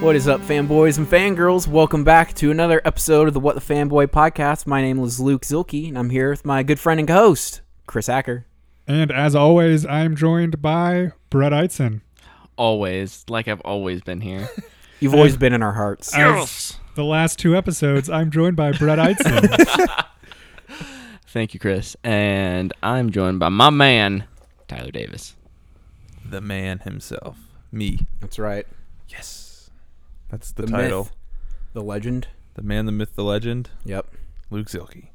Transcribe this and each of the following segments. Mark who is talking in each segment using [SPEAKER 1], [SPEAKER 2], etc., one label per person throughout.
[SPEAKER 1] What is up, fanboys and fangirls? Welcome back to another episode of the What the Fanboy podcast. My name is Luke Zilke, and I'm here with my good friend and co host, Chris Acker.
[SPEAKER 2] And as always, I'm joined by Brett Eitzen.
[SPEAKER 3] always like I've always been here.
[SPEAKER 1] You've always been in our hearts.
[SPEAKER 2] As the last two episodes, I'm joined by Brett Eitzen.
[SPEAKER 3] Thank you, Chris. And I'm joined by my man, Tyler Davis.
[SPEAKER 4] the man himself, me.
[SPEAKER 1] That's right.
[SPEAKER 4] Yes, that's the,
[SPEAKER 1] The
[SPEAKER 4] title.
[SPEAKER 1] myth, the legend.
[SPEAKER 4] The man, the myth, the legend,
[SPEAKER 1] Yep.
[SPEAKER 4] Luke Zilke.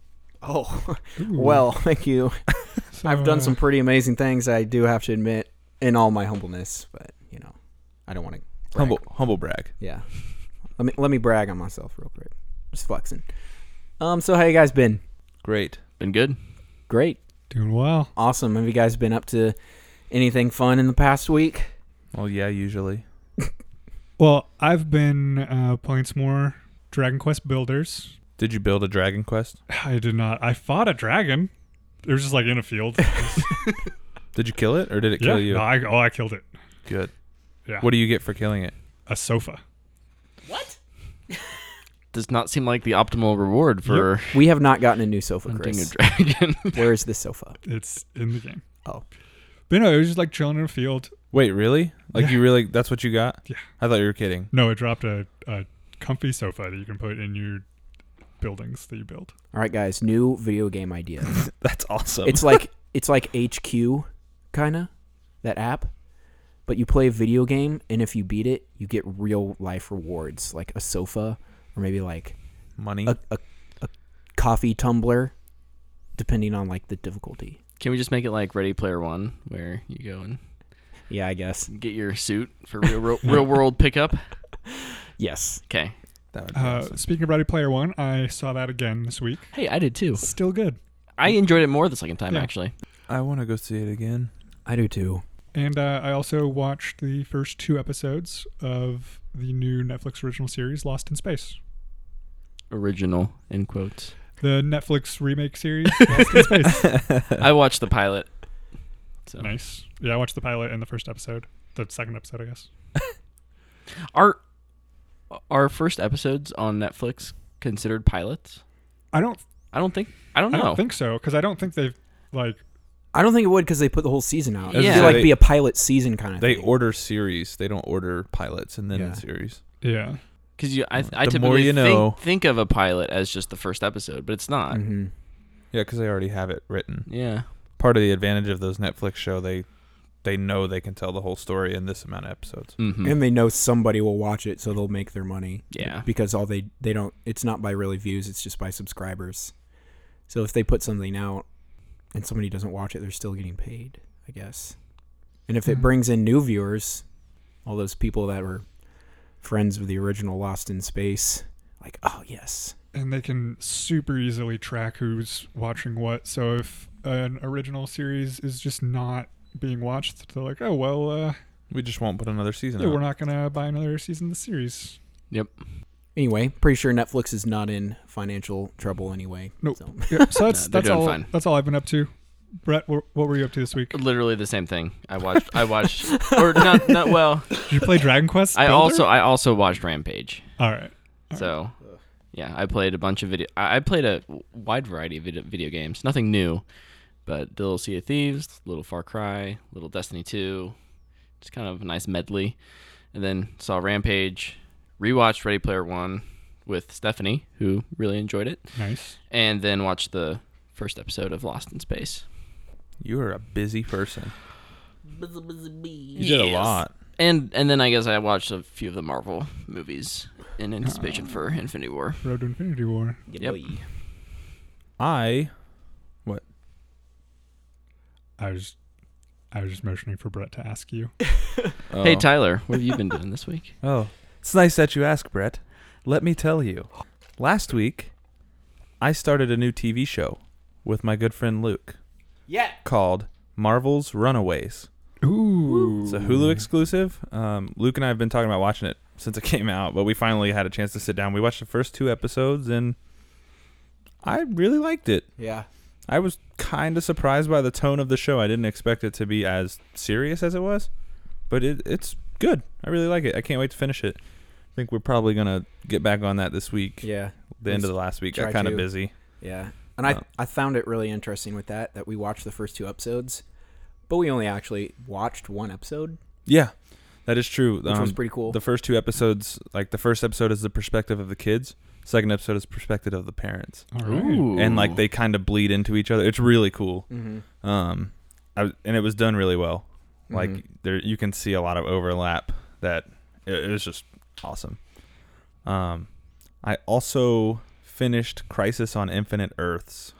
[SPEAKER 1] Oh,
[SPEAKER 2] Ooh.
[SPEAKER 1] well, thank you.
[SPEAKER 2] So,
[SPEAKER 1] I've done
[SPEAKER 2] uh,
[SPEAKER 1] some pretty amazing things, I do have to admit, in all my humbleness, but, you know, I don't want to.
[SPEAKER 4] Humble, humble brag.
[SPEAKER 1] Yeah. Let me, let me brag on myself real quick. Just flexing. Um, so how you guys been?
[SPEAKER 4] Great.
[SPEAKER 3] Been good?
[SPEAKER 1] Great.
[SPEAKER 2] doing well.
[SPEAKER 1] Awesome. Have you guys been up to anything fun in the past week?
[SPEAKER 4] Well, yeah, usually.
[SPEAKER 2] Well, I've been uh, playing some more Dragon Quest Builders.
[SPEAKER 4] Did you build a Dragon Quest?
[SPEAKER 2] I did not. I fought a dragon. It was just like in a field.
[SPEAKER 4] Did you kill it, or did it kill
[SPEAKER 2] yeah.
[SPEAKER 4] you?
[SPEAKER 2] No, I, oh, I killed it.
[SPEAKER 4] Good.
[SPEAKER 2] Yeah.
[SPEAKER 4] What do you get for killing it?
[SPEAKER 2] A sofa.
[SPEAKER 3] Does not seem like the optimal reward for
[SPEAKER 1] We have not gotten a new sofa,
[SPEAKER 3] hunting a
[SPEAKER 1] Chris.
[SPEAKER 3] dragon.
[SPEAKER 1] Where is this sofa?
[SPEAKER 2] It's in the game.
[SPEAKER 1] Oh.
[SPEAKER 2] But no, it was just like chilling in a field.
[SPEAKER 4] Wait, really? Like you really? That's what you got?
[SPEAKER 2] Yeah.
[SPEAKER 4] I thought you were kidding.
[SPEAKER 2] No, it dropped a, a comfy sofa that you can put in your buildings that you build.
[SPEAKER 1] All right, guys, new video game idea.
[SPEAKER 4] That's awesome.
[SPEAKER 1] it's like it's like HQ kind of that app, but you play a video game and if you beat it, you get real life rewards like a sofa or maybe like
[SPEAKER 4] money.
[SPEAKER 1] a a, a coffee tumbler depending on like the difficulty.
[SPEAKER 3] Can we just make it like Ready Player One, where you go and
[SPEAKER 1] Yeah, I guess.
[SPEAKER 3] get your suit for real real, real world pickup?
[SPEAKER 1] Yes.
[SPEAKER 3] Okay.
[SPEAKER 4] that would be
[SPEAKER 2] Uh,
[SPEAKER 4] awesome.
[SPEAKER 2] speaking of Ready Player One, I saw that again this week.
[SPEAKER 3] Hey, I did too.
[SPEAKER 2] Still good.
[SPEAKER 3] I enjoyed it more the second time
[SPEAKER 2] Yeah.
[SPEAKER 3] actually.
[SPEAKER 4] I want to go see it again.
[SPEAKER 1] I do too.
[SPEAKER 2] And uh, I also watched the first two episodes of the new Netflix original series, Lost in Space.
[SPEAKER 3] Original in quotes.
[SPEAKER 2] The Netflix remake series, Lost in Space.
[SPEAKER 3] I watched the pilot. So
[SPEAKER 2] Nice. Yeah, I watched the pilot and the first episode. The second episode, I guess.
[SPEAKER 3] are are first episodes on Netflix considered pilots?
[SPEAKER 2] I don't.
[SPEAKER 3] I don't think. I don't
[SPEAKER 2] I
[SPEAKER 3] know.
[SPEAKER 2] don't think so because I don't think they've like.
[SPEAKER 1] I don't think it would because they put the whole season out.
[SPEAKER 3] Yeah.
[SPEAKER 1] It'd be like
[SPEAKER 4] They-
[SPEAKER 1] be a pilot season kind of
[SPEAKER 4] They
[SPEAKER 1] thing.
[SPEAKER 4] order series. They don't order pilots and then
[SPEAKER 1] Yeah.
[SPEAKER 4] series.
[SPEAKER 2] Yeah.
[SPEAKER 3] Because you, I, I
[SPEAKER 4] The
[SPEAKER 3] typically
[SPEAKER 4] more you
[SPEAKER 3] think,
[SPEAKER 4] know.
[SPEAKER 3] think of a pilot as just the first episode, but it's not.
[SPEAKER 1] hmm
[SPEAKER 4] Yeah, because they already have it written.
[SPEAKER 3] Yeah,
[SPEAKER 4] part of the advantage of those Netflix show they they know they can tell the whole story in this amount of episodes.
[SPEAKER 3] hmm
[SPEAKER 1] and they know somebody will watch it so they'll make their money
[SPEAKER 3] yeah.
[SPEAKER 1] because all they they don't it's not by really views it's just by subscribers so if they put something out and somebody doesn't watch it they're still getting paid i guess and if it
[SPEAKER 3] Hmm.
[SPEAKER 2] Mhm.
[SPEAKER 1] brings in new viewers all those people that were friends with the original lost in space like oh yes
[SPEAKER 2] and they can super easily track who's watching what. So if an original series is just not being watched, they're like, oh well, uh,
[SPEAKER 4] We just won't put another season.
[SPEAKER 2] yeah,
[SPEAKER 4] out.
[SPEAKER 2] we're not gonna buy another season of the series.
[SPEAKER 1] anyway pretty sure netflix is not in financial trouble anyway
[SPEAKER 2] Nope.
[SPEAKER 1] so.
[SPEAKER 2] Yeah, so that's
[SPEAKER 3] they're
[SPEAKER 2] that's
[SPEAKER 3] doing
[SPEAKER 2] all.
[SPEAKER 3] fine. Um,
[SPEAKER 2] That's all I've been up to. Brett, wh- what were you up to this week?
[SPEAKER 3] Literally the same thing. I watched. I watched. Or not. Not well.
[SPEAKER 2] Did you play Dragon Quest?
[SPEAKER 3] I
[SPEAKER 2] Builder?
[SPEAKER 3] also. I also watched Rampage.
[SPEAKER 2] all right. Alright.
[SPEAKER 3] So, yeah, I played a bunch of video. I I played a wide variety of video, video games. Nothing new, but little Sea of Thieves, little Far Cry, little Destiny Two, just kind of a nice medley. And then saw Rampage, rewatched Ready Player One with Stephanie, who really enjoyed it,
[SPEAKER 2] Nice.
[SPEAKER 3] and then watched the first episode of Lost in Space.
[SPEAKER 4] You are a busy person. You did a lot.
[SPEAKER 3] And and then I guess I watched a few of the Marvel movies in anticipation for Infinity War.
[SPEAKER 2] Road to Infinity War.
[SPEAKER 3] Yep.
[SPEAKER 4] I
[SPEAKER 2] I was, I was just motioning for Brett to ask you.
[SPEAKER 4] oh.
[SPEAKER 3] Hey Tyler, what have you been doing this week?
[SPEAKER 4] oh, it's nice that you ask, Brett. Let me tell you. Last week, I started a new TV show with my good friend Luke. Yeah. Called Marvel's Runaways.
[SPEAKER 2] Ooh.
[SPEAKER 4] It's a Hulu exclusive. Um, Luke and I have been talking about watching it since it came out, but we finally had a chance to sit down. We watched the first two episodes, and I really liked it.
[SPEAKER 1] yeah
[SPEAKER 4] I was kind of surprised by the tone of the show. I didn't expect it to be as serious as it was, but it, it's good. I really like it. I can't wait to finish it. think we're probably gonna get back on that this week.
[SPEAKER 1] Yeah.
[SPEAKER 4] the end of the last week
[SPEAKER 1] try
[SPEAKER 4] got kind
[SPEAKER 1] to.
[SPEAKER 4] of busy.
[SPEAKER 1] Yeah. And I,
[SPEAKER 4] Uh,
[SPEAKER 1] I found it really interesting with that that we watched the first two episodes, but we only actually watched one episode,
[SPEAKER 4] Yeah, that is true.
[SPEAKER 1] which was
[SPEAKER 4] Um,
[SPEAKER 1] pretty cool.
[SPEAKER 4] The first two episodes, like the first episode is the perspective of the kids. Second episode is perspective of the parents,
[SPEAKER 2] All right.
[SPEAKER 3] Ooh.
[SPEAKER 4] and like they kind of bleed into each other. It's really cool.
[SPEAKER 1] mm-hmm.
[SPEAKER 4] Um, I, was- and it was done really well. Like there, you can see a lot of overlap. That it, it was just awesome. Um, I also finished Crisis on Infinite Earths,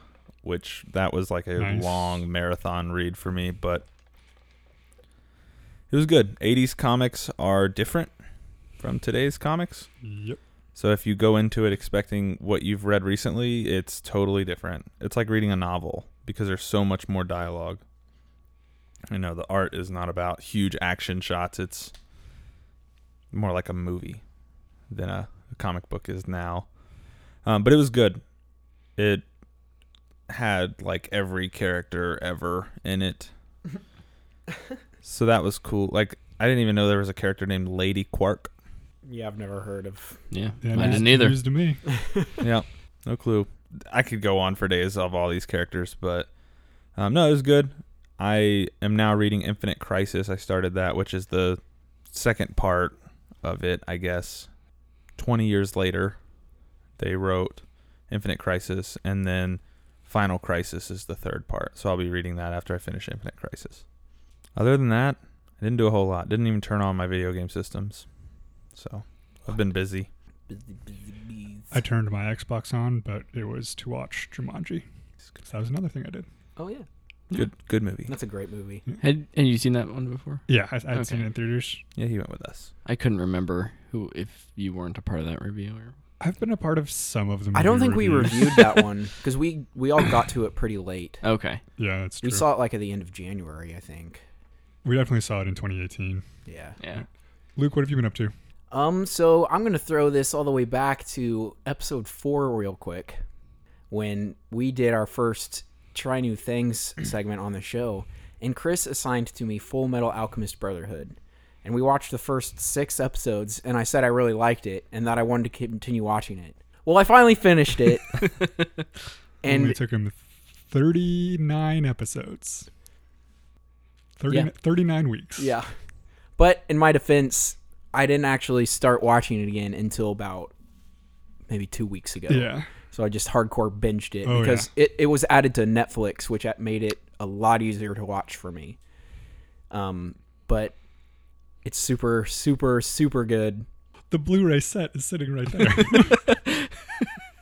[SPEAKER 4] which that was like a
[SPEAKER 2] Nice.
[SPEAKER 4] long marathon read for me, but it was good. 80s comics are different from today's comics.
[SPEAKER 2] Yep.
[SPEAKER 4] So if you go into it expecting what you've read recently, it's totally different. It's like reading a novel because there's so much more dialogue. You know, the art is not about huge action shots. It's more like a movie than a, a comic book is now. Um, but it was good. It had like every character ever in it.
[SPEAKER 1] Mm-hmm.
[SPEAKER 4] so that was cool. Like I didn't even know there was a character named Lady Quark.
[SPEAKER 1] Yeah, I've never heard of.
[SPEAKER 3] yeah,
[SPEAKER 2] Yeah,
[SPEAKER 3] I
[SPEAKER 2] news-
[SPEAKER 3] didn't either.
[SPEAKER 2] news to me.
[SPEAKER 4] yeah, no clue. I could go on for days of all these characters, but um, no, it was good. I am now reading Infinite Crisis. I started that, which is the second part of it, I guess. 20 years later, they wrote Infinite Crisis, and then Final Crisis is the third part. So I'll be reading that after I finish Infinite Crisis. Other than that, I didn't do a whole lot. Didn't even turn on my video game systems. So I've been busy.
[SPEAKER 2] I turned my Xbox on, but it was to watch Jumanji. 'Cause that was another thing I did.
[SPEAKER 1] Oh yeah,
[SPEAKER 4] Good, good movie.
[SPEAKER 1] that's a great movie.
[SPEAKER 3] Had had you seen that one before?
[SPEAKER 2] Yeah, I, I'd seen
[SPEAKER 3] Okay.
[SPEAKER 2] it in theaters.
[SPEAKER 4] Yeah, he went with us.
[SPEAKER 3] I couldn't remember who if you weren't a part of that review. Or...
[SPEAKER 2] I've been a part of some of them.
[SPEAKER 1] I don't think we reviewed that one because we we all got to it pretty late.
[SPEAKER 3] Okay,
[SPEAKER 2] Yeah, that's true.
[SPEAKER 1] We saw it like at the end of January, I think.
[SPEAKER 2] We definitely saw it in 2018.
[SPEAKER 1] Yeah.
[SPEAKER 3] yeah.
[SPEAKER 2] Luke, what have you been up to?
[SPEAKER 1] Um, so I'm gonna throw this all the way back to episode four real quick, when we did our first try new things segment on the show, and Chris assigned to me Full Metal Alchemist Brotherhood, and we watched the first six episodes, and I said I really liked it and that I wanted to continue watching it. Well, I finally finished it,
[SPEAKER 2] Only
[SPEAKER 1] and
[SPEAKER 2] took him 39 episodes. 30,
[SPEAKER 1] Yeah.
[SPEAKER 2] 39 weeks.
[SPEAKER 1] Yeah. But in my defense, I didn't actually start watching it again until about maybe two weeks ago.
[SPEAKER 2] Yeah.
[SPEAKER 1] So I just hardcore binged it
[SPEAKER 2] Oh,
[SPEAKER 1] because it, it was added to Netflix, which at- made it a lot easier to watch for me. Um, but it's super, super, super good.
[SPEAKER 2] The Blu-ray set is sitting right there.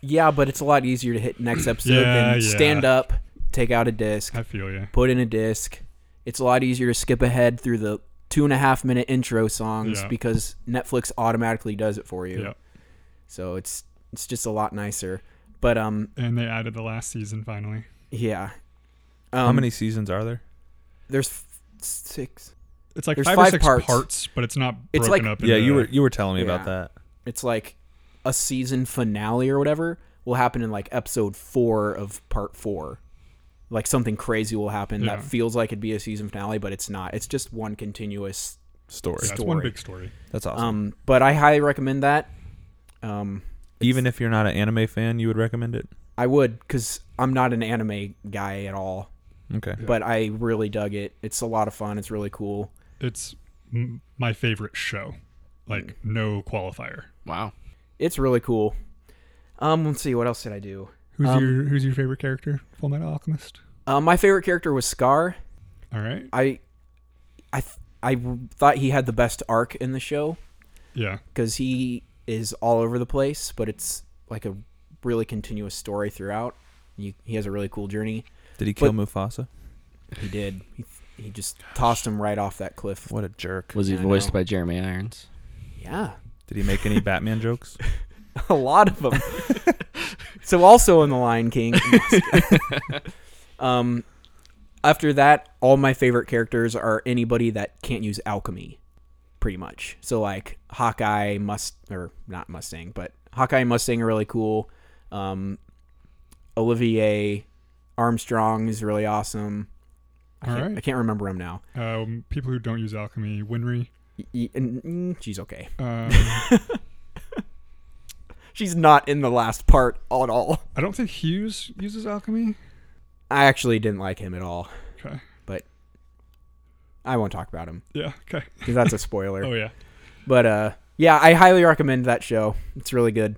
[SPEAKER 1] Yeah, but it's a lot easier to hit next episode
[SPEAKER 2] Yeah,
[SPEAKER 1] than
[SPEAKER 2] yeah.
[SPEAKER 1] stand up, take out a disc,
[SPEAKER 2] I feel you.
[SPEAKER 1] put in a disc. It's a lot easier to skip ahead through the two and a half minute intro songs
[SPEAKER 2] Yeah.
[SPEAKER 1] because Netflix automatically does it for you.
[SPEAKER 2] Yep.
[SPEAKER 1] So it's it's just a lot nicer. But um
[SPEAKER 2] And they added the last season finally.
[SPEAKER 1] yeah.
[SPEAKER 4] How
[SPEAKER 1] Um,
[SPEAKER 4] many seasons are there?
[SPEAKER 1] There's f- six.
[SPEAKER 2] It's like
[SPEAKER 1] There's
[SPEAKER 2] five,
[SPEAKER 1] five
[SPEAKER 2] or six
[SPEAKER 1] parts.
[SPEAKER 2] parts. but it's not
[SPEAKER 1] It's
[SPEAKER 2] broken
[SPEAKER 1] like-
[SPEAKER 2] up.
[SPEAKER 4] Yeah,
[SPEAKER 2] into-
[SPEAKER 4] you were you were telling me about
[SPEAKER 1] Yeah.
[SPEAKER 4] that.
[SPEAKER 1] It's like a season finale or whatever will happen in like episode 4 of part 4. Like something crazy will happen
[SPEAKER 2] Yeah.
[SPEAKER 1] that feels like it'd be a season finale but it's not. It's just one continuous
[SPEAKER 4] Story.
[SPEAKER 2] Yeah, it's one
[SPEAKER 1] story.
[SPEAKER 2] big story.
[SPEAKER 4] That's awesome.
[SPEAKER 1] um but I highly recommend that. Um
[SPEAKER 4] Even if you're not an anime fan, you would recommend it.
[SPEAKER 1] I would because I'm not an anime guy at all,
[SPEAKER 4] Okay.
[SPEAKER 1] but I really dug it. It's a lot of fun. It's really cool.
[SPEAKER 2] It's m- my favorite show. Like no qualifier.
[SPEAKER 3] Wow.
[SPEAKER 1] It's really cool. Um, let's see. What else did I do?
[SPEAKER 2] Who's
[SPEAKER 1] Um,
[SPEAKER 2] your Who's your favorite character? Full Metal Alchemist.
[SPEAKER 1] Uh, my favorite character was Scar.
[SPEAKER 2] All right.
[SPEAKER 1] I, I, th- I thought he had the best arc in the show
[SPEAKER 2] Yeah.
[SPEAKER 1] because he is all over the place, but it's like a really continuous story throughout. You, he has a really cool journey.
[SPEAKER 4] Did he
[SPEAKER 1] kill
[SPEAKER 4] kill Mufasa?
[SPEAKER 1] He did. He, he just tossed him right off that cliff.
[SPEAKER 4] What a jerk.
[SPEAKER 3] Was he
[SPEAKER 1] I
[SPEAKER 3] voiced
[SPEAKER 1] know.
[SPEAKER 3] by Jeremy Irons?
[SPEAKER 1] Yeah.
[SPEAKER 4] Did he make any Batman jokes?
[SPEAKER 1] a lot of them. so also in the Lion King. um, after that, all my favorite characters are anybody that can't use alchemy, pretty much. So like Hawkeye, Must or not Mustang, but Hawkeye and Mustang are really cool. Um, Olivier Armstrong is really awesome. I,
[SPEAKER 2] All
[SPEAKER 1] can't-
[SPEAKER 2] right.
[SPEAKER 1] I can't remember him now.
[SPEAKER 2] Um, people who don't use alchemy, Winry.
[SPEAKER 1] Y- y- and- mm, she's okay.
[SPEAKER 2] Um,
[SPEAKER 1] She's not in the last part at all.
[SPEAKER 2] I don't think Hughes uses alchemy.
[SPEAKER 1] I actually didn't like him at all,
[SPEAKER 2] Okay.
[SPEAKER 1] but I won't talk about him
[SPEAKER 2] Yeah. Okay.
[SPEAKER 1] because that's a spoiler.
[SPEAKER 2] Oh yeah.
[SPEAKER 1] But uh, yeah, I highly recommend that show. It's really good.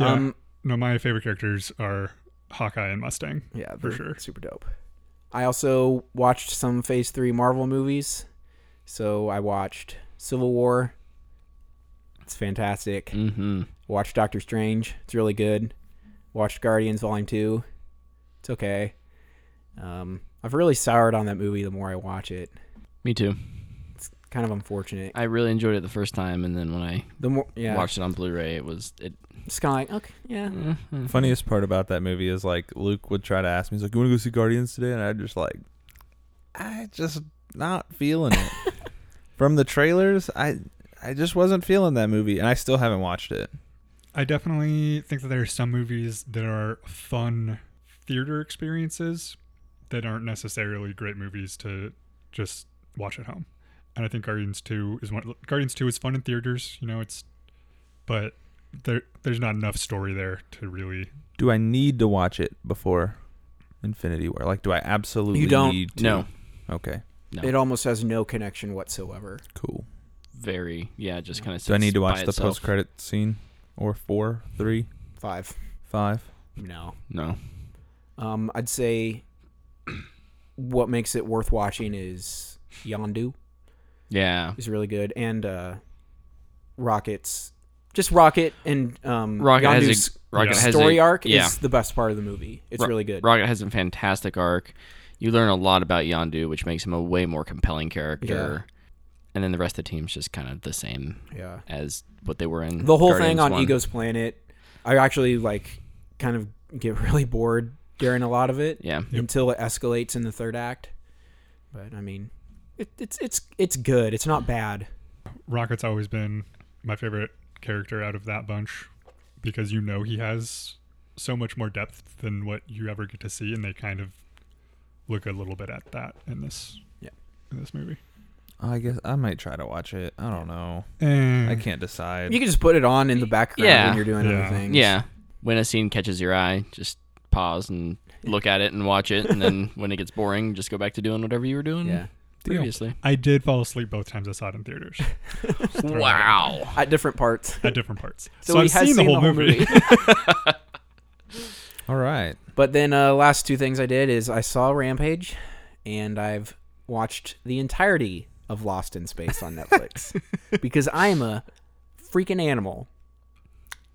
[SPEAKER 2] Yeah.
[SPEAKER 1] Um,
[SPEAKER 2] No, my favorite characters are Hawkeye and Mustang.
[SPEAKER 1] yeah,
[SPEAKER 2] For
[SPEAKER 1] they're
[SPEAKER 2] sure.
[SPEAKER 1] super dope. I also watched some Phase Three Marvel movies. So I watched Civil War. It's fantastic.
[SPEAKER 3] Mm-hmm.
[SPEAKER 1] Watched Doctor Strange. It's really good. Watched Guardians Volume Two. It's okay. Um, I've really soured on that movie the more I watch it.
[SPEAKER 3] Me too.
[SPEAKER 1] It's kind of unfortunate.
[SPEAKER 3] I really enjoyed it the first time, and then when I
[SPEAKER 1] The more, yeah,
[SPEAKER 3] watched it on Blu-ray, it was it.
[SPEAKER 1] it's kind of like okay, yeah.
[SPEAKER 3] eh, eh.
[SPEAKER 4] Funniest part about that movie is like Luke would try to ask me, he's like, "You want to go see Guardians today?" And I just like, I just not feeling it. From the trailers, I I just wasn't feeling that movie, and I still haven't watched it.
[SPEAKER 2] I definitely think that there are some movies that are fun theater experiences that aren't necessarily great movies to just watch at home. And I think Guardians 2 is one Guardians 2 is fun in theaters, you know, it's but there there's not enough story there to really
[SPEAKER 4] Do I need to watch it before Infinity War? Like, do I absolutely
[SPEAKER 1] You don't.
[SPEAKER 4] need to?
[SPEAKER 3] No,
[SPEAKER 4] Okay.
[SPEAKER 3] no,
[SPEAKER 1] It almost has no connection whatsoever.
[SPEAKER 4] Cool.
[SPEAKER 3] very yeah, just kind of.
[SPEAKER 4] Do I need to watch the post credit scene or four, three,
[SPEAKER 1] Five,
[SPEAKER 4] five?
[SPEAKER 1] no.
[SPEAKER 3] No,
[SPEAKER 1] Um, I'd say what makes it worth watching is Yondu
[SPEAKER 3] yeah,
[SPEAKER 1] is really good, and uh, Rockets. Just Rocket and um,
[SPEAKER 3] Rocket has a-
[SPEAKER 1] Yondu's
[SPEAKER 3] Rocket has
[SPEAKER 1] story
[SPEAKER 3] a,
[SPEAKER 1] arc
[SPEAKER 3] Yeah,
[SPEAKER 1] is the best part of the movie. It's
[SPEAKER 3] Ro-
[SPEAKER 1] really good.
[SPEAKER 3] Rocket has a fantastic arc. You learn a lot about Yondu, which makes him a way more compelling character. And then the rest of the team's just kind of the same
[SPEAKER 1] yeah.
[SPEAKER 3] as what they were in
[SPEAKER 1] The whole thing
[SPEAKER 3] Guardians
[SPEAKER 1] on
[SPEAKER 3] 1.
[SPEAKER 1] Ego's Planet, I actually like kind of get really bored during a lot of it
[SPEAKER 3] Yeah,
[SPEAKER 1] until it escalates in the third act. But I mean, it, it's it's it's good. It's not bad.
[SPEAKER 2] Rocket's always been my favorite character out of that bunch because you know he has so much more depth than what you ever get to see and they kind of look a little bit at that in this
[SPEAKER 1] Yeah.
[SPEAKER 2] in this movie.
[SPEAKER 4] I guess I might try to watch it. I don't know. I
[SPEAKER 2] And
[SPEAKER 4] can't decide.
[SPEAKER 1] Mm. You can just put it on in the background
[SPEAKER 3] Yeah.
[SPEAKER 1] when you're doing
[SPEAKER 2] Yeah.
[SPEAKER 1] other things.
[SPEAKER 3] yeah. When a scene catches your eye, just pause and look at it and watch it, and then when it gets boring, just go back to doing whatever you were doing
[SPEAKER 1] yeah.
[SPEAKER 2] Deal.
[SPEAKER 3] previously.
[SPEAKER 2] I did fall asleep both times I saw it in theaters. Just throwing it out
[SPEAKER 3] Wow.
[SPEAKER 1] At different parts.
[SPEAKER 2] At different parts.
[SPEAKER 1] So, he has seen, the, whole movie.
[SPEAKER 4] All right.
[SPEAKER 1] but then uh, last two things I did is I saw Rampage, and I've watched the entirety of Lost in Space on Netflix because I am a freaking animal.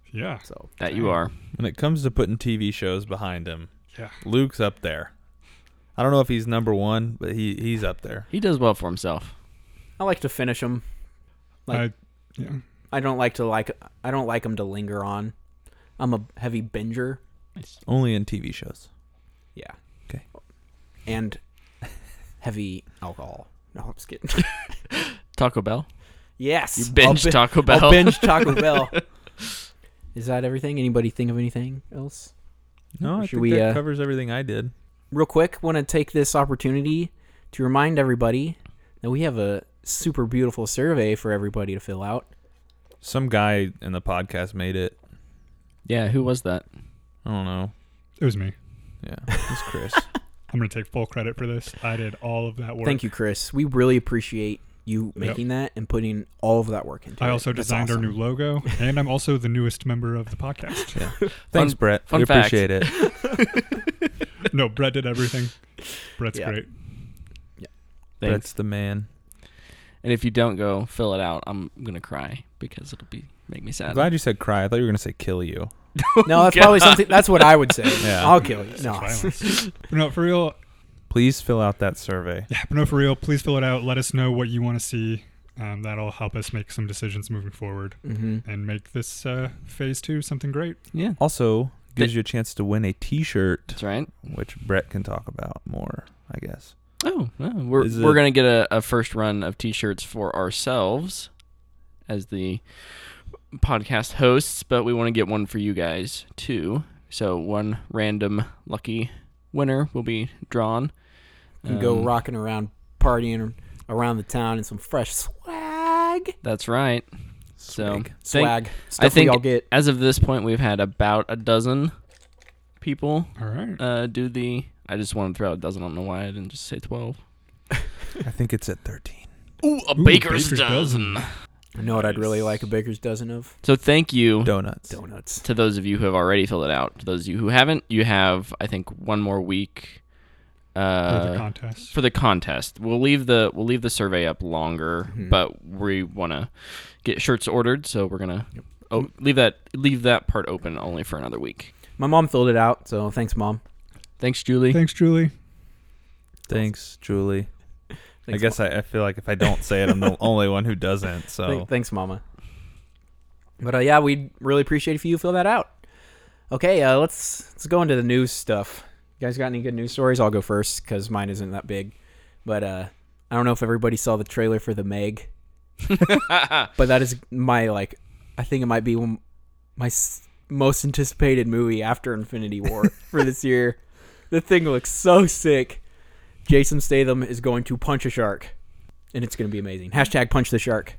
[SPEAKER 2] Yeah.
[SPEAKER 1] So
[SPEAKER 3] That you are.
[SPEAKER 4] When it comes to putting TV shows behind him,
[SPEAKER 2] Yeah.
[SPEAKER 4] Luke's up there. I don't know if he's number one, but he he's up there.
[SPEAKER 3] He does well for himself.
[SPEAKER 1] I like to finish them. Like-
[SPEAKER 2] I, yeah.
[SPEAKER 1] I don't like to like. I don't like them to linger on. I'm a heavy binger.
[SPEAKER 4] Only in TV shows.
[SPEAKER 1] Yeah.
[SPEAKER 4] Okay.
[SPEAKER 1] And heavy alcohol. No, I'm just kidding.
[SPEAKER 3] Taco Bell.
[SPEAKER 1] yes.
[SPEAKER 3] You
[SPEAKER 1] I'll
[SPEAKER 3] binge
[SPEAKER 1] bi-
[SPEAKER 3] Taco Bell.
[SPEAKER 1] I'll binge Taco Bell. Is that everything? Anybody think of anything else?
[SPEAKER 4] No, I
[SPEAKER 1] Should
[SPEAKER 4] think
[SPEAKER 1] we,
[SPEAKER 4] that
[SPEAKER 1] uh,
[SPEAKER 4] covers everything I did.
[SPEAKER 1] Real quick, want to take this opportunity to remind everybody that we have a super beautiful survey for everybody to fill out.
[SPEAKER 4] Some guy in the podcast made it.
[SPEAKER 3] Yeah, who was that?
[SPEAKER 4] I don't know.
[SPEAKER 2] It was me.
[SPEAKER 4] Yeah, it's Chris.
[SPEAKER 2] I'm gonna take full credit for this. I did all of that work.
[SPEAKER 1] Thank you, Chris. We really appreciate you making that and putting all of that work into it.
[SPEAKER 2] I also
[SPEAKER 1] That's
[SPEAKER 2] designed
[SPEAKER 1] awesome.
[SPEAKER 2] our new logo, and I'm also the newest member of the podcast.
[SPEAKER 4] yeah. Thanks, Brett.
[SPEAKER 3] fun
[SPEAKER 4] we
[SPEAKER 3] fact.
[SPEAKER 4] appreciate it.
[SPEAKER 2] no, Brett did everything. Brett's
[SPEAKER 1] Yeah.
[SPEAKER 2] great.
[SPEAKER 3] Thanks.
[SPEAKER 4] Brett's the man.
[SPEAKER 3] And if you don't go fill it out, I'm gonna cry because it'll be make me
[SPEAKER 4] I'm
[SPEAKER 3] sad.
[SPEAKER 4] glad you said cry. I thought you were gonna say kill you.
[SPEAKER 1] No,
[SPEAKER 3] Oh
[SPEAKER 1] that's probably something. That's what I would say.
[SPEAKER 4] Yeah.
[SPEAKER 1] I'll kill you.
[SPEAKER 2] Such
[SPEAKER 1] No,
[SPEAKER 2] violence. no, for real.
[SPEAKER 4] Please fill out that survey.
[SPEAKER 2] Yeah, but no, for real. Please fill it out. Let us know what you want to see. Um, that'll help us make some decisions moving forward
[SPEAKER 1] hmm
[SPEAKER 2] and make this uh, phase two something great.
[SPEAKER 3] Yeah,
[SPEAKER 4] Also gives you a chance to win a T-shirt,
[SPEAKER 3] that's right.
[SPEAKER 4] which Brett can talk about more. I guess.
[SPEAKER 3] Oh, no, we're
[SPEAKER 4] Is
[SPEAKER 3] we're
[SPEAKER 4] it-
[SPEAKER 3] gonna get a, a first run of t-shirts for ourselves as the podcast hosts, but we want to get one for you guys too. So one random lucky winner will be drawn.
[SPEAKER 1] you can go
[SPEAKER 3] Um,
[SPEAKER 1] rocking around, partying around the town in some fresh swag.
[SPEAKER 3] That's right. So
[SPEAKER 4] Swag.
[SPEAKER 3] thank-
[SPEAKER 1] Swag. Stuff
[SPEAKER 3] I think
[SPEAKER 1] we all get.
[SPEAKER 3] as of this point, we've had about a dozen people
[SPEAKER 2] All right.
[SPEAKER 3] uh, do the. I just wanted to throw out a dozen. I don't know why I didn't just say twelve.
[SPEAKER 4] I think it's at 13.
[SPEAKER 3] Ooh, a
[SPEAKER 2] Ooh,
[SPEAKER 3] baker's,
[SPEAKER 2] baker's
[SPEAKER 3] dozen.
[SPEAKER 2] dozen.
[SPEAKER 1] You know what I'd really like a baker's dozen of?
[SPEAKER 3] So thank you
[SPEAKER 4] Donuts.
[SPEAKER 1] Donuts.
[SPEAKER 3] to those of you who have already filled it out. To those of you who haven't, you have I think one more week. Uh,
[SPEAKER 2] for the contest.
[SPEAKER 3] for the contest. We'll leave the we'll leave the survey up longer,
[SPEAKER 1] Mhm.
[SPEAKER 3] but we want to get shirts ordered, so we're gonna oh, leave that leave that part open only for another week.
[SPEAKER 1] My mom filled it out, so thanks, mom.
[SPEAKER 3] Thanks, Julie.
[SPEAKER 2] Thanks, Julie.
[SPEAKER 4] Thanks, Julie.
[SPEAKER 1] Thanks,
[SPEAKER 4] I guess I, I feel like if I don't say it, I'm the only one who doesn't. So
[SPEAKER 1] Th- thanks, Mama. But uh, yeah, we'd really appreciate if you fill that out. Okay, uh, let's let's go into the news stuff. You guys got any good news stories? I'll go first because mine isn't that big. But uh, I don't know if everybody saw the trailer for the Meg, but that is my like. I think it might be one, my s- most anticipated movie after Infinity War for this year. The thing looks so sick. Jason Statham is going to punch a shark, and it's going to be amazing. Hashtag punch the shark.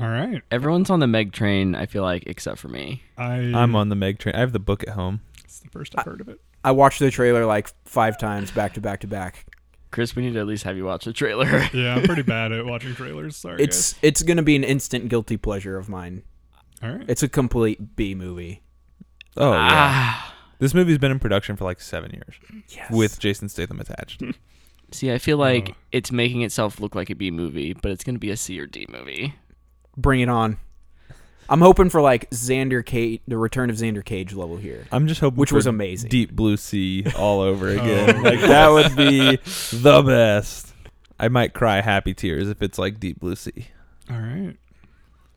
[SPEAKER 2] All right.
[SPEAKER 3] Everyone's on the Meg train. I feel like except for me.
[SPEAKER 2] I
[SPEAKER 4] I'm on the Meg train. I have the book at home.
[SPEAKER 2] It's the first I've heard of it.
[SPEAKER 1] I watched the trailer like five times back to back to back.
[SPEAKER 3] Chris, we need to at least have you watch the trailer.
[SPEAKER 2] Yeah, I'm pretty bad at watching trailers. Sorry.
[SPEAKER 1] It's it's gonna be an instant guilty pleasure of mine.
[SPEAKER 2] guys. all right.
[SPEAKER 1] It's a complete B movie.
[SPEAKER 4] Oh, yeah.
[SPEAKER 3] Ah,
[SPEAKER 4] This movie's been in production for like seven years
[SPEAKER 1] Yes.
[SPEAKER 4] with Jason Statham attached.
[SPEAKER 3] see, I feel like
[SPEAKER 2] Oh.
[SPEAKER 3] it's making itself look like a B movie, but it's gonna be a C or D movie.
[SPEAKER 1] Bring It On. I'm hoping for like Xander Cage, the return of Xander Cage level here,
[SPEAKER 4] I'm just hoping
[SPEAKER 1] which
[SPEAKER 4] for
[SPEAKER 1] was amazing.
[SPEAKER 4] Deep Blue Sea all over
[SPEAKER 2] Oh.
[SPEAKER 4] again. Like that would be the best. I might cry happy tears if it's like Deep Blue Sea.
[SPEAKER 2] All right.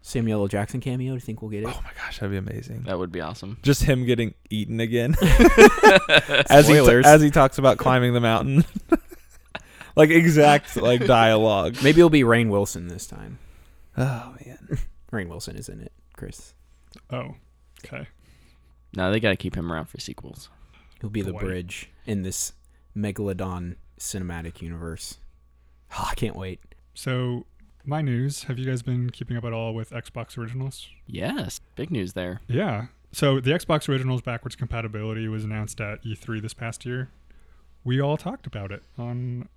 [SPEAKER 1] Samuel L. Jackson cameo. Do you think we'll get it?
[SPEAKER 4] Oh my gosh, that'd be amazing.
[SPEAKER 3] That would be awesome.
[SPEAKER 4] Just him getting eaten again as he
[SPEAKER 1] Spoilers.
[SPEAKER 4] as he talks about climbing the mountain. like exact like dialogue.
[SPEAKER 1] Maybe it'll be Rain Wilson this time.
[SPEAKER 4] Oh man.
[SPEAKER 1] Rain Wilson is in it. Chris,
[SPEAKER 2] Oh. Okay.
[SPEAKER 3] No, they gotta keep him around for sequels.
[SPEAKER 1] he'll be the
[SPEAKER 2] Dwight.
[SPEAKER 1] bridge in this megalodon cinematic universe. Oh, I can't wait.
[SPEAKER 2] So, my news. Have you guys been keeping up at all with Xbox Originals?
[SPEAKER 3] Yes, big news there.
[SPEAKER 2] Yeah. So the Xbox Originals backwards compatibility was announced at E3 this past year. We all talked about it on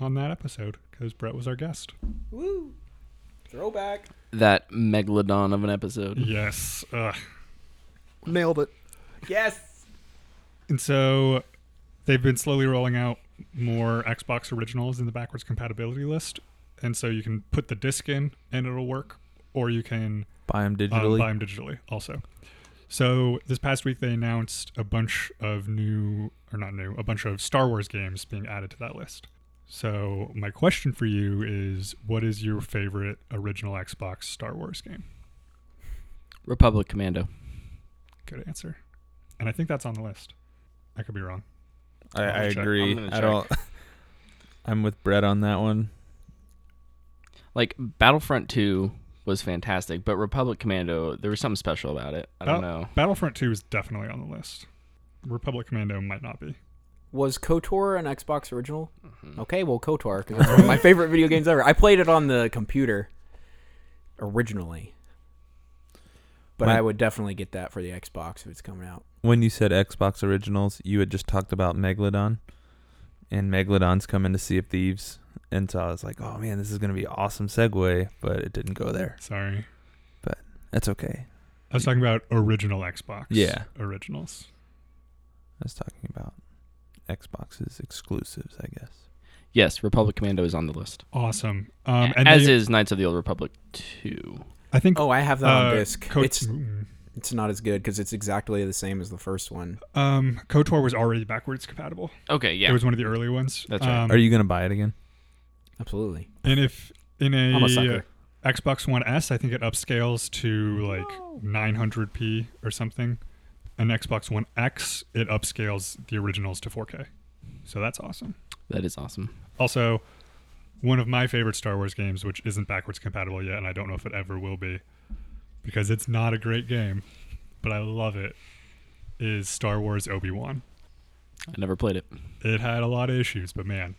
[SPEAKER 2] on that episode because Brett was our guest.
[SPEAKER 1] Woo! Throwback.
[SPEAKER 3] That megalodon of an episode.
[SPEAKER 2] Yes. Ugh.
[SPEAKER 4] Nailed it.
[SPEAKER 1] Yes.
[SPEAKER 2] And so they've been slowly rolling out more Xbox originals in the backwards compatibility list. And so you can put the disc in and it'll work, or you can
[SPEAKER 4] Buy him
[SPEAKER 2] um,
[SPEAKER 4] digitally.
[SPEAKER 2] buy them digitally also. So this past week they announced a bunch of new, or not new, a bunch of Star Wars games being added to that list. So my question for you is, what is your favorite original Xbox Star Wars game?
[SPEAKER 3] Republic Commando.
[SPEAKER 2] Good answer. And I think that's on the list. I could be wrong.
[SPEAKER 4] I, I
[SPEAKER 2] I'm gonna check.
[SPEAKER 4] agree.
[SPEAKER 3] I'm gonna
[SPEAKER 4] I don't I'm with Brett on that one.
[SPEAKER 3] Like Battlefront 2 was fantastic, but Republic Commando, there was something special about it. I don't know.
[SPEAKER 2] Battlefront 2 is definitely on the list. Republic Commando might not be.
[SPEAKER 1] Was KOTOR an Xbox original?
[SPEAKER 3] Mm. Oh.
[SPEAKER 1] Okay, well, KOTOR, because it's one of my favorite video games ever. I played it on the computer originally. But
[SPEAKER 4] My-
[SPEAKER 1] I would definitely get that for the Xbox if it's coming out.
[SPEAKER 4] when you said Xbox Originals, you had just talked about Megalodon, and Megalodon's coming to Sea of Thieves, and so I was like, "Oh man, this is gonna be an awesome segue," but it didn't go there.
[SPEAKER 2] Sorry.
[SPEAKER 4] That's okay.
[SPEAKER 2] I was talking about original Xbox.
[SPEAKER 4] Yeah.
[SPEAKER 2] Originals.
[SPEAKER 4] I was talking about Xbox's exclusives, I guess.
[SPEAKER 3] Yes, Republic Commando is on the list.
[SPEAKER 2] Awesome. Um, and
[SPEAKER 3] As
[SPEAKER 2] they-
[SPEAKER 3] is Knights of the Old Republic 2.
[SPEAKER 2] I think
[SPEAKER 1] Oh, I have that
[SPEAKER 2] uh,
[SPEAKER 1] on disc.
[SPEAKER 2] Co-
[SPEAKER 1] it's
[SPEAKER 2] mm.
[SPEAKER 1] it's not as good because it's exactly the same as the first one.
[SPEAKER 2] um, KOTOR was already backwards compatible.
[SPEAKER 3] Okay,
[SPEAKER 2] It
[SPEAKER 3] yeah.
[SPEAKER 2] was one of the early ones.
[SPEAKER 3] That's right.
[SPEAKER 2] Um,
[SPEAKER 4] Are you gonna buy it again?
[SPEAKER 1] Absolutely.
[SPEAKER 2] and if in a,
[SPEAKER 1] I'm a sucker.
[SPEAKER 2] uh, Xbox One S, I think it upscales
[SPEAKER 3] Oh,
[SPEAKER 2] to like 900p or something. An Xbox One X, it upscales the originals to 4K. So that's awesome.
[SPEAKER 3] that is awesome.
[SPEAKER 2] Also, one of my favorite Star Wars games, which isn't backwards compatible yet, and I don't know if it ever will be, because it's not a great game, but I love it, is Star Wars Obi Wan.
[SPEAKER 3] I never played it.
[SPEAKER 2] It had a lot of issues, but man,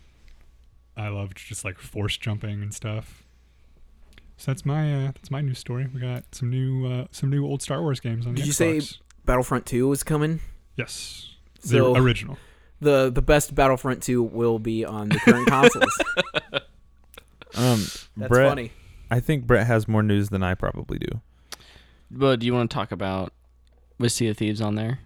[SPEAKER 2] I loved just like force jumping and stuff. So that's my uh, that's my new story. We got some new uh, some new old Star Wars games on the
[SPEAKER 1] Did you say-
[SPEAKER 2] Xbox.
[SPEAKER 1] Battlefront 2 is coming.
[SPEAKER 2] yes?
[SPEAKER 1] So-
[SPEAKER 2] the original.
[SPEAKER 1] The the best Battlefront 2 will be on the current consoles.
[SPEAKER 4] Um,
[SPEAKER 1] That's
[SPEAKER 4] Brett,
[SPEAKER 1] funny.
[SPEAKER 4] I think Brett has more news than I probably do.
[SPEAKER 3] But do you want to talk about was Sea of Thieves on there?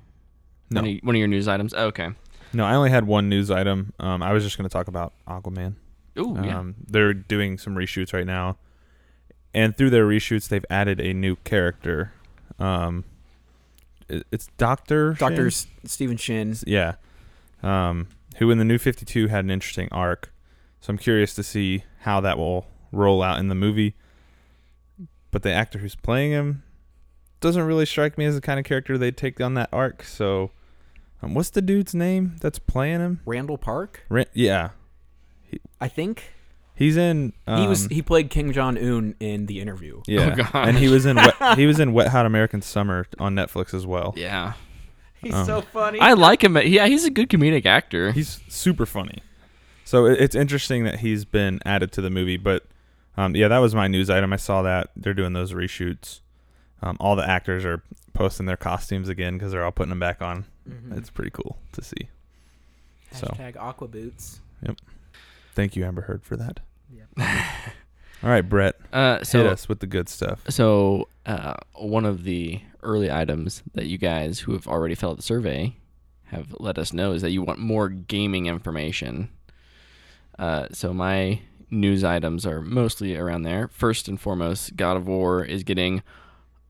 [SPEAKER 4] No.
[SPEAKER 3] One of, one of your news items. Oh, okay.
[SPEAKER 4] No, I only had one news item. Um, I was just going to talk about Aquaman.
[SPEAKER 3] Ooh, yeah.
[SPEAKER 4] Um, they're doing some reshoots right now, and through their reshoots, they've added a new character. Um, i- it's Doctor
[SPEAKER 1] Dr. S- Stephen Shin.
[SPEAKER 4] yeah, um, who in the New Fifty Two had an interesting arc. So I'm curious to see how that will roll out in the movie. But the actor who's playing him doesn't really strike me as the kind of character they'd take on that arc. So, um, what's the dude's name that's playing him?
[SPEAKER 1] Randall Park,
[SPEAKER 4] Ran- yeah,
[SPEAKER 1] I think.
[SPEAKER 4] he's in. Um,
[SPEAKER 1] he was he played King Jong Un in the interview.
[SPEAKER 4] Yeah,
[SPEAKER 3] Oh, God.
[SPEAKER 4] and he was in wet, he was in Wet Hot American Summer on Netflix as well.
[SPEAKER 3] Yeah.
[SPEAKER 1] He's
[SPEAKER 4] Um,
[SPEAKER 1] so funny.
[SPEAKER 3] I like him. Yeah, he's a good comedic actor.
[SPEAKER 4] He's super funny. So it, it's interesting that he's been added to the movie, but um, yeah, that was my news item. I saw that they're doing those reshoots. Um, all the actors are posting their costumes again because they're all putting them back on.
[SPEAKER 1] Mhm.
[SPEAKER 4] It's pretty cool to see. so.
[SPEAKER 1] Hashtag Aqua Boots.
[SPEAKER 4] Thank you, Amber Heard, for that.
[SPEAKER 1] Yep.
[SPEAKER 4] All right, Brett,
[SPEAKER 3] Uh, so
[SPEAKER 4] hit us with the good stuff.
[SPEAKER 3] So, uh, one of the early items that you guys who have already filled out the survey have let us know is that you want more gaming information. Uh, so, my news items are mostly around there. First and foremost, God of War is getting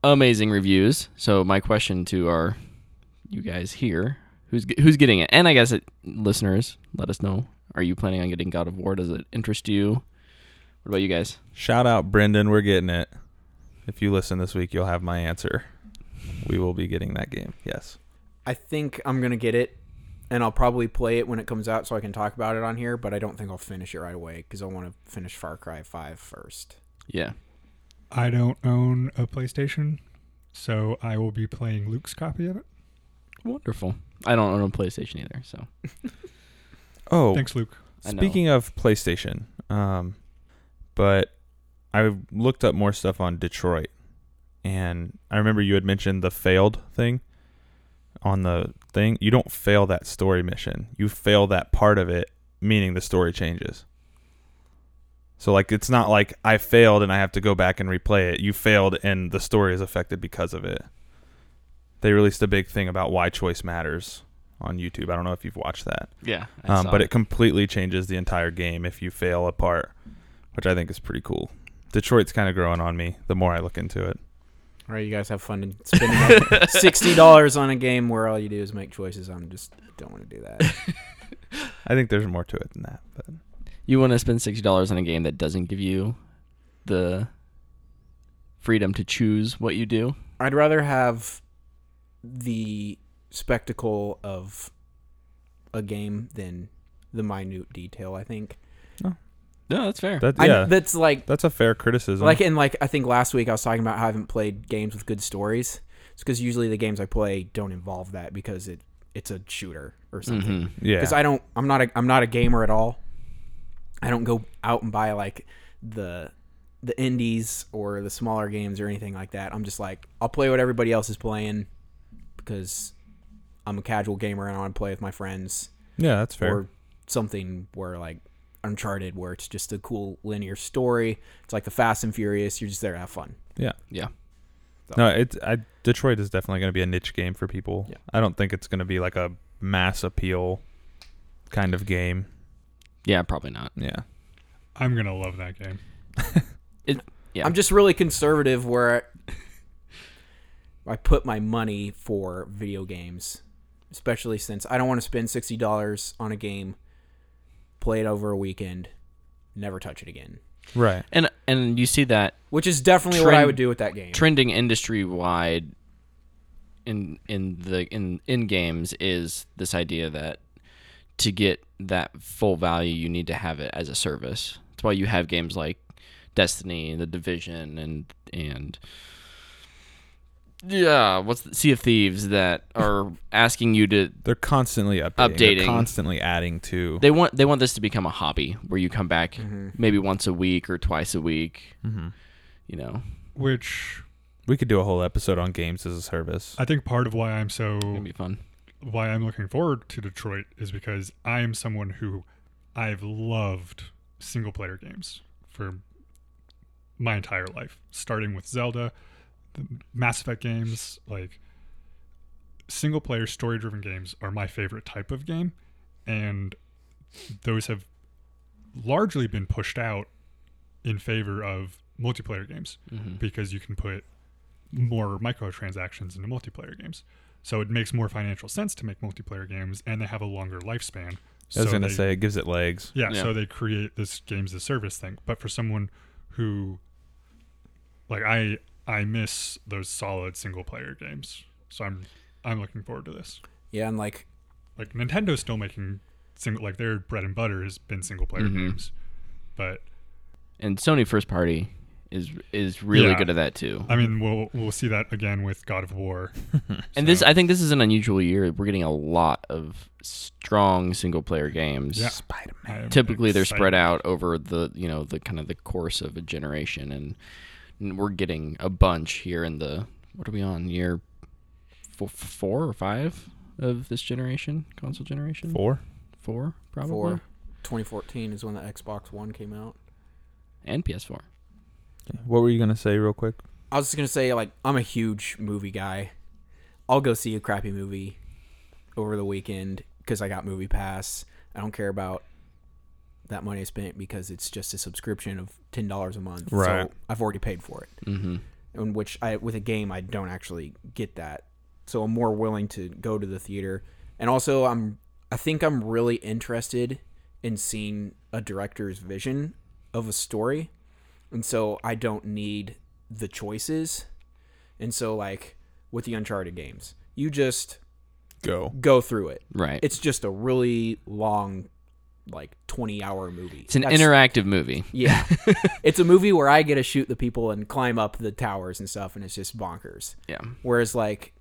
[SPEAKER 3] amazing reviews. So, my question to our you guys here, who's ge- who's getting it, and I guess it, listeners, let us know. Are you planning on getting God of War? Does it interest you? What about you guys?
[SPEAKER 4] Shout out, Brendan. We're getting it. If you listen this week, you'll have my answer. We will be getting that game. Yes.
[SPEAKER 1] I think I'm gonna get it, and I'll probably play it when it comes out so I can talk about it on here. But I don't think I'll finish it right away because I want to finish Far Cry 5 first.
[SPEAKER 3] Yeah.
[SPEAKER 2] I don't own a PlayStation, so I will be playing Luke's copy of it.
[SPEAKER 3] Wonderful. I don't own a PlayStation either, so
[SPEAKER 4] Oh,
[SPEAKER 2] Thanks, Luke.
[SPEAKER 3] I know.
[SPEAKER 4] Speaking of PlayStation, um, but I looked up more stuff on Detroit, and I remember you had mentioned the failed thing on the thing. You don't fail that story mission; you fail that part of it, meaning the story changes. So, like, it's not like I failed and I have to go back and replay it. You failed, and the story is affected because of it. They released a big thing about why choice matters on YouTube. I don't know if you've watched that
[SPEAKER 3] yeah, I
[SPEAKER 4] um,
[SPEAKER 3] saw
[SPEAKER 4] but it completely changes the entire game if you fail a part, which I think is pretty cool. Detroit's kind of growing on me the more I look into it.
[SPEAKER 1] All right, you guys have fun and spending like sixty dollars on a game where all you do is make choices. I'm just don't want to do that.
[SPEAKER 4] I think there's more to it than that. But
[SPEAKER 3] you want to spend sixty dollars on a game that doesn't give you the freedom to choose what you do.
[SPEAKER 1] I'd rather have the spectacle of a game than the minute detail. I think.
[SPEAKER 3] No, that's fair.
[SPEAKER 4] that,
[SPEAKER 1] I,
[SPEAKER 4] yeah,
[SPEAKER 1] that's like
[SPEAKER 4] that's a fair criticism.
[SPEAKER 1] Like and like, I think last week I was talking about how I haven't played games with good stories. It's because usually the games I play don't involve that because it it's a shooter or something.
[SPEAKER 3] Mhm.
[SPEAKER 4] yeah,
[SPEAKER 1] Because I don't, I'm not a, I'm not a gamer at all. I don't go out and buy like the the indies or the smaller games or anything like that. I'm just like I'll play what everybody else is playing because I'm a casual gamer and I want to play with my friends
[SPEAKER 4] yeah, that's fair.
[SPEAKER 1] or something where like Uncharted, where it's just a cool linear story. It's like the Fast and Furious. You're just there to have fun.
[SPEAKER 3] Yeah.
[SPEAKER 4] no, it's I, Detroit is definitely going to be a niche game for people.
[SPEAKER 1] Yeah.
[SPEAKER 4] I don't think it's going to be like a mass appeal kind of game.
[SPEAKER 3] Yeah, probably not.
[SPEAKER 4] Yeah,
[SPEAKER 2] I'm gonna love that game.
[SPEAKER 3] Yeah.
[SPEAKER 1] I'm just really conservative where I put my money for video games, especially since I don't want to spend sixty dollars on a game, play it over a weekend, never touch it again.
[SPEAKER 4] right.
[SPEAKER 3] And and you see that
[SPEAKER 1] Which is definitely what I
[SPEAKER 3] Trend-
[SPEAKER 1] would do with that game.
[SPEAKER 3] trending industry wide in in the in in games is this idea that to get that full value you need to have it as a service. That's why you have games like Destiny and The Division and and yeah, what's the, Sea of Thieves that are asking you to
[SPEAKER 4] They're constantly updating, They're
[SPEAKER 3] Updating.
[SPEAKER 4] constantly adding to.
[SPEAKER 3] they want they want this to become a hobby where you come back
[SPEAKER 1] Mhm.
[SPEAKER 3] maybe once a week or twice a week
[SPEAKER 4] mm-hmm.
[SPEAKER 3] you know,
[SPEAKER 2] Which
[SPEAKER 4] We could do a whole episode on games as a service.
[SPEAKER 2] I think part of why I'm so
[SPEAKER 3] it's gonna be fun.
[SPEAKER 2] why I'm looking forward to Detroit is because I am someone who I've loved single player games for my entire life, starting with Zelda, the Mass Effect games, like single player story driven games are my favorite type of game and those have largely been pushed out in favor of multiplayer games
[SPEAKER 3] Mm-hmm.
[SPEAKER 2] because you can put more microtransactions into multiplayer games. So it makes more financial sense to make multiplayer games, and they have a longer lifespan.
[SPEAKER 4] I was
[SPEAKER 2] So
[SPEAKER 4] going to
[SPEAKER 2] they-
[SPEAKER 4] say it gives it legs.
[SPEAKER 2] yeah,
[SPEAKER 3] Yeah.
[SPEAKER 2] so they create this games as a service thing. But for someone who like I I miss those solid single player games. So I'm I'm looking forward to this.
[SPEAKER 1] Yeah, and like
[SPEAKER 2] Like Nintendo's still making single like their bread and butter has been single player
[SPEAKER 3] Mhm.
[SPEAKER 2] games. But
[SPEAKER 3] And Sony first party is is really
[SPEAKER 2] Yeah.
[SPEAKER 3] good at that too.
[SPEAKER 2] I mean we'll we'll see that again with God of War.
[SPEAKER 3] And this, I think, this is an unusual year. We're getting a lot of strong single player games.
[SPEAKER 2] Yeah.
[SPEAKER 4] Spider Man.
[SPEAKER 2] I am
[SPEAKER 3] Typically, they're spread
[SPEAKER 2] excited.
[SPEAKER 3] out over the you know the kind of the course of a generation, and- and we're getting a bunch here in the what are we on year four, four or five of this generation console generation
[SPEAKER 4] Four.
[SPEAKER 3] Four, probably
[SPEAKER 1] for 2014 is when the Xbox One came out.
[SPEAKER 3] and PS4.
[SPEAKER 4] What were you going to say, real quick?
[SPEAKER 1] I was just gonna say, like, I'm a huge movie guy. I'll go see a crappy movie over the weekend because I got Movie Pass. I don't care about that money I spent because it's just a subscription of ten dollars a month.
[SPEAKER 4] Right.
[SPEAKER 1] So I've already paid for it.
[SPEAKER 3] Mm-hmm.
[SPEAKER 1] In which I with a game I don't actually get that. So I'm more willing to go to the theater. And also I'm I think I'm really interested in seeing a director's vision of a story. And so I don't need the choices. And so like with the Uncharted games, you just
[SPEAKER 4] Go.
[SPEAKER 1] go through it.
[SPEAKER 3] Right. It's,
[SPEAKER 1] It's just a really long like 20 hour movie.
[SPEAKER 3] an
[SPEAKER 1] That's-
[SPEAKER 3] interactive movie.
[SPEAKER 1] yeah. it's a movie where I get to shoot the people and climb up the towers and stuff, and it's just bonkers.
[SPEAKER 3] Yeah.
[SPEAKER 1] Whereas, like,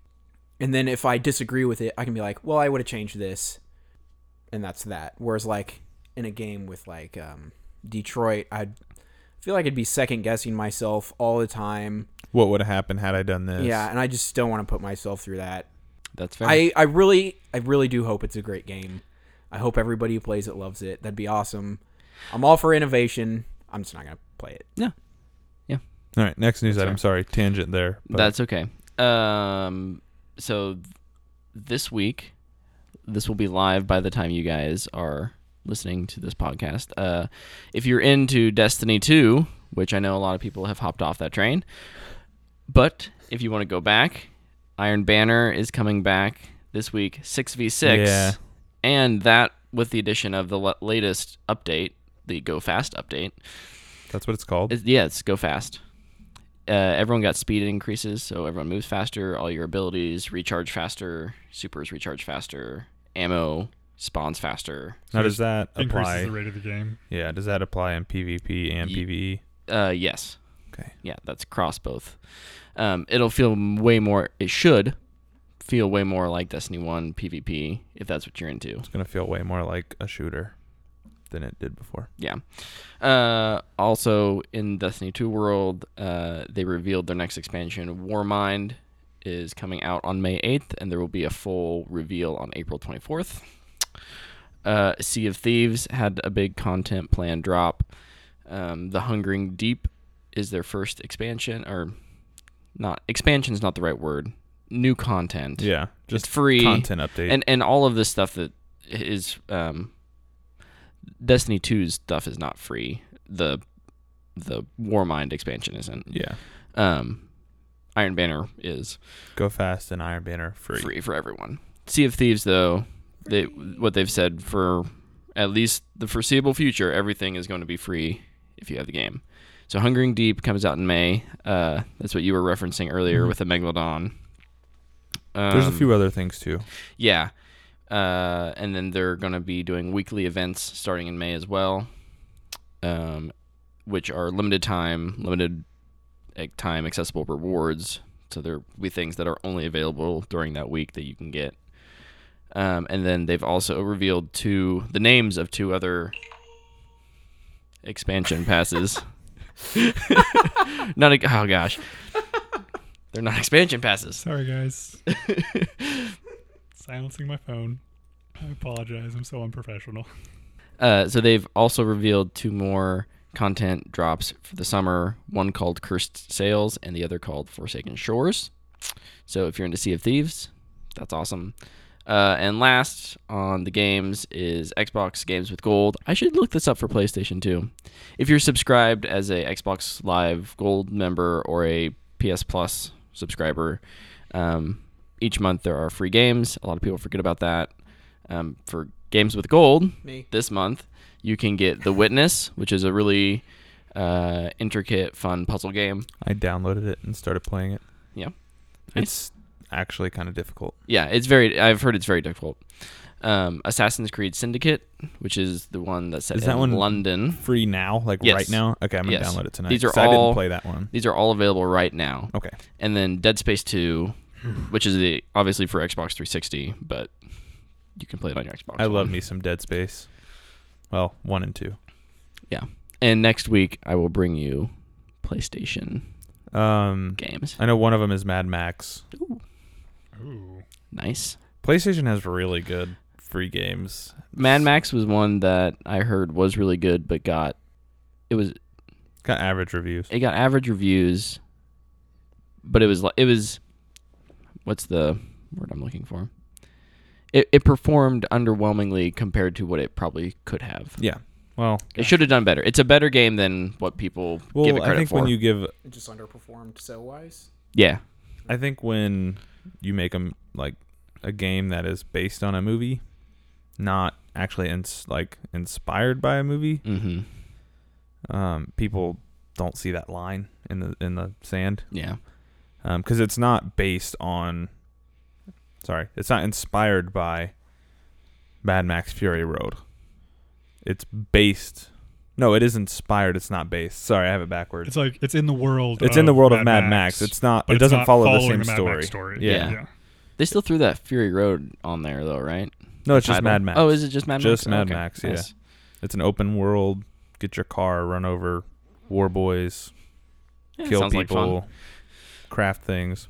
[SPEAKER 1] and then if I disagree with it, I can be like, well, I would have changed this, and that's that. Whereas, like, in a game with, like, um, Detroit, I'd feel like I'd be second guessing myself all the time.
[SPEAKER 4] What would have happened had I done this?
[SPEAKER 1] Yeah, and I just don't want to put myself through that.
[SPEAKER 3] That's fair.
[SPEAKER 1] I, I really, I really do hope it's a great game. I hope everybody who plays it loves it. That'd be awesome. I'm all for innovation. I'm just not going to play it.
[SPEAKER 4] All right. Next news
[SPEAKER 3] That's
[SPEAKER 4] item.
[SPEAKER 3] right.
[SPEAKER 4] Sorry. Tangent there. but-
[SPEAKER 3] That's okay. Um, so th- this week, this will be live by the time you guys are listening to this podcast. Uh, if you're into Destiny 2, which I know a lot of people have hopped off that train, but if you want to go back, Iron Banner is coming back this week, 6v6.
[SPEAKER 4] Yeah.
[SPEAKER 3] And that with the addition of the la- latest update, the Go Fast update,
[SPEAKER 4] that's what it's called.
[SPEAKER 3] it's, yeah, it's go fast. Uh, everyone got speed increases, so everyone moves faster. All your abilities recharge faster. Supers recharge faster. Ammo spawns faster.
[SPEAKER 4] now, does that
[SPEAKER 2] Increases the
[SPEAKER 4] apply?
[SPEAKER 2] rate of the game.
[SPEAKER 4] Yeah. Does that apply in PvP and E?
[SPEAKER 3] Ye-
[SPEAKER 4] PvE?
[SPEAKER 3] Uh, yes.
[SPEAKER 4] Okay.
[SPEAKER 3] Yeah, that's cross both. Um, it'll feel m- way more. It should feel way more like Destiny One PvP if that's what you're into.
[SPEAKER 4] It's going to feel way more like a shooter than it did before.
[SPEAKER 3] Yeah. Uh, also, in Destiny 2 World, uh, they revealed their next expansion, Warmind, is coming out on May 8th, and there will be a full reveal on April 24th. Uh, sea of Thieves had a big content plan drop. Um, the Hungering Deep is their first expansion, or not expansion is not the right word. New content.
[SPEAKER 4] Yeah.
[SPEAKER 3] Just
[SPEAKER 4] Just
[SPEAKER 3] free
[SPEAKER 4] content update.
[SPEAKER 3] and and all of this stuff that is um, Destiny 2's stuff is not free. The the Warmind expansion isn't.
[SPEAKER 4] yeah.
[SPEAKER 3] Um, Iron Banner is
[SPEAKER 4] Go fast and Iron Banner free.
[SPEAKER 3] free. for everyone. Sea of Thieves though, they what they've said for at least the foreseeable future, everything is going to be free if you have the game. So Hungering Deep comes out in May. Uh, that's what you were referencing earlier with the Megalodon. Um,
[SPEAKER 4] Mm-hmm. There's a few other things too.
[SPEAKER 3] yeah. Uh, and then they're going to be doing weekly events starting in May as well, um, which are limited time, limited eh, time accessible rewards. So there will be things that are only available during that week that you can get. Um, and then they've also revealed two the names of two other expansion passes. not a, oh gosh, they're not expansion passes.
[SPEAKER 2] Sorry, guys. Silencing my phone. I apologize. I'm so unprofessional.
[SPEAKER 3] Uh, so they've also revealed two more content drops for the summer. One called Cursed Sails, and the other called Forsaken Shores. So if you're into Sea of Thieves, that's awesome. Uh, and last on the games is Xbox Games with Gold. I should look this up for PlayStation 2. If you're subscribed as a Xbox Live Gold member or a PS Plus subscriber, um, each month there are free games. A lot of people forget about that. Um, for Games with Gold
[SPEAKER 1] Me.
[SPEAKER 3] this month, you can get The Witness, which is a really uh, intricate, fun puzzle game.
[SPEAKER 4] I downloaded it and started playing it.
[SPEAKER 3] Yeah.
[SPEAKER 4] It's actually kind of difficult.
[SPEAKER 3] Yeah, it's very. I've heard it's very difficult. Um, Assassin's Creed Syndicate, which is the one that's set
[SPEAKER 4] Is that
[SPEAKER 3] in
[SPEAKER 4] one-
[SPEAKER 3] London.
[SPEAKER 4] Free now, like
[SPEAKER 3] Yes.
[SPEAKER 4] right now. Okay, I'm gonna
[SPEAKER 3] Yes.
[SPEAKER 4] download it tonight.
[SPEAKER 3] These are
[SPEAKER 4] 'cause I
[SPEAKER 3] all-
[SPEAKER 4] didn't play that one.
[SPEAKER 3] These are all available right now.
[SPEAKER 4] Okay.
[SPEAKER 3] And then Dead Space 2, which is the obviously for Xbox 360, but you can play it on your Xbox.
[SPEAKER 4] I love
[SPEAKER 3] One.
[SPEAKER 4] me some Dead Space. Well, one and two.
[SPEAKER 3] And next week I will bring you PlayStation
[SPEAKER 4] Um,
[SPEAKER 3] games.
[SPEAKER 4] I know one of them is Mad Max.
[SPEAKER 2] Ooh.
[SPEAKER 3] Nice.
[SPEAKER 4] PlayStation has really good free games.
[SPEAKER 3] Mad Max was one that I heard was really good, but got it was
[SPEAKER 4] Got average reviews.
[SPEAKER 3] it got average reviews, but it was li- it was what's the word I'm looking for? It it performed underwhelmingly compared to what it probably could have.
[SPEAKER 4] Yeah. Well,
[SPEAKER 3] It should have done better. It's a better game than what people give it
[SPEAKER 4] well,
[SPEAKER 3] credit
[SPEAKER 4] I think
[SPEAKER 3] for.
[SPEAKER 4] when you give,
[SPEAKER 1] It just underperformed so wise.
[SPEAKER 3] yeah,
[SPEAKER 4] I think when you make them like a game that is based on a movie, not actually ins- like inspired by a movie,
[SPEAKER 3] mm-hmm.
[SPEAKER 4] um, people don't see that line in the in the sand
[SPEAKER 3] yeah,
[SPEAKER 4] because Um, it's not based on. Sorry, it's not inspired by Mad Max Fury Road. It's based. No, it is inspired. It's not based. Sorry, I have it backwards.
[SPEAKER 2] It's like it's in the world.
[SPEAKER 4] It's in the world of Mad Max. It's not.
[SPEAKER 2] but
[SPEAKER 4] It
[SPEAKER 2] it's
[SPEAKER 4] doesn't
[SPEAKER 2] not
[SPEAKER 4] follow the
[SPEAKER 2] following
[SPEAKER 4] same
[SPEAKER 2] Mad Max
[SPEAKER 4] story.
[SPEAKER 2] story.
[SPEAKER 4] Yeah.
[SPEAKER 3] Yeah. they still threw that Fury Road on there though, right?
[SPEAKER 4] No, it's just
[SPEAKER 3] Title.
[SPEAKER 4] Mad Max.
[SPEAKER 3] Oh, is it just Mad Max?
[SPEAKER 4] Just Mad
[SPEAKER 3] Okay,
[SPEAKER 4] Max, yeah.
[SPEAKER 3] nice.
[SPEAKER 4] It's an open world. Get your car, run over war boys,
[SPEAKER 3] Yeah,
[SPEAKER 4] kill
[SPEAKER 3] sounds like fun.
[SPEAKER 4] people, craft things.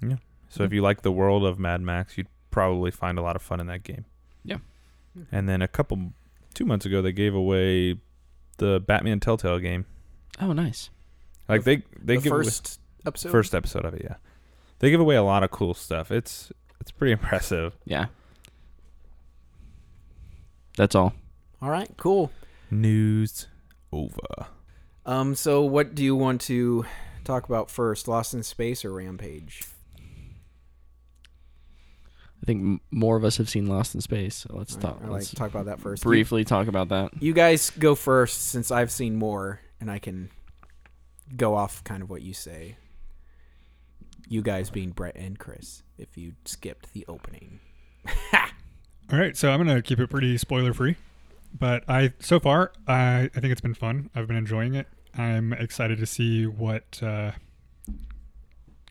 [SPEAKER 4] Yeah. So
[SPEAKER 3] Mm-hmm.
[SPEAKER 4] if you like the world of Mad Max, you'd probably find a lot of fun in that game.
[SPEAKER 3] Yeah.
[SPEAKER 4] And then a couple, two months ago, they gave away the Batman Telltale game.
[SPEAKER 3] Oh, nice.
[SPEAKER 4] Like they they
[SPEAKER 1] the
[SPEAKER 4] give away-
[SPEAKER 1] first episode.
[SPEAKER 4] first episode of it. Yeah. They give away a lot of cool stuff. It's it's pretty impressive.
[SPEAKER 3] Yeah. That's all.
[SPEAKER 1] All right, cool.
[SPEAKER 4] News over.
[SPEAKER 1] Um, so what do you want to talk about first, Lost in Space or Rampage?
[SPEAKER 3] I think m- more of us have seen Lost in Space. So let's
[SPEAKER 1] All right,
[SPEAKER 3] talk.
[SPEAKER 1] I like
[SPEAKER 3] let's
[SPEAKER 1] to talk about that first.
[SPEAKER 3] briefly talk about that.
[SPEAKER 1] You, you guys go first since I've seen more and I can go off kind of what you say. You guys being Brett and Chris, if you skipped the opening.
[SPEAKER 2] All right, so I'm gonna keep it pretty spoiler free, but I so far I I think it's been fun. I've been enjoying it. I'm excited to see what uh,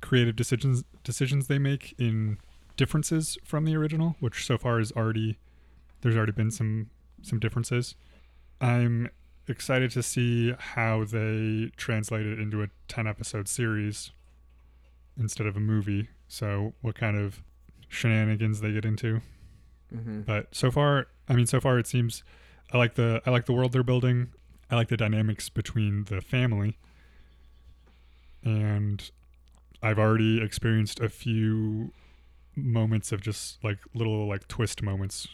[SPEAKER 2] creative decisions decisions they make in differences from the original, which so far is already there's already been some some differences. I'm excited to see how they translate it into a 10 episode series instead of a movie. So what kind of shenanigans they get into
[SPEAKER 1] Mm-hmm.
[SPEAKER 2] but so far i mean so far it seems i like the i like the world they're building i like the dynamics between the family and i've already experienced a few moments of just like little like twist moments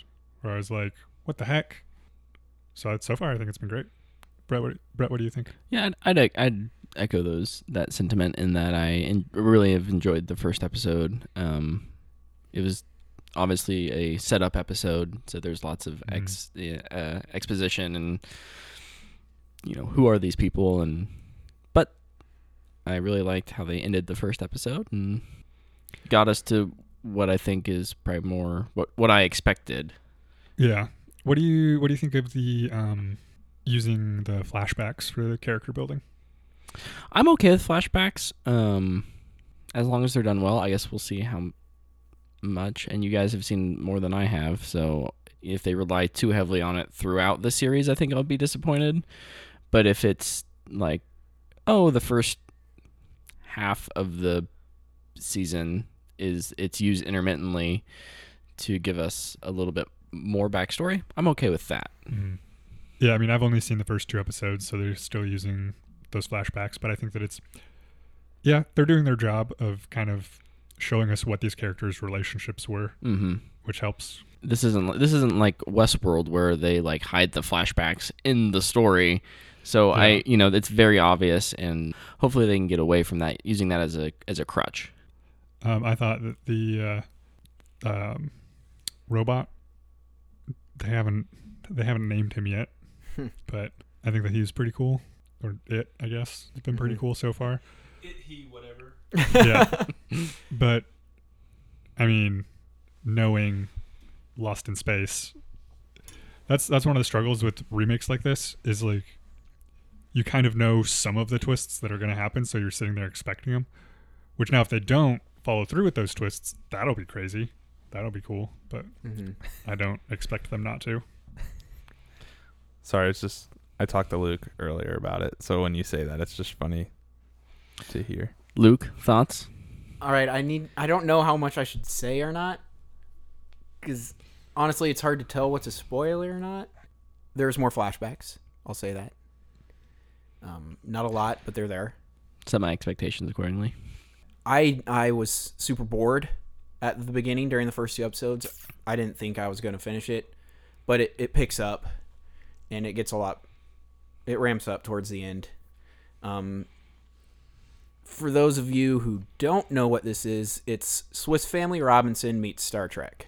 [SPEAKER 2] where i was like what the heck so I- so far i think it's been great brett what, brett what do you think
[SPEAKER 3] Yeah, I'd, I'd I'd echo those that sentiment in that I en- really have enjoyed the first episode. Um, it was obviously a setup episode, so there's lots of ex uh, exposition and you know who are these people and but I really liked how they ended the first episode and got us to what I think is probably more what what I expected.
[SPEAKER 2] yeah what do you what do you think of the um using the flashbacks for the character building
[SPEAKER 3] I'm okay with flashbacks. Um, as long as they're done well, I guess we'll see how m- much. And you guys have seen more than I have, so if they rely too heavily on it throughout the series, I think I'll be disappointed. But if it's like, oh, the first half of the season is it's used intermittently to give us a little bit more backstory. I'm okay with that.
[SPEAKER 2] Mhm. Yeah, I mean, I've only seen the first two episodes, so they're still using those flashbacks, but I think that it's yeah, they're doing their job of kind of showing us what these characters' relationships were,
[SPEAKER 3] Mm-hmm.
[SPEAKER 2] which helps.
[SPEAKER 3] This isn't this isn't like Westworld where they like hide the flashbacks in the story. So
[SPEAKER 2] Yeah.
[SPEAKER 3] I, you know, it's very obvious, and hopefully they can get away from that using that as a as a crutch.
[SPEAKER 2] Um, I thought that the uh, um, robot they haven't they haven't named him yet,
[SPEAKER 1] Hmm.
[SPEAKER 2] but I think that he was pretty cool, or it I guess it's been pretty
[SPEAKER 1] Mhm.
[SPEAKER 2] cool so far.
[SPEAKER 4] It, he, whatever.
[SPEAKER 2] Yeah, but I mean, knowing Lost in Space, that's that's one of the struggles with remakes like this is like you kind of know some of the twists that are going to happen, so you're sitting there expecting them. Which now, if they don't follow through with those twists, that'll be crazy. That'll be cool, but
[SPEAKER 1] hmm
[SPEAKER 2] I don't expect them not to.
[SPEAKER 4] Sorry, it's just I talked to Luke earlier about it, so when you say that, it's just funny to hear.
[SPEAKER 3] Luke, thoughts?
[SPEAKER 1] All right, I need. I don't know how much I should say or not, because honestly, it's hard to tell what's a spoiler or not. There's more flashbacks. I'll say that. Um, not a lot, but they're there.
[SPEAKER 3] Set my expectations accordingly.
[SPEAKER 1] I I was super bored at the beginning during the first two episodes. I didn't think I was going to finish it, but it, it picks up and it gets a lot. It ramps up towards the end. Um, for those of you who don't know what this is, it's Swiss Family Robinson meets Star Trek,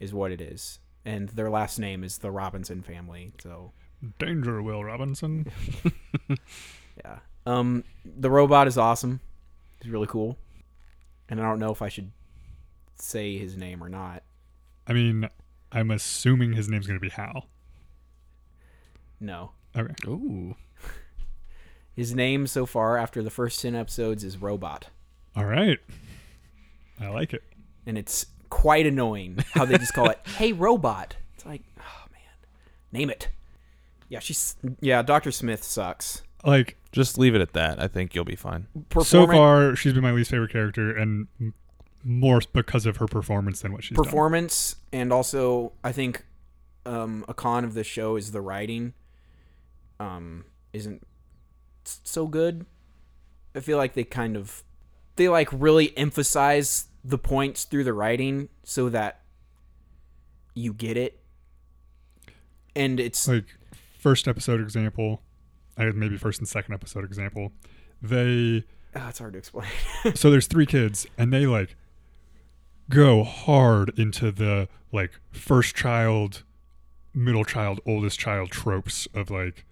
[SPEAKER 1] is what it is. And their last name is the Robinson family. So
[SPEAKER 2] Danger, Will Robinson.
[SPEAKER 1] yeah. Um, the robot is awesome. He's really cool. And I don't know if I should say his name or not.
[SPEAKER 2] I mean, I'm assuming his name's going to be Hal.
[SPEAKER 1] No.
[SPEAKER 2] Okay.
[SPEAKER 3] Ooh,
[SPEAKER 1] His name so far after the first 10 episodes is Robot.
[SPEAKER 2] All right. I like it.
[SPEAKER 1] And it's quite annoying how they just call it, hey, Robot. It's like, oh, man. Name it. Yeah, she's. Yeah, Dr. Smith sucks.
[SPEAKER 2] Like,
[SPEAKER 4] Just leave it at that. I think you'll be fine.
[SPEAKER 2] so
[SPEAKER 1] Performan-
[SPEAKER 2] far she's been my least favorite character and m- more because of her performance than what she's done.
[SPEAKER 1] performance and also I think um, a con of the show is the writing um, isn't s- so good. I feel like they kind of they like really emphasize the points through the writing so that you get it. And it's
[SPEAKER 2] Like first episode example, I maybe first and second episode example. They
[SPEAKER 1] Ah, it's hard to explain.
[SPEAKER 2] so there's three kids and they like go hard into the like first child, middle child, oldest child tropes of like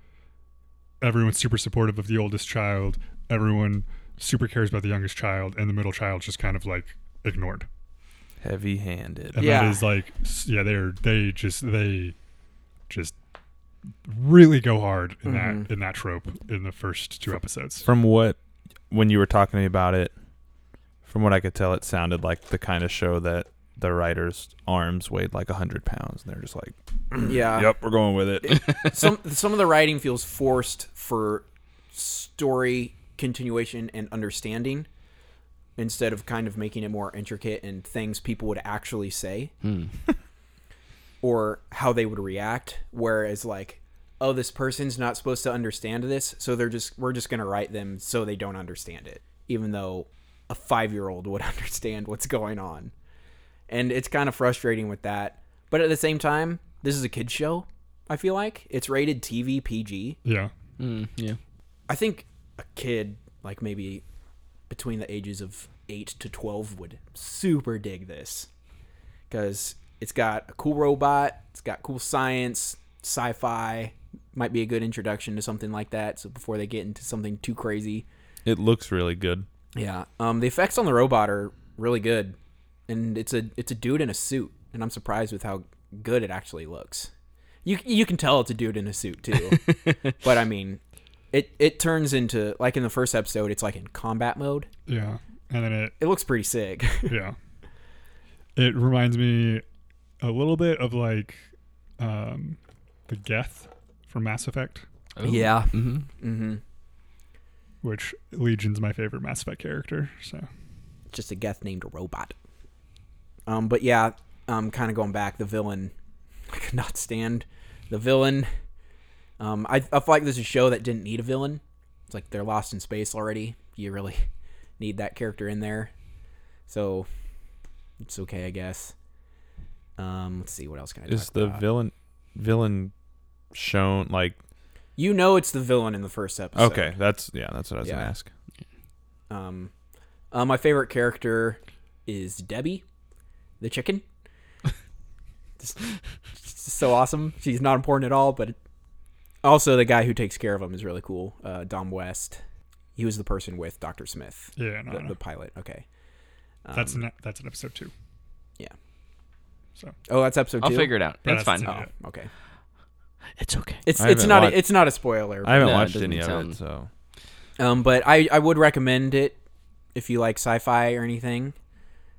[SPEAKER 2] everyone's super supportive of the oldest child, everyone super cares about the youngest child, and the middle child's just kind of like ignored.
[SPEAKER 4] Heavy handed.
[SPEAKER 2] and
[SPEAKER 1] Yeah.
[SPEAKER 2] that is like s- yeah they're they just they just really go hard in
[SPEAKER 1] Mm-hmm.
[SPEAKER 2] that in that trope in the first two episodes
[SPEAKER 4] From what when you were talking to me about it, from what I could tell, it sounded like the kind of show that the writer's arms weighed like hundred pounds, and they're just like,
[SPEAKER 1] yeah.
[SPEAKER 4] "Yep, we're going with it."
[SPEAKER 1] some some of the writing feels forced for story continuation and understanding instead of kind of making it more intricate and things people would actually say
[SPEAKER 3] Hmm.
[SPEAKER 1] or how they would react whereas like oh this person's not supposed to understand this so they're just we're just going to write them so they don't understand it even though a 5-year-old would understand what's going on and it's kind of frustrating with that but at the same time this is a kids show i feel like it's rated TV PG
[SPEAKER 2] yeah
[SPEAKER 3] Mm, yeah.
[SPEAKER 1] I think a kid like maybe between the ages of 8 to 12 would super dig this cuz it's got a cool robot, it's got cool science, sci-fi, might be a good introduction to something like that so before they get into something too crazy.
[SPEAKER 4] it looks really good.
[SPEAKER 1] Yeah. Um the effects on the robot are really good and it's a it's a dude in a suit and I'm surprised with how good it actually looks. You you can tell it's a dude in a suit too. but I mean it it turns into like in the first episode it's like in combat mode.
[SPEAKER 2] yeah and then it
[SPEAKER 1] It looks pretty sick.
[SPEAKER 2] yeah it reminds me a little bit of like um the geth from mass effect
[SPEAKER 1] Yeah.
[SPEAKER 3] hmm
[SPEAKER 1] hmm
[SPEAKER 2] which Legion's my favorite Mass Effect character. So
[SPEAKER 1] Just a Geth named robot. Um, but yeah, um, kind of going back, the villain. I could not stand the villain. Um, I, I feel like this is a show that didn't need a villain. It's like they're lost in space already. You really need that character in there. So it's okay, I guess. Um, let's see what else can I do.
[SPEAKER 4] Is the villain villain shown like
[SPEAKER 1] you know it's the villain in the first episode.
[SPEAKER 4] okay? That's yeah. That's what I was gonna
[SPEAKER 1] Yeah.
[SPEAKER 4] ask.
[SPEAKER 1] Um, uh, my favorite character is Debbie, the chicken. just, just so awesome. She's not important at all, but also the guy who takes care of him is really cool. Uh, Dom West. He was the person with Doctor Smith,
[SPEAKER 2] yeah,
[SPEAKER 1] the,
[SPEAKER 2] Oh, no, no.
[SPEAKER 1] the pilot. Okay. Um,
[SPEAKER 2] that's an, e, that's an episode two.
[SPEAKER 1] oh, that's episode
[SPEAKER 3] I'll
[SPEAKER 1] two.
[SPEAKER 3] figure it out.
[SPEAKER 2] Yeah,
[SPEAKER 3] That's
[SPEAKER 2] that's
[SPEAKER 3] fine.
[SPEAKER 2] it.
[SPEAKER 1] Oh, okay.
[SPEAKER 3] It's okay.
[SPEAKER 1] It's
[SPEAKER 4] I
[SPEAKER 1] it's
[SPEAKER 4] haven't
[SPEAKER 1] not
[SPEAKER 4] watched-
[SPEAKER 1] a, it's not a spoiler.
[SPEAKER 4] I haven't
[SPEAKER 3] No, it
[SPEAKER 4] watched
[SPEAKER 3] doesn't
[SPEAKER 4] any of
[SPEAKER 3] sound-
[SPEAKER 4] it, so
[SPEAKER 1] Um, but I I would recommend it if you like sci-fi or anything.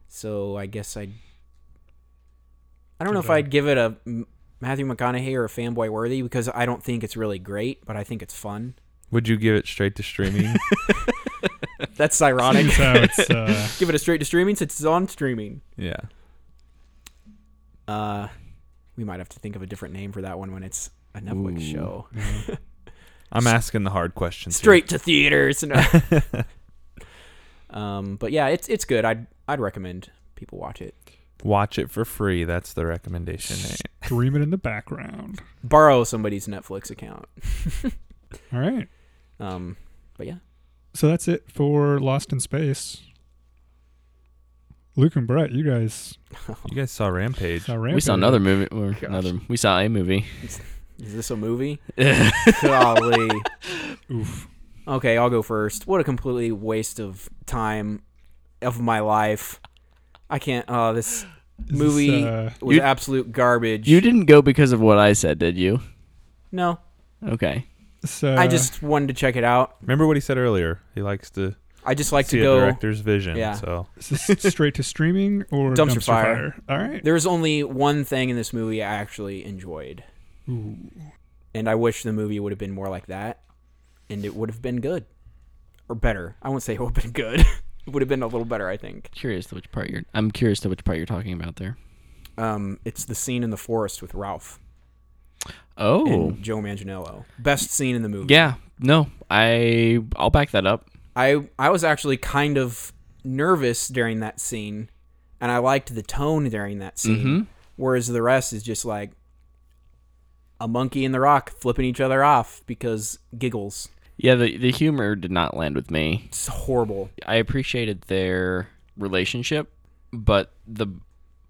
[SPEAKER 1] So I guess I'd. I don't know if
[SPEAKER 2] Okay.
[SPEAKER 1] I'd give it a M- Matthew McConaughey or a fanboy worthy because I don't think it's really great, but I think it's fun.
[SPEAKER 4] would you give it straight to streaming?
[SPEAKER 1] That's ironic.
[SPEAKER 2] So it's uh,
[SPEAKER 1] give it a straight to streaming since it's on streaming.
[SPEAKER 4] yeah.
[SPEAKER 1] Uh, we might have to think of a different name for that one when it's a Netflix
[SPEAKER 3] Ooh.
[SPEAKER 1] show.
[SPEAKER 4] I'm asking the hard questions. here.
[SPEAKER 1] Straight to theaters. No. um, but yeah, it's it's good. I'd I'd recommend people watch it.
[SPEAKER 4] Watch it for free. That's the recommendation. eh?
[SPEAKER 2] streaming in the background.
[SPEAKER 1] Borrow somebody's Netflix account.
[SPEAKER 2] All right,
[SPEAKER 1] Um, but yeah,
[SPEAKER 2] so that's it for Lost in Space. Luke and Brett, you guys
[SPEAKER 4] You guys saw Rampage.
[SPEAKER 2] saw
[SPEAKER 3] We saw
[SPEAKER 2] Rampage.
[SPEAKER 3] another movie. Or
[SPEAKER 2] Gosh.
[SPEAKER 3] another. We saw a movie.
[SPEAKER 1] is this a movie?
[SPEAKER 3] yeah,
[SPEAKER 1] Golly.
[SPEAKER 2] Oof.
[SPEAKER 1] Okay, I'll go first. What a completely waste of time of my life. I can't. Oh, this
[SPEAKER 2] Is this,
[SPEAKER 1] movie
[SPEAKER 2] uh,
[SPEAKER 1] was
[SPEAKER 3] You-
[SPEAKER 1] absolute garbage.
[SPEAKER 3] you didn't go because of what I said, did you?
[SPEAKER 1] no,
[SPEAKER 3] Okay.
[SPEAKER 2] so
[SPEAKER 1] I just wanted to check it out.
[SPEAKER 4] Remember what he said earlier. He likes to
[SPEAKER 1] I just like
[SPEAKER 4] see
[SPEAKER 1] to
[SPEAKER 4] a
[SPEAKER 1] go.
[SPEAKER 4] director's vision.
[SPEAKER 1] Yeah.
[SPEAKER 4] So
[SPEAKER 2] is this straight to streaming or
[SPEAKER 1] Dumpster
[SPEAKER 2] dumpster,
[SPEAKER 1] fire.
[SPEAKER 2] fire. All right.
[SPEAKER 1] There's only one thing in this movie I actually enjoyed,
[SPEAKER 2] Ooh.
[SPEAKER 1] and I wish the movie would have been more like that, and it would have been good or better. I won't say it would have been good. it would have been a little better, I think.
[SPEAKER 3] Curious to which part you're. I'm curious to which part you're talking about there.
[SPEAKER 1] Um, it's the scene in the forest with Ralph.
[SPEAKER 3] Oh.
[SPEAKER 1] and Joe Manganiello. Best scene in the movie.
[SPEAKER 3] yeah. No. I. I'll back that up.
[SPEAKER 1] I I was actually kind of nervous during that scene, and I liked the tone during that scene.
[SPEAKER 3] hmm
[SPEAKER 1] Whereas the rest is just like a monkey and the rock flipping each other off because giggles.
[SPEAKER 3] Yeah. The the humor did not land with me.
[SPEAKER 1] It's horrible.
[SPEAKER 3] I appreciated their relationship, but the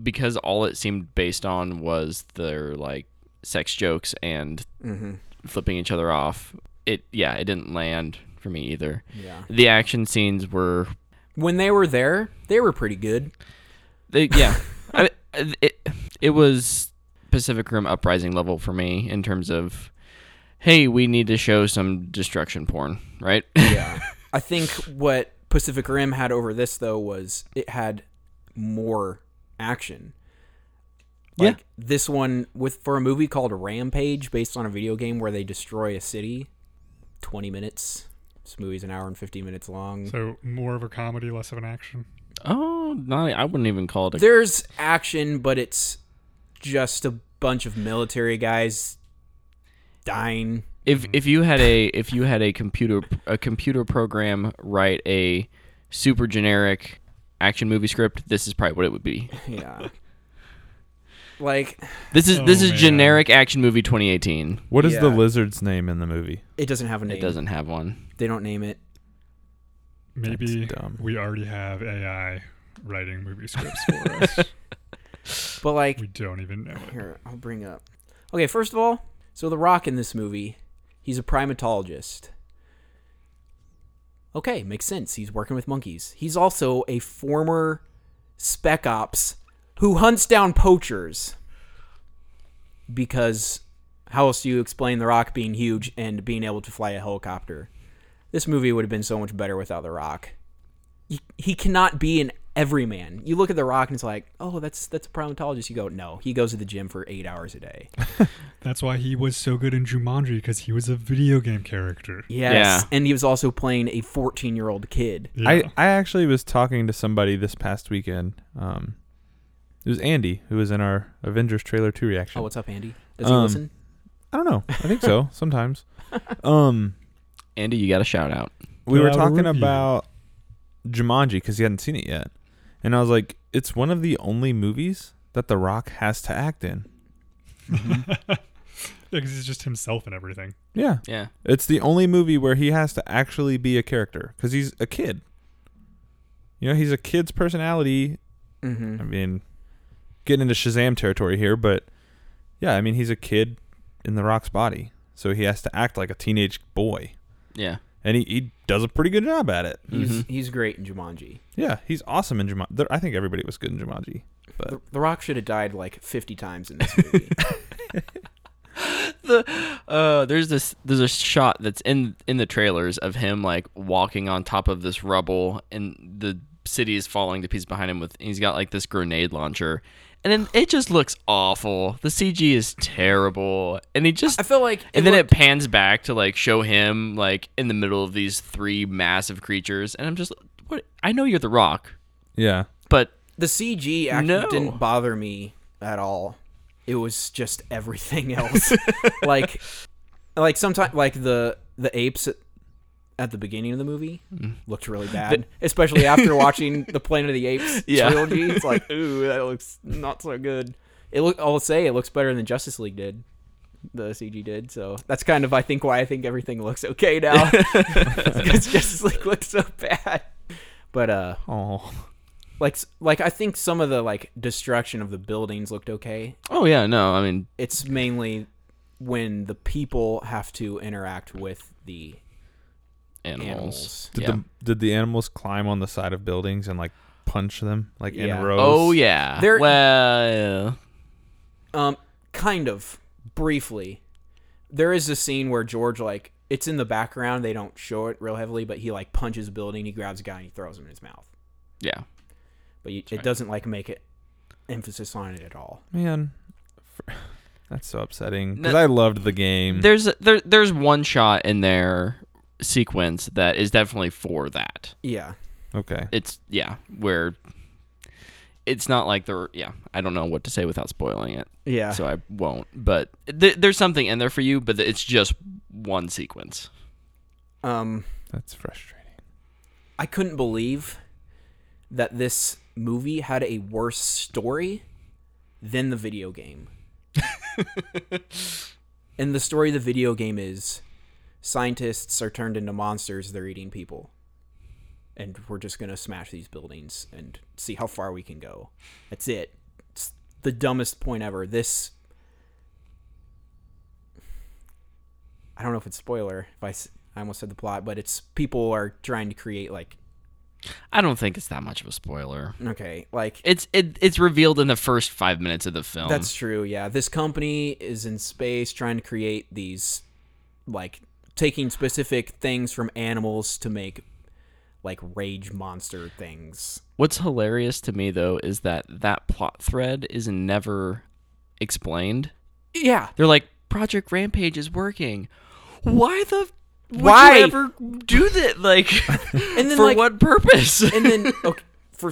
[SPEAKER 3] because all it seemed based on was their like sex jokes and
[SPEAKER 1] Mm-hmm.
[SPEAKER 3] flipping each other off. It yeah, it didn't land for me either.
[SPEAKER 1] Yeah.
[SPEAKER 3] The action scenes were
[SPEAKER 1] When they were there, they were pretty good.
[SPEAKER 3] they yeah. I, it it was Pacific Rim Uprising level for me in terms of hey, we need to show some destruction porn, right?
[SPEAKER 1] Yeah. I think what Pacific Rim had over this though was it had more action.
[SPEAKER 3] Yeah.
[SPEAKER 1] Like this one with for a movie called Rampage based on a video game where they destroy a city. 20 minutes. This movie's an hour and 50 minutes long.
[SPEAKER 2] So more of a comedy, less of an action.
[SPEAKER 3] oh, not I wouldn't even call it a
[SPEAKER 1] There's action, but it's just a bunch of military guys dying.
[SPEAKER 3] if if you had a if you had a computer a computer program write a super generic action movie script, this is probably what it would be.
[SPEAKER 1] Yeah. like
[SPEAKER 3] This is
[SPEAKER 2] Oh,
[SPEAKER 3] this is
[SPEAKER 2] man.
[SPEAKER 3] generic action movie 2018.
[SPEAKER 4] what is the
[SPEAKER 1] Yeah.
[SPEAKER 4] lizard's name in the movie?
[SPEAKER 1] it doesn't have a name.
[SPEAKER 3] It doesn't have one.
[SPEAKER 1] They don't name it.
[SPEAKER 2] Maybe
[SPEAKER 4] That's dumb.
[SPEAKER 2] we already have AI writing movie scripts for us.
[SPEAKER 1] But like
[SPEAKER 2] we don't even know it.
[SPEAKER 1] Here, I'll bring up. Okay, first of all, so The Rock in this movie, he's a primatologist. Okay, makes sense. He's working with monkeys. He's also a former spec ops who hunts down poachers. Because how else do you explain The Rock being huge and being able to fly a helicopter? This movie would have been so much better without The Rock. He, he cannot be an every man. You look at The Rock and it's like, oh, that's that's a primatologist. You go, no, he goes to the gym for eight hours a day.
[SPEAKER 2] That's why he was so good in Jumanji because he was a video game character.
[SPEAKER 1] Yes,
[SPEAKER 3] Yeah.
[SPEAKER 1] and he was also playing a 14 year old kid.
[SPEAKER 2] Yeah.
[SPEAKER 4] I, I actually was talking to somebody this past weekend. Um, it was Andy who was in our Avengers trailer two reaction.
[SPEAKER 1] Oh, what's up, Andy? Does he
[SPEAKER 4] Um,
[SPEAKER 1] listen?
[SPEAKER 4] I don't know. I think so. sometimes. Um,
[SPEAKER 3] Andy, you got a shout out.
[SPEAKER 4] we
[SPEAKER 2] Fill
[SPEAKER 4] were
[SPEAKER 2] out a
[SPEAKER 4] talking
[SPEAKER 2] review.
[SPEAKER 4] about Jumanji because he hadn't seen it yet, and I was like, "It's one of the only movies that The Rock has to act in."
[SPEAKER 1] Mm-hmm.
[SPEAKER 2] yeah, because he's just himself and everything.
[SPEAKER 4] Yeah,
[SPEAKER 3] Yeah.
[SPEAKER 4] it's the only movie where he has to actually be a character because he's a kid. You know, he's a kid's personality.
[SPEAKER 1] Mm-hmm.
[SPEAKER 4] I mean, getting into Shazam territory here, but yeah, I mean, he's a kid in The Rock's body, so he has to act like a teenage boy,
[SPEAKER 3] Yeah.
[SPEAKER 4] and he, he does a pretty good job at it.
[SPEAKER 1] He's
[SPEAKER 3] Mhm.
[SPEAKER 1] he's great in Jumanji.
[SPEAKER 4] Yeah, he's awesome in Jumanji. There- I think everybody was good in Jumanji. But
[SPEAKER 1] The, the Rock should have died like 50 times in this movie.
[SPEAKER 3] Uh, there's this there's a shot that's in in the trailers of him like walking on top of this rubble and the city is falling to pieces behind him with and he's got like this grenade launcher and then it just looks awful. The CG is terrible and he just
[SPEAKER 1] I feel like it
[SPEAKER 3] and then
[SPEAKER 1] looked-
[SPEAKER 3] it pans back to like show him like in the middle of these three massive creatures and I'm just what I know you're the rock
[SPEAKER 4] yeah,
[SPEAKER 3] but
[SPEAKER 1] the CG actually
[SPEAKER 3] No.
[SPEAKER 1] didn't bother me at all. It was just everything else. like like sometimes like the the apes at, at the beginning of the movie looked really bad, especially after watching the Planet of the Apes
[SPEAKER 3] Yeah.
[SPEAKER 1] trilogy. It's like, ooh, that looks not so good. It look I'll say it looks better than Justice League did. The CG did so. That's kind of I think why I think everything looks okay now because Justice League looks so bad. But uh,
[SPEAKER 4] oh,
[SPEAKER 1] like like I think some of the like destruction of the buildings looked okay.
[SPEAKER 3] oh yeah no I mean
[SPEAKER 1] It's mainly when the people have to interact with the
[SPEAKER 3] animals,
[SPEAKER 1] animals.
[SPEAKER 4] did
[SPEAKER 3] Yeah.
[SPEAKER 4] the did the animals climb on the side of buildings and like punch them like
[SPEAKER 1] Yeah.
[SPEAKER 4] in rows?
[SPEAKER 3] Oh yeah.
[SPEAKER 1] They're-
[SPEAKER 3] well,
[SPEAKER 1] Um kind of briefly. There is a scene where George like it's in the background, they don't show it real heavily, but he like punches a building, he grabs a guy and he throws him in his mouth.
[SPEAKER 3] yeah.
[SPEAKER 1] But you, it doesn't like make it emphasis on it at all.
[SPEAKER 4] man, For- that's so upsetting because
[SPEAKER 3] No-
[SPEAKER 4] I loved the game.
[SPEAKER 3] There's there there's one shot in their sequence that is definitely for that.
[SPEAKER 1] Yeah.
[SPEAKER 4] Okay,
[SPEAKER 3] It's yeah, where it's not like they're yeah. I don't know what to say without spoiling it,
[SPEAKER 1] Yeah.
[SPEAKER 3] so I won't. But th- there's something in there for you, but it's just one sequence.
[SPEAKER 1] Um
[SPEAKER 4] that's frustrating.
[SPEAKER 1] I couldn't believe that this movie had a worse story than the video game. and the story of the video game is scientists are turned into monsters, they're eating people. And we're just going to smash these buildings and see how far we can go. That's it. It's the dumbest point ever. This. I don't know if it's spoiler. If I, s- I almost said the plot, but it's people are trying to create like
[SPEAKER 3] I don't think it's that much of a spoiler.
[SPEAKER 1] Okay, like
[SPEAKER 3] It's it, it's revealed in the first five minutes of the film.
[SPEAKER 1] that's true. Yeah, this company is in space trying to create these, like taking specific things from animals to make like rage monster things.
[SPEAKER 3] What's hilarious to me though is that that plot thread is never explained.
[SPEAKER 1] Yeah,
[SPEAKER 3] They're like, Project Rampage is working. Why the would
[SPEAKER 1] Why?
[SPEAKER 3] you ever do that? Like,
[SPEAKER 1] and then
[SPEAKER 3] for
[SPEAKER 1] like
[SPEAKER 3] what purpose?
[SPEAKER 1] and then okay, for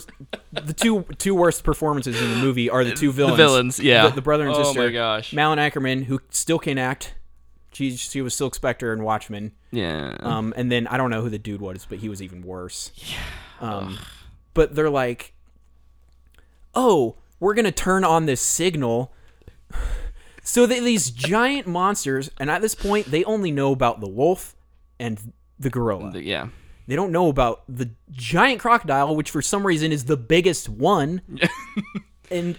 [SPEAKER 1] the two two worst performances in the movie are the two villains.
[SPEAKER 3] the villains, yeah,
[SPEAKER 1] the, the brother and sister.
[SPEAKER 3] Oh my gosh,
[SPEAKER 1] Malin Ackerman, who still can act. She she was Silk Spectre and Watchmen.
[SPEAKER 3] yeah,
[SPEAKER 1] Um, and then I don't know who the dude was, but he was even worse. Um, but they're like, oh, we're gonna turn on this signal. So that these giant monsters, and at this point, they only know about the wolf and the gorilla.
[SPEAKER 3] The- yeah.
[SPEAKER 1] They don't know about the giant crocodile, which for some reason is the biggest one. and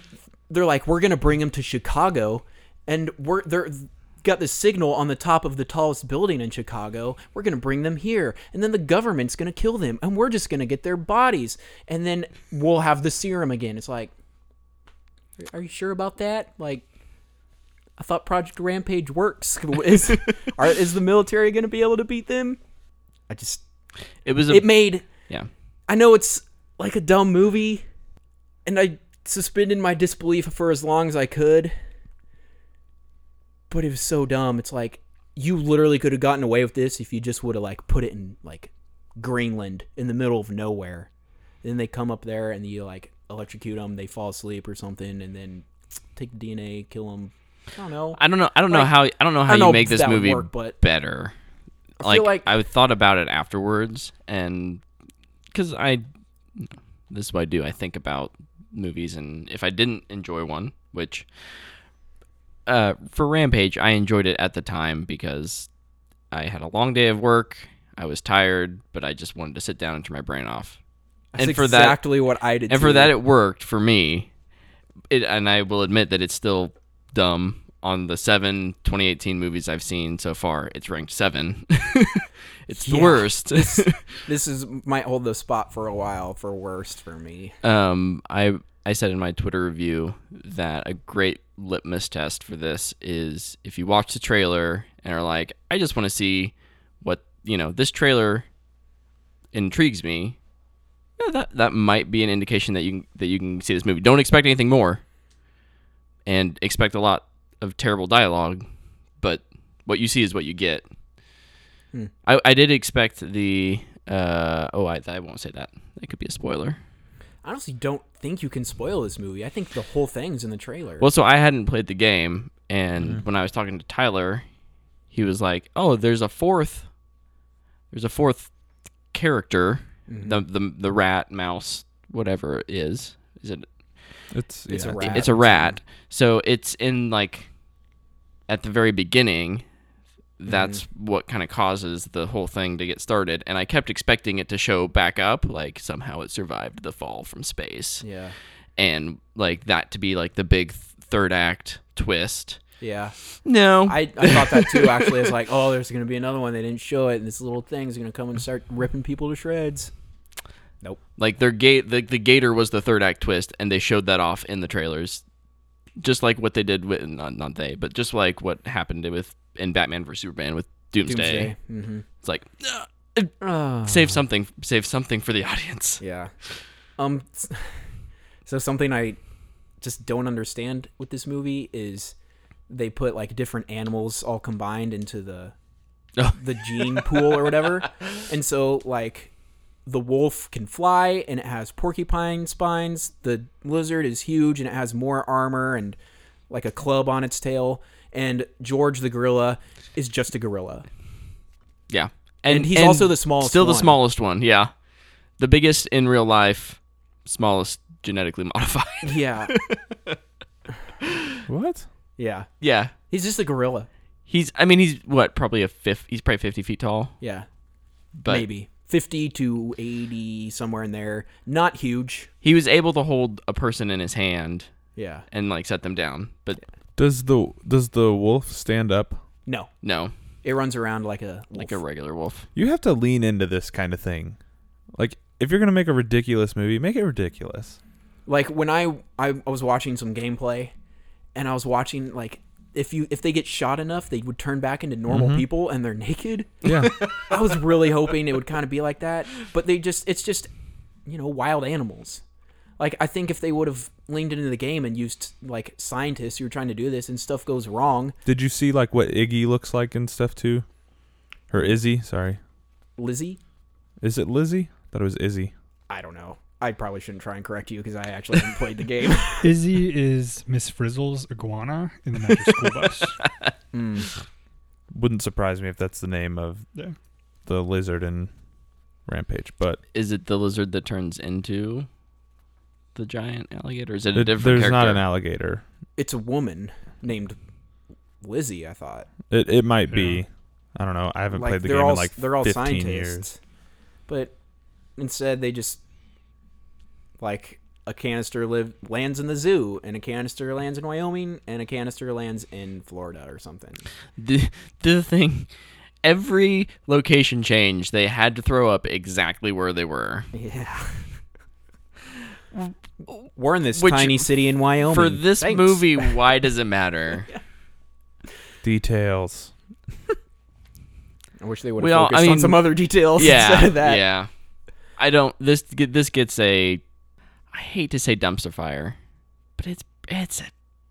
[SPEAKER 1] they're like, we're gonna bring him to Chicago, and we're they're got this signal on the top of the tallest building in Chicago. We're gonna bring them here, and then the government's gonna kill them, and we're just gonna get their bodies, and then we'll have the serum again. It's like, are you sure about that? Like. I thought Project Rampage works. Is, are, is the military going to be able to beat them? I just
[SPEAKER 3] It was a
[SPEAKER 1] it made
[SPEAKER 3] yeah.
[SPEAKER 1] I know it's like a dumb movie, and I suspended my disbelief for as long as I could. But it was so dumb. It's like you literally could have gotten away with this if you just would have like put it in like Greenland in the middle of nowhere. Then they come up there and you like electrocute them. They fall asleep or something, and then take the DNA, kill them. I don't know.
[SPEAKER 3] I don't know. I don't know
[SPEAKER 1] Like,
[SPEAKER 3] how. I don't know how
[SPEAKER 1] I don't know
[SPEAKER 3] you make
[SPEAKER 1] if
[SPEAKER 3] this
[SPEAKER 1] that would
[SPEAKER 3] movie
[SPEAKER 1] work, but-
[SPEAKER 3] better.
[SPEAKER 1] I
[SPEAKER 3] Like,
[SPEAKER 1] feel like-
[SPEAKER 3] I thought about it afterwards, and because I, this is what I do. I think about movies, and if I didn't enjoy one, which, uh, for Rampage, I enjoyed it at the time because I had a long day of work. I was tired, but I just wanted to sit down and turn my brain off.
[SPEAKER 1] That's
[SPEAKER 3] and for that,
[SPEAKER 1] exactly what I did.
[SPEAKER 3] and for
[SPEAKER 1] too.
[SPEAKER 3] that, it worked for me. It, and I will admit that it's still dumb. On the seven 2018 movies I've seen so far, it's ranked seven. it's the
[SPEAKER 1] Yeah.
[SPEAKER 3] worst.
[SPEAKER 1] this is might hold the spot for a while for worst for me.
[SPEAKER 3] um, I I said in my Twitter review that a great litmus test for this is if you watch the trailer and are like, I just want to see what you know. This trailer intrigues me. yeah, that that might be an indication that you can, that you can see this movie. Don't expect anything more, and expect a lot of terrible dialogue. But what you see is what you get.
[SPEAKER 1] Hmm.
[SPEAKER 3] I, I did expect the uh, oh I, I won't say that that could be a spoiler.
[SPEAKER 1] I honestly don't think you can spoil this movie. I think the whole thing's in the trailer.
[SPEAKER 3] Well, so I hadn't played the game, and
[SPEAKER 1] Mm-hmm.
[SPEAKER 3] when I was talking to Tyler, he was like, "Oh, there's a fourth, there's a fourth character,
[SPEAKER 1] Mm-hmm.
[SPEAKER 3] the the the rat, mouse, whatever it is. Is it?
[SPEAKER 4] It's
[SPEAKER 1] It's
[SPEAKER 4] yeah,
[SPEAKER 1] a rat.
[SPEAKER 3] It's a rat. So it's in like at the very beginning. That's
[SPEAKER 1] Mm-hmm.
[SPEAKER 3] what kind of causes the whole thing to get started, and I kept expecting it to show back up, like somehow it survived the fall from space,
[SPEAKER 1] yeah,
[SPEAKER 3] and like that to be like the big th- third act twist.
[SPEAKER 1] yeah.
[SPEAKER 3] No.
[SPEAKER 1] I, I thought that too. Actually, it's like, oh, there's gonna be another one. They didn't show it, and this little thing's gonna come and start ripping people to shreds.
[SPEAKER 3] like their gate the, the gator was the third act twist and they showed that off in the trailers. Just like what they did with not not they, but just like what happened with in Batman vs Superman with Doomsday.
[SPEAKER 1] Doomsday. Mm-hmm.
[SPEAKER 3] It's like "Ugh,
[SPEAKER 1] Oh.
[SPEAKER 3] save something save something for the audience.
[SPEAKER 1] Yeah. Um. s- So something I just don't understand with this movie is they put like different animals all combined into the
[SPEAKER 3] Oh.
[SPEAKER 1] the gene pool or whatever, and so like the wolf can fly and it has porcupine spines. The lizard is huge and it has more armor and like a club on its tail. And George the gorilla is just a gorilla,
[SPEAKER 3] Yeah.
[SPEAKER 1] and, he's also the smallest.
[SPEAKER 3] still the
[SPEAKER 1] one.
[SPEAKER 3] smallest one, yeah. The biggest in real life, smallest genetically modified.
[SPEAKER 1] Yeah,
[SPEAKER 4] What?
[SPEAKER 1] yeah.
[SPEAKER 3] yeah.
[SPEAKER 1] He's just a gorilla.
[SPEAKER 3] He's I mean he's what, probably a fifth he's probably fifty feet tall.
[SPEAKER 1] Yeah.
[SPEAKER 3] But
[SPEAKER 1] maybe 50 to 80 somewhere in there not huge
[SPEAKER 3] he was able to hold a person in his hand
[SPEAKER 1] yeah
[SPEAKER 3] and like set them down. But
[SPEAKER 4] Does the does the wolf stand up?
[SPEAKER 1] no
[SPEAKER 3] no,
[SPEAKER 1] it runs around like a
[SPEAKER 3] like a
[SPEAKER 1] wolf.
[SPEAKER 3] regular wolf.
[SPEAKER 4] You have to lean into this kind of thing. Like if you're gonna make a ridiculous movie, make it ridiculous.
[SPEAKER 1] like when I, I i was watching some gameplay and i was watching like if you if they get shot enough they would turn back into normal
[SPEAKER 3] Mm-hmm.
[SPEAKER 1] people and they're naked
[SPEAKER 4] Yeah.
[SPEAKER 1] i was really hoping it would kind of be like that but they just it's just you know wild animals like i think if they would have leaned into the game and used like scientists who are trying to do this and stuff goes wrong
[SPEAKER 4] Did you see like what Iggy looks like and stuff too? Or Izzy, sorry.
[SPEAKER 1] lizzie
[SPEAKER 4] Is it Lizzie? Thought it was Izzy.
[SPEAKER 1] i don't know i probably shouldn't try and correct you because i actually haven't played the game
[SPEAKER 2] Izzy is Miss Frizzle's iguana in the Magic School Bus.
[SPEAKER 3] Hmm.
[SPEAKER 1] Mm.
[SPEAKER 4] Wouldn't surprise me if that's the name of
[SPEAKER 2] Yeah.
[SPEAKER 4] the lizard in Rampage. But
[SPEAKER 3] Is it the lizard that turns into the giant alligator? Is it a
[SPEAKER 4] it- there's
[SPEAKER 3] different
[SPEAKER 4] not
[SPEAKER 3] character?
[SPEAKER 4] an alligator.
[SPEAKER 1] it's a woman named Lizzie. I thought.
[SPEAKER 4] It it might
[SPEAKER 2] Yeah.
[SPEAKER 4] be. I don't know. I haven't played the
[SPEAKER 1] they're
[SPEAKER 4] game
[SPEAKER 1] all
[SPEAKER 4] in like
[SPEAKER 1] they're all
[SPEAKER 4] 15
[SPEAKER 1] scientists,
[SPEAKER 4] years.
[SPEAKER 1] but instead they just like a canister live lands in the zoo, and a canister lands in Wyoming, and a canister lands in Florida or something.
[SPEAKER 3] the the thing. Every location change, they had to throw up exactly where they were.
[SPEAKER 1] Yeah. We're in this
[SPEAKER 3] Which-
[SPEAKER 1] tiny city in Wyoming.
[SPEAKER 3] For this
[SPEAKER 1] Thanks.
[SPEAKER 3] movie, why does it matter?
[SPEAKER 4] Details.
[SPEAKER 1] I wish they would
[SPEAKER 3] we
[SPEAKER 1] have
[SPEAKER 3] all-
[SPEAKER 1] focused
[SPEAKER 3] I
[SPEAKER 1] on
[SPEAKER 3] mean-
[SPEAKER 1] some other details
[SPEAKER 3] yeah,
[SPEAKER 1] instead of that.
[SPEAKER 3] yeah. I don't. This get- this gets a. I hate to say dumpster fire, but it's it's a.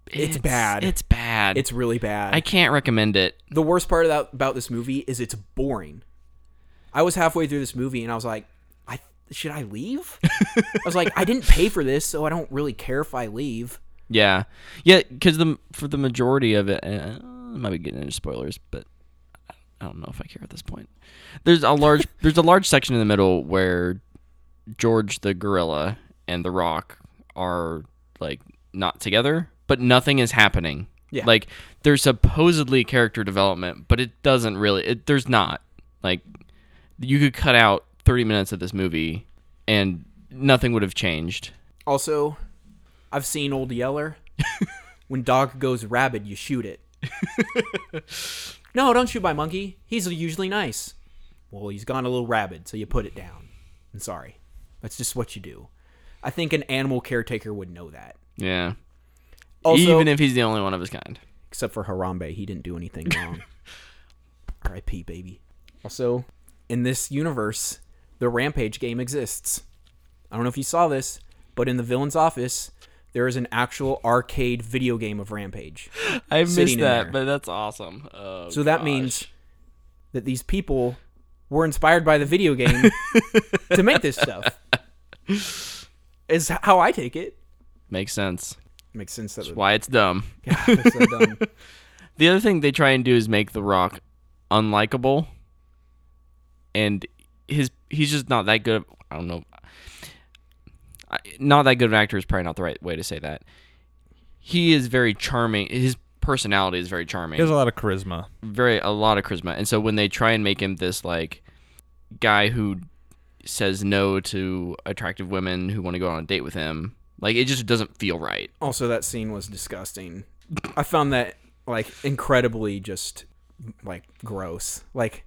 [SPEAKER 1] It's bad.
[SPEAKER 3] It's bad.
[SPEAKER 1] It's really bad.
[SPEAKER 3] I can't recommend it.
[SPEAKER 1] the worst part about about this movie is it's boring. I was halfway through this movie and I was like, I should I leave? I was like, I didn't pay for this, so I don't really care if I leave.
[SPEAKER 3] Yeah, yeah. Because the for the majority of it, uh, I might be getting into spoilers, but I don't know if I care at this point. There's a large there's a large section in the middle where George the gorilla and the Rock are like not together, but nothing is happening.
[SPEAKER 1] Yeah.
[SPEAKER 3] Like there's supposedly character development, but it doesn't really. It, there's not. Like you could cut out 30 minutes of this movie and nothing would have changed.
[SPEAKER 1] Also, I've seen Old Yeller. when dog goes rabid, you shoot it. no, don't shoot my monkey. He's usually nice. Well, he's gone a little rabid, so you put it down. I'm sorry. That's just what you do. I think an animal caretaker would know that.
[SPEAKER 3] Yeah.
[SPEAKER 1] Also,
[SPEAKER 3] Even if he's the only one of his kind.
[SPEAKER 1] except for Harambe. He didn't do anything wrong. R.I.P. Baby. Also, in this universe, the Rampage game exists. I don't know if you saw this, but in the villain's office, there is an actual arcade video game of Rampage.
[SPEAKER 3] I
[SPEAKER 1] sitting
[SPEAKER 3] missed
[SPEAKER 1] in
[SPEAKER 3] that,
[SPEAKER 1] there.
[SPEAKER 3] but that's awesome. Oh,
[SPEAKER 1] So that
[SPEAKER 3] gosh.
[SPEAKER 1] means that these people were inspired by the video game to make this stuff. Is how I take it.
[SPEAKER 3] makes sense.
[SPEAKER 1] Makes sense. That
[SPEAKER 3] That's
[SPEAKER 1] would-
[SPEAKER 3] why it's dumb.
[SPEAKER 1] God, that's so dumb.
[SPEAKER 3] The other thing they try and do is make The Rock unlikable, and his he's just not that good. of- I don't know. I- Not that good of an actor is probably not the right way to say that. He is very charming. His personality is very charming.
[SPEAKER 4] He has a lot of charisma.
[SPEAKER 3] very a lot of charisma. And so when they try and make him this like guy who says no to attractive women who want to go on a date with him, like it just doesn't feel right.
[SPEAKER 1] Also, that scene was disgusting. I found that like incredibly just like gross. Like,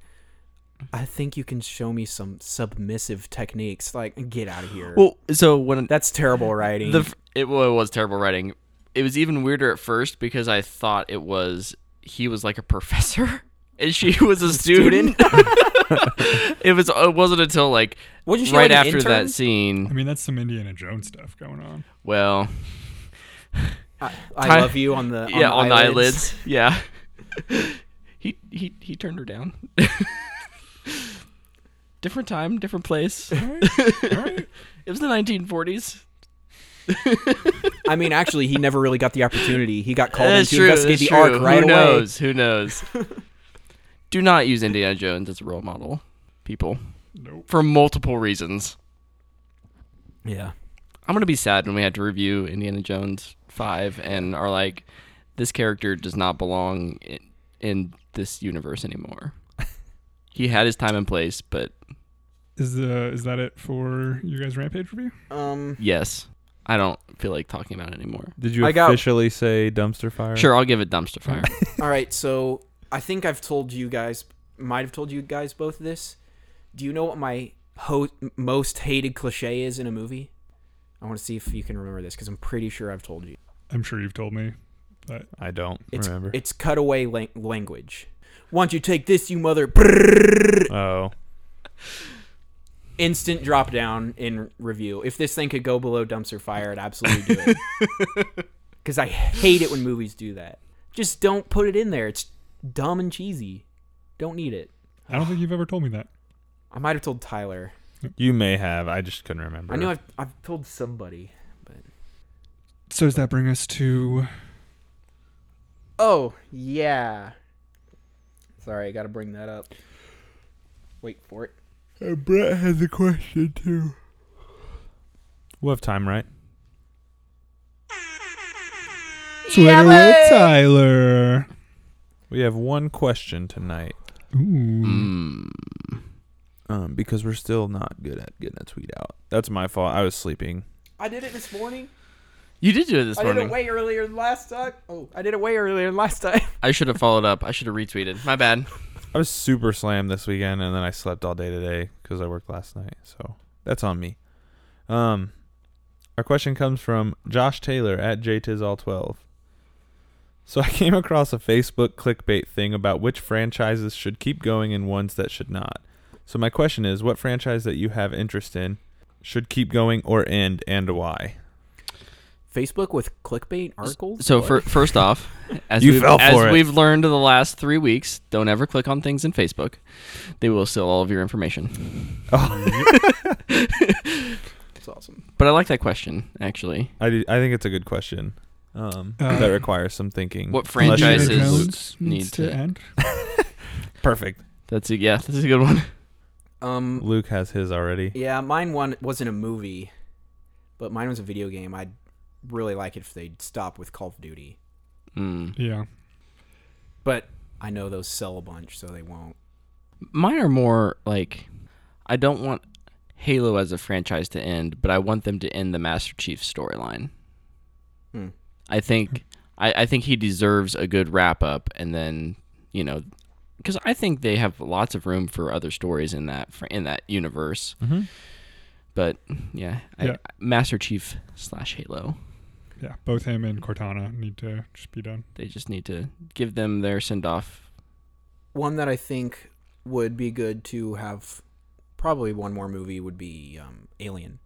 [SPEAKER 1] I think you can show me some submissive techniques. Like, get out of here.
[SPEAKER 3] Well, so when
[SPEAKER 1] that's terrible writing.
[SPEAKER 3] the f- it, well, it was terrible writing. It was even weirder at first because I thought it was he was like a professor and she was a student. it was it wasn't until like
[SPEAKER 1] Wasn't she,
[SPEAKER 3] right
[SPEAKER 1] like, an
[SPEAKER 3] after
[SPEAKER 1] intern?
[SPEAKER 3] that
[SPEAKER 2] I
[SPEAKER 3] scene.
[SPEAKER 2] mean, that's some Indiana Jones stuff going on.
[SPEAKER 3] Well,
[SPEAKER 1] I, I
[SPEAKER 3] Ty-
[SPEAKER 1] love you on the on
[SPEAKER 3] yeah,
[SPEAKER 1] the
[SPEAKER 3] uh, on
[SPEAKER 1] eyelids.
[SPEAKER 3] the eyelids. Yeah. he he he turned her down. different time, different place.
[SPEAKER 2] All right. All right.
[SPEAKER 3] It was the 1940s.
[SPEAKER 1] I mean, actually, he never really got the opportunity. He got called in
[SPEAKER 3] That's
[SPEAKER 1] to
[SPEAKER 3] true.
[SPEAKER 1] investigate
[SPEAKER 3] That's
[SPEAKER 1] the
[SPEAKER 3] true.
[SPEAKER 1] ark right
[SPEAKER 3] Who
[SPEAKER 1] away.
[SPEAKER 3] knows? Who knows? Do not use Indiana Jones as a role model, people,
[SPEAKER 2] Nope.
[SPEAKER 3] for multiple reasons.
[SPEAKER 1] Yeah.
[SPEAKER 3] I'm gonna be sad when we had to review Indiana Jones five and are like, this character does not belong in, in this universe anymore. he had his time and place, but
[SPEAKER 2] Is the is that it for you guys' rampage review?
[SPEAKER 1] Um.
[SPEAKER 3] yes, I don't feel like talking about it anymore.
[SPEAKER 4] Did you
[SPEAKER 1] I got-
[SPEAKER 4] officially say dumpster fire?
[SPEAKER 3] Sure, I'll give it dumpster fire.
[SPEAKER 1] All right. So I think I've told you guys, might have told you guys both this. Do you know what my ho- most hated cliche is in a movie? I want to see if you can remember this because I'm pretty sure I've told you.
[SPEAKER 2] I'm sure you've told me.
[SPEAKER 4] I don't
[SPEAKER 1] It's
[SPEAKER 4] remember.
[SPEAKER 1] it's cutaway lang- language. Why don't you take this, you mother?
[SPEAKER 4] oh,
[SPEAKER 1] Instant drop down in review. If this thing could go below dumpster fire, I'd absolutely do it. Because I hate it when movies do that. Just don't put it in there. It's dumb and cheesy. Don't need it.
[SPEAKER 2] I don't think you've ever told me that.
[SPEAKER 1] I might have told Tyler.
[SPEAKER 4] you may have. I just couldn't remember.
[SPEAKER 1] I know I've, I've told somebody.
[SPEAKER 2] So does that bring us to
[SPEAKER 1] Oh, yeah. Sorry, I got to bring that up. Wait for it.
[SPEAKER 4] Brett has a question too. We'll have time, right?
[SPEAKER 2] Twitter with Tyler?
[SPEAKER 4] We have one question tonight.
[SPEAKER 2] Ooh.
[SPEAKER 3] mm.
[SPEAKER 4] Um, because we're still not good at getting a tweet out. That's my fault. I was sleeping.
[SPEAKER 1] I did it this morning.
[SPEAKER 3] You did do it this
[SPEAKER 1] I did it
[SPEAKER 3] morning.
[SPEAKER 1] way earlier than last time. Oh, I did it way earlier than last time.
[SPEAKER 3] I should have followed up. I should have retweeted. My bad.
[SPEAKER 4] I was super slammed this weekend, and then I slept all day today because I worked last night. So that's on me. Um, our question comes from Josh Taylor at JTizAll12. So I came across a Facebook clickbait thing about which franchises should keep going and ones that should not. So my question is, what franchise that you have interest in should keep going or end, and why?
[SPEAKER 1] Facebook with clickbait articles.
[SPEAKER 3] So
[SPEAKER 1] What?
[SPEAKER 3] for, first off, as
[SPEAKER 4] You
[SPEAKER 3] we've,
[SPEAKER 4] fell
[SPEAKER 3] as
[SPEAKER 4] for it.
[SPEAKER 3] we've learned in the last three weeks, don't ever click on things in Facebook. They will steal all of your information.
[SPEAKER 4] Oh,
[SPEAKER 1] that's awesome.
[SPEAKER 3] But I like that question actually.
[SPEAKER 4] I, do- I think it's a good question. Um,
[SPEAKER 2] Uh,
[SPEAKER 4] that requires some thinking.
[SPEAKER 3] What
[SPEAKER 4] Unless you're
[SPEAKER 3] franchises-
[SPEAKER 4] Indiana Jones.
[SPEAKER 2] Jones
[SPEAKER 3] need
[SPEAKER 2] needs to
[SPEAKER 3] to-
[SPEAKER 2] end.
[SPEAKER 4] Perfect.
[SPEAKER 3] That's a, yeah, that's a good one.
[SPEAKER 1] Um,
[SPEAKER 4] Luke has his already.
[SPEAKER 1] yeah, mine one wasn't a movie, but mine was a video game. I'd really like it if they'd stop with Call of Duty,
[SPEAKER 3] Mm.
[SPEAKER 2] Yeah.
[SPEAKER 1] but I know those sell a bunch, so they won't.
[SPEAKER 3] Mine are more like I don't want Halo as a franchise to end, but I want them to end the Master Chief storyline.
[SPEAKER 1] Hmm.
[SPEAKER 3] I think I, I think he deserves a good wrap up, and then you know, because I think they have lots of room for other stories in that fr- in that universe.
[SPEAKER 4] Mhm.
[SPEAKER 3] But yeah, I,
[SPEAKER 2] Yeah.
[SPEAKER 3] Master Chief slash Halo.
[SPEAKER 2] Yeah. Both him and Cortana need to just be done.
[SPEAKER 3] They just need to give them their send off.
[SPEAKER 1] One that I think would be good to have, probably one more movie would be um, Alien.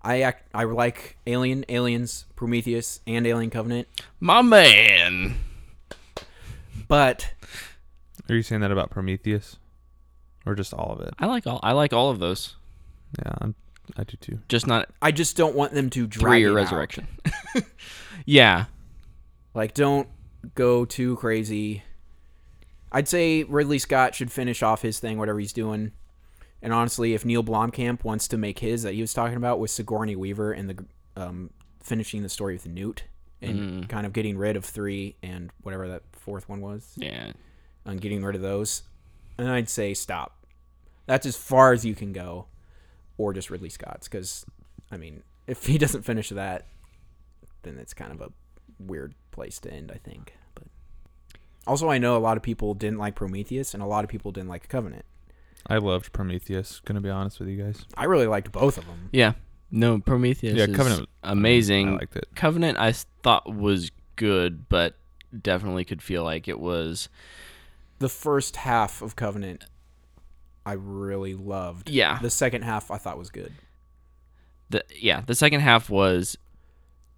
[SPEAKER 1] I ac I like Alien, Aliens, Prometheus, and Alien Covenant,
[SPEAKER 3] My man.
[SPEAKER 1] but
[SPEAKER 4] Are you saying that about Prometheus, or just all of it?
[SPEAKER 3] I like all I like all of those.
[SPEAKER 4] Yeah, I'm, I do too.
[SPEAKER 3] Just not
[SPEAKER 1] I just don't want them to drag
[SPEAKER 3] three or
[SPEAKER 1] it out.
[SPEAKER 3] resurrection. yeah.
[SPEAKER 1] Like, don't go too crazy. I'd say Ridley Scott should finish off his thing, whatever he's doing. And honestly, if Neil Blomkamp wants to make his that he was talking about with Sigourney Weaver and the um, finishing the story with Newt and
[SPEAKER 3] Mm.
[SPEAKER 1] kind of getting rid of three and whatever that fourth one was,
[SPEAKER 3] Yeah.
[SPEAKER 1] and getting rid of those, and I'd say stop. That's as far as you can go, or just Ridley Scott's. Because I mean, if he doesn't finish that, then it's kind of a weird place to end. I think. But also, I know a lot of people didn't like Prometheus, and a lot of people didn't like Covenant.
[SPEAKER 4] I loved Prometheus. Gonna be honest with you guys.
[SPEAKER 1] I really liked both of them.
[SPEAKER 3] Yeah. No, Prometheus
[SPEAKER 4] Yeah,
[SPEAKER 3] is
[SPEAKER 4] Covenant-
[SPEAKER 3] amazing.
[SPEAKER 4] I liked it.
[SPEAKER 3] Covenant I s- thought was good, but definitely could feel like it was
[SPEAKER 1] The first half of Covenant, I really loved.
[SPEAKER 3] yeah.
[SPEAKER 1] The second half, I thought was good.
[SPEAKER 3] The yeah, the second half was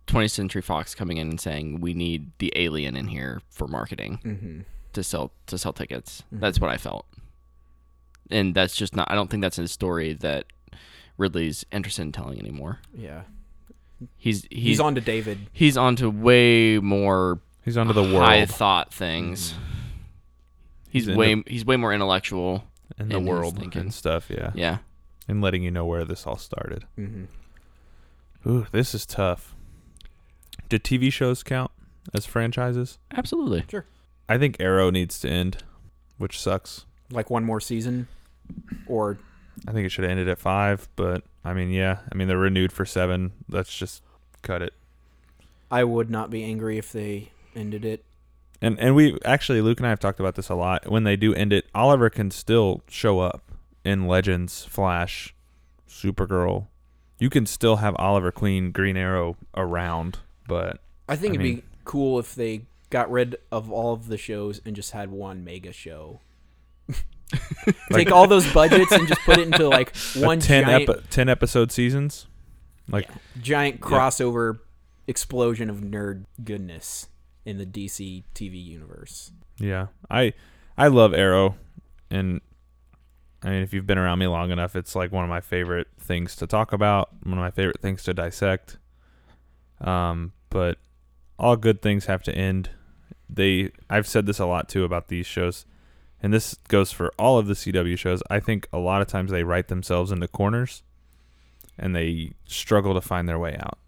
[SPEAKER 3] 20th Century Fox coming in and saying we need the alien in here for marketing
[SPEAKER 1] hmm
[SPEAKER 3] to sell to sell tickets.
[SPEAKER 2] Mm-hmm.
[SPEAKER 3] That's what I felt. And that's just not I don't think that's a story that Ridley's interested in telling anymore.
[SPEAKER 1] Yeah,
[SPEAKER 3] He's he's,
[SPEAKER 1] he's on to David.
[SPEAKER 3] he's on to way more
[SPEAKER 4] He's onto the
[SPEAKER 3] high
[SPEAKER 4] world
[SPEAKER 3] thought things.
[SPEAKER 2] Mm-hmm.
[SPEAKER 3] He's,
[SPEAKER 4] He's into-
[SPEAKER 3] way he's way more intellectual.
[SPEAKER 4] and the
[SPEAKER 3] and he's
[SPEAKER 4] world
[SPEAKER 3] thinking.
[SPEAKER 4] and stuff. Yeah.
[SPEAKER 3] Yeah.
[SPEAKER 4] and letting you know where this all started.
[SPEAKER 1] Mm-hmm.
[SPEAKER 4] Ooh, this is tough. Do TV shows count as franchises?
[SPEAKER 3] Absolutely.
[SPEAKER 4] I think Arrow needs to end, which sucks.
[SPEAKER 1] Like one more season, or
[SPEAKER 4] I think it should have ended at five, but I mean, yeah. I mean, they're renewed for seven. Let's just cut it.
[SPEAKER 1] I would not be angry if they ended it.
[SPEAKER 4] And and we actually Luke and I have talked about this a lot. When they do end it, Oliver can still show up in Legends, Flash, Supergirl. You can still have Oliver Queen, Green Arrow around, but
[SPEAKER 1] I think
[SPEAKER 4] I
[SPEAKER 1] it'd be
[SPEAKER 4] mean-
[SPEAKER 1] cool if they got rid of all of the shows and just had one mega show. Take all those budgets and just put it into like one
[SPEAKER 4] a 10,
[SPEAKER 1] giant,
[SPEAKER 4] epi- 10 episode seasons. Like
[SPEAKER 1] giant crossover explosion of nerd goodness in the DC TV universe.
[SPEAKER 4] Yeah, I I love Arrow, and I mean, if you've been around me long enough, it's like one of my favorite things to talk about, one of my favorite things to dissect. Um, but all good things have to end. They, I've said this a lot too about these shows, and this goes for all of the CW shows. I think a lot of times they write themselves into corners, and they struggle to find their way out.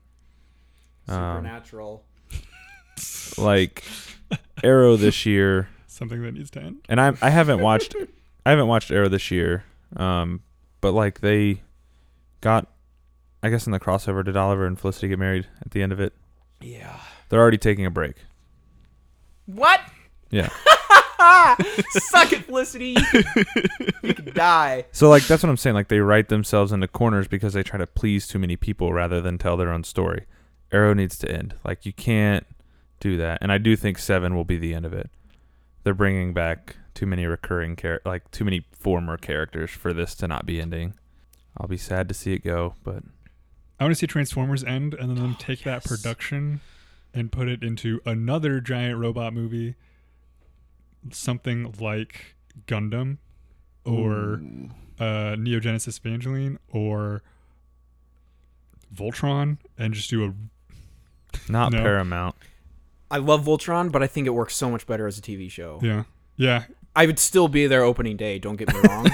[SPEAKER 4] Um,
[SPEAKER 1] Supernatural.
[SPEAKER 4] like Arrow this year.
[SPEAKER 2] Something that needs to end.
[SPEAKER 4] and I I haven't watched I haven't watched Arrow this year. Um, but like they got, I guess in the crossover, did Oliver and Felicity get married at the end of it?
[SPEAKER 1] yeah.
[SPEAKER 4] They're already taking a break.
[SPEAKER 1] What?
[SPEAKER 4] Yeah.
[SPEAKER 1] Suck it, Felicity. you could die.
[SPEAKER 4] So like that's what I'm saying. Like they write themselves into corners because they try to please too many people rather than tell their own story. Arrow needs to end. Like you can't do that. And I do think seven will be the end of it. they're bringing back too many recurring char- like too many former characters for this to not be ending. I'll be sad to see it go, but
[SPEAKER 2] I want to see Transformers end and then them take that
[SPEAKER 3] Oh, yes.
[SPEAKER 2] production and put it into another giant robot movie, something like Gundam or
[SPEAKER 3] Ooh.
[SPEAKER 2] uh, Neo Genesis Evangeline or Voltron and just
[SPEAKER 3] Oh.
[SPEAKER 2] do a.
[SPEAKER 4] not
[SPEAKER 2] No.
[SPEAKER 4] Paramount.
[SPEAKER 1] I love Voltron, but I think it works so much better as a TV show.
[SPEAKER 2] Yeah. Yeah.
[SPEAKER 1] I would still be there opening day. Don't get me wrong,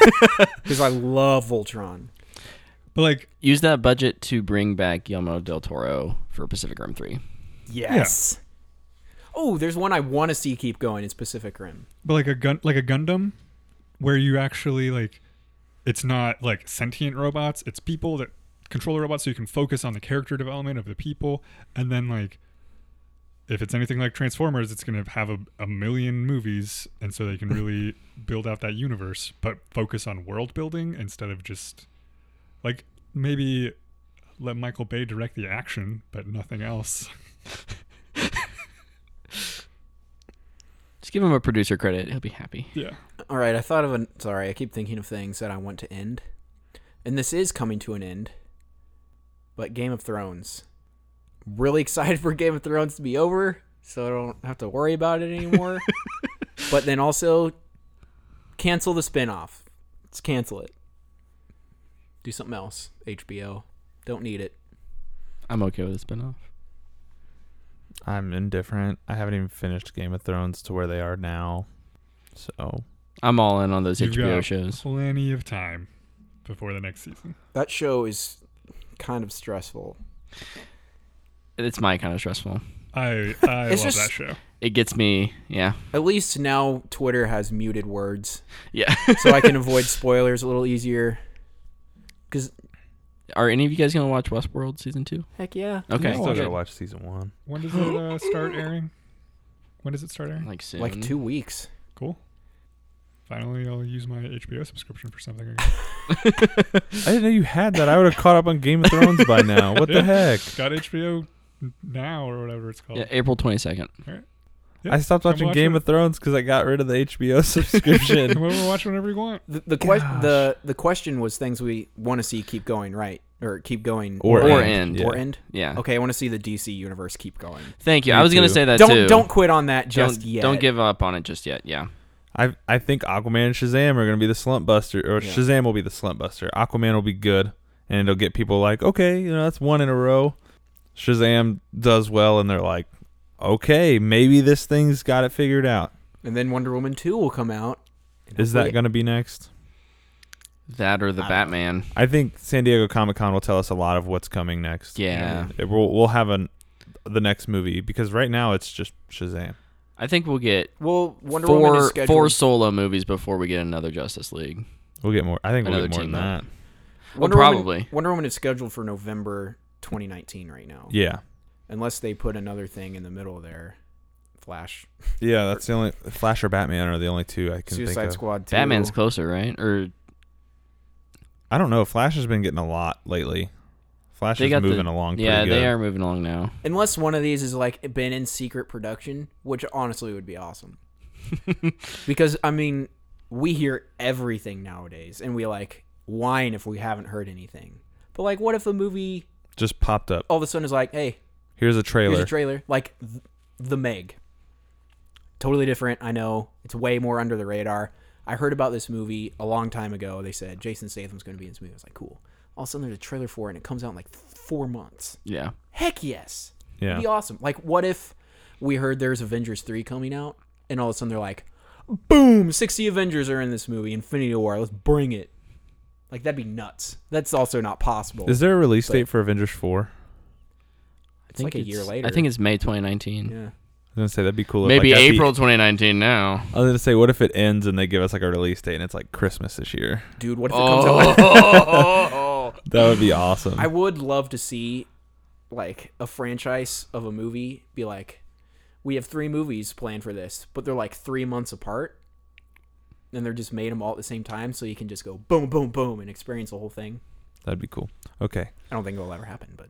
[SPEAKER 1] because I love Voltron.
[SPEAKER 2] But like,
[SPEAKER 3] use that budget to bring back Guillermo del Toro for Pacific Rim Three.
[SPEAKER 1] Yes. Oh, there's one I want to see keep going. It's Pacific Rim.
[SPEAKER 2] but like a gun, like a Gundam, where you actually like, it's not like sentient robots; it's people that control the robots, so you can focus on the character development of the people, and then like, if it's anything like Transformers, it's gonna have a, a million movies, and so they can really build out that universe, but focus on world building instead of just like maybe let Michael Bay direct the action, but nothing else.
[SPEAKER 3] Just give him a producer credit; he'll be happy.
[SPEAKER 2] Yeah.
[SPEAKER 1] All right, I thought of an. Sorry, I keep thinking of things that I want to end, and this is coming to an end. But Game of Thrones, really excited for Game of Thrones to be over, so I don't have to worry about it anymore. but then also, cancel the spinoff. Let's cancel it. Do something else. HBO, don't need it.
[SPEAKER 3] I'm okay with a spinoff.
[SPEAKER 4] I'm indifferent. I haven't even finished Game of Thrones to where they are now. So
[SPEAKER 3] I'm all in on those
[SPEAKER 2] You've
[SPEAKER 3] HBO
[SPEAKER 2] got
[SPEAKER 3] shows.
[SPEAKER 2] Plenty of time before the next season.
[SPEAKER 1] That show is kind of stressful.
[SPEAKER 3] It's my kind of stressful.
[SPEAKER 2] I I love
[SPEAKER 1] It's just-
[SPEAKER 2] that show.
[SPEAKER 3] It gets me. Yeah,
[SPEAKER 1] At least now Twitter has muted words,
[SPEAKER 3] yeah.
[SPEAKER 1] so I can avoid spoilers a little easier.
[SPEAKER 3] Are any of you guys gonna watch Westworld season two?
[SPEAKER 1] Heck yeah.
[SPEAKER 4] I
[SPEAKER 3] Okay,
[SPEAKER 4] still
[SPEAKER 2] watch
[SPEAKER 4] gotta
[SPEAKER 2] it.
[SPEAKER 4] watch season one.
[SPEAKER 2] When does it uh, start airing? When does it start airing?
[SPEAKER 3] like soon.
[SPEAKER 1] Like two weeks.
[SPEAKER 2] Cool. Finally, I'll use my HBO subscription for something. again.
[SPEAKER 4] I didn't know you had that. I would have caught up on Game of Thrones by now. What
[SPEAKER 2] Yeah.
[SPEAKER 4] the heck?
[SPEAKER 2] Got HBO now or whatever it's called.
[SPEAKER 3] Yeah, April twenty second.
[SPEAKER 2] Yeah,
[SPEAKER 4] I stopped
[SPEAKER 2] come
[SPEAKER 4] watching
[SPEAKER 2] watch
[SPEAKER 4] Game
[SPEAKER 2] it.
[SPEAKER 4] of Thrones because I got rid of the HBO subscription.
[SPEAKER 2] Come over and watch whenever you want.
[SPEAKER 1] The the, que- the the question was things we want to see keep going, right? Or keep going
[SPEAKER 4] Or
[SPEAKER 3] Or
[SPEAKER 4] end,
[SPEAKER 3] end.
[SPEAKER 1] Or
[SPEAKER 4] yeah.
[SPEAKER 1] end?
[SPEAKER 3] Yeah.
[SPEAKER 1] Okay, I want to see the DC universe keep going.
[SPEAKER 3] Thank you.
[SPEAKER 4] Me
[SPEAKER 3] I was gonna
[SPEAKER 4] too.
[SPEAKER 3] say that
[SPEAKER 1] don't
[SPEAKER 3] too.
[SPEAKER 1] don't quit on that just
[SPEAKER 3] don't,
[SPEAKER 1] yet.
[SPEAKER 3] don't give up on it just yet. Yeah.
[SPEAKER 4] I I think Aquaman and Shazam are going to be the slump buster, or
[SPEAKER 1] Yeah.
[SPEAKER 4] Shazam will be the slump buster. Aquaman will be good, and it'll get people like, okay, you know, that's one in a row. Shazam does well, and they're like, okay, maybe this thing's got it figured out.
[SPEAKER 1] And then Wonder Woman two will come out. and
[SPEAKER 4] Is that
[SPEAKER 1] hopefully-
[SPEAKER 4] going to be next?
[SPEAKER 3] That or the
[SPEAKER 1] I don't know.
[SPEAKER 3] Batman.
[SPEAKER 4] I think San Diego Comic Con will tell us a lot of what's coming next.
[SPEAKER 3] Yeah.
[SPEAKER 4] It- we'll we'll have an the next movie because right now it's just Shazam.
[SPEAKER 3] I think we'll get
[SPEAKER 1] Well, Wonder Woman is
[SPEAKER 3] four
[SPEAKER 1] scheduled.
[SPEAKER 3] four solo movies before we get another Justice League.
[SPEAKER 4] We'll get more. I think we'll
[SPEAKER 3] Another
[SPEAKER 4] get more than
[SPEAKER 3] team
[SPEAKER 4] that.
[SPEAKER 3] up.
[SPEAKER 1] Wonder
[SPEAKER 3] well,
[SPEAKER 1] Woman,
[SPEAKER 3] probably.
[SPEAKER 1] Wonder Woman is scheduled for November 2019 right now,
[SPEAKER 4] Yeah.
[SPEAKER 1] unless they put another thing in the middle there. Flash,
[SPEAKER 4] Yeah, that's the only Flash or Batman are the only two I can think
[SPEAKER 1] Suicide
[SPEAKER 4] of.
[SPEAKER 1] Squad, 2.
[SPEAKER 3] Batman's closer, right? Or
[SPEAKER 4] I don't know. Flash has been getting a lot lately. Flash
[SPEAKER 3] They
[SPEAKER 4] is
[SPEAKER 3] got the-
[SPEAKER 4] moving along. Pretty
[SPEAKER 3] yeah,
[SPEAKER 4] good.
[SPEAKER 3] they are moving along now.
[SPEAKER 1] Unless one of these is like been in secret production, which honestly would be awesome. because I mean, we hear everything nowadays and we like whine if we haven't heard anything. But like what if a movie
[SPEAKER 4] Just popped up.
[SPEAKER 1] all of a sudden is like, "Hey,
[SPEAKER 4] Here's a trailer.
[SPEAKER 1] here's a trailer." Like th- The Meg. Totally different, I know. It's way more under the radar. I heard about this movie a long time ago. They said Jason Statham's going to be in this movie. I was like, "Cool." All of a sudden there's a trailer for it and it comes out in like 4 months.
[SPEAKER 3] Yeah.
[SPEAKER 1] Heck yes.
[SPEAKER 4] yeah.
[SPEAKER 1] It'd be awesome. Like, what if we heard there's Avengers 3 coming out, and all of a sudden they're like, boom, 60 Avengers are in this movie, Infinity War, let's bring it. Like, that'd be nuts. That's also not possible.
[SPEAKER 4] Is there a release
[SPEAKER 1] But-
[SPEAKER 4] date for Avengers Four?
[SPEAKER 1] it's like a year later.
[SPEAKER 3] I think it's May 2019.
[SPEAKER 1] yeah.
[SPEAKER 4] I was gonna say that'd be cool. if,
[SPEAKER 3] Maybe
[SPEAKER 4] like, that'd be-
[SPEAKER 3] April 2019 now.
[SPEAKER 4] I was gonna say, what if it ends and they give us like a release date and it's like Christmas this year?
[SPEAKER 1] Dude, what if it comes out?
[SPEAKER 3] Oh.
[SPEAKER 4] That would be awesome.
[SPEAKER 1] I would love to see, like, a franchise of a movie be like, we have three movies planned for this, but they're like three months apart. And they're just made them all at the same time, so you can just go boom, boom, boom, and experience the whole thing.
[SPEAKER 4] That'd be cool. Okay.
[SPEAKER 1] I don't think it'll ever happen, but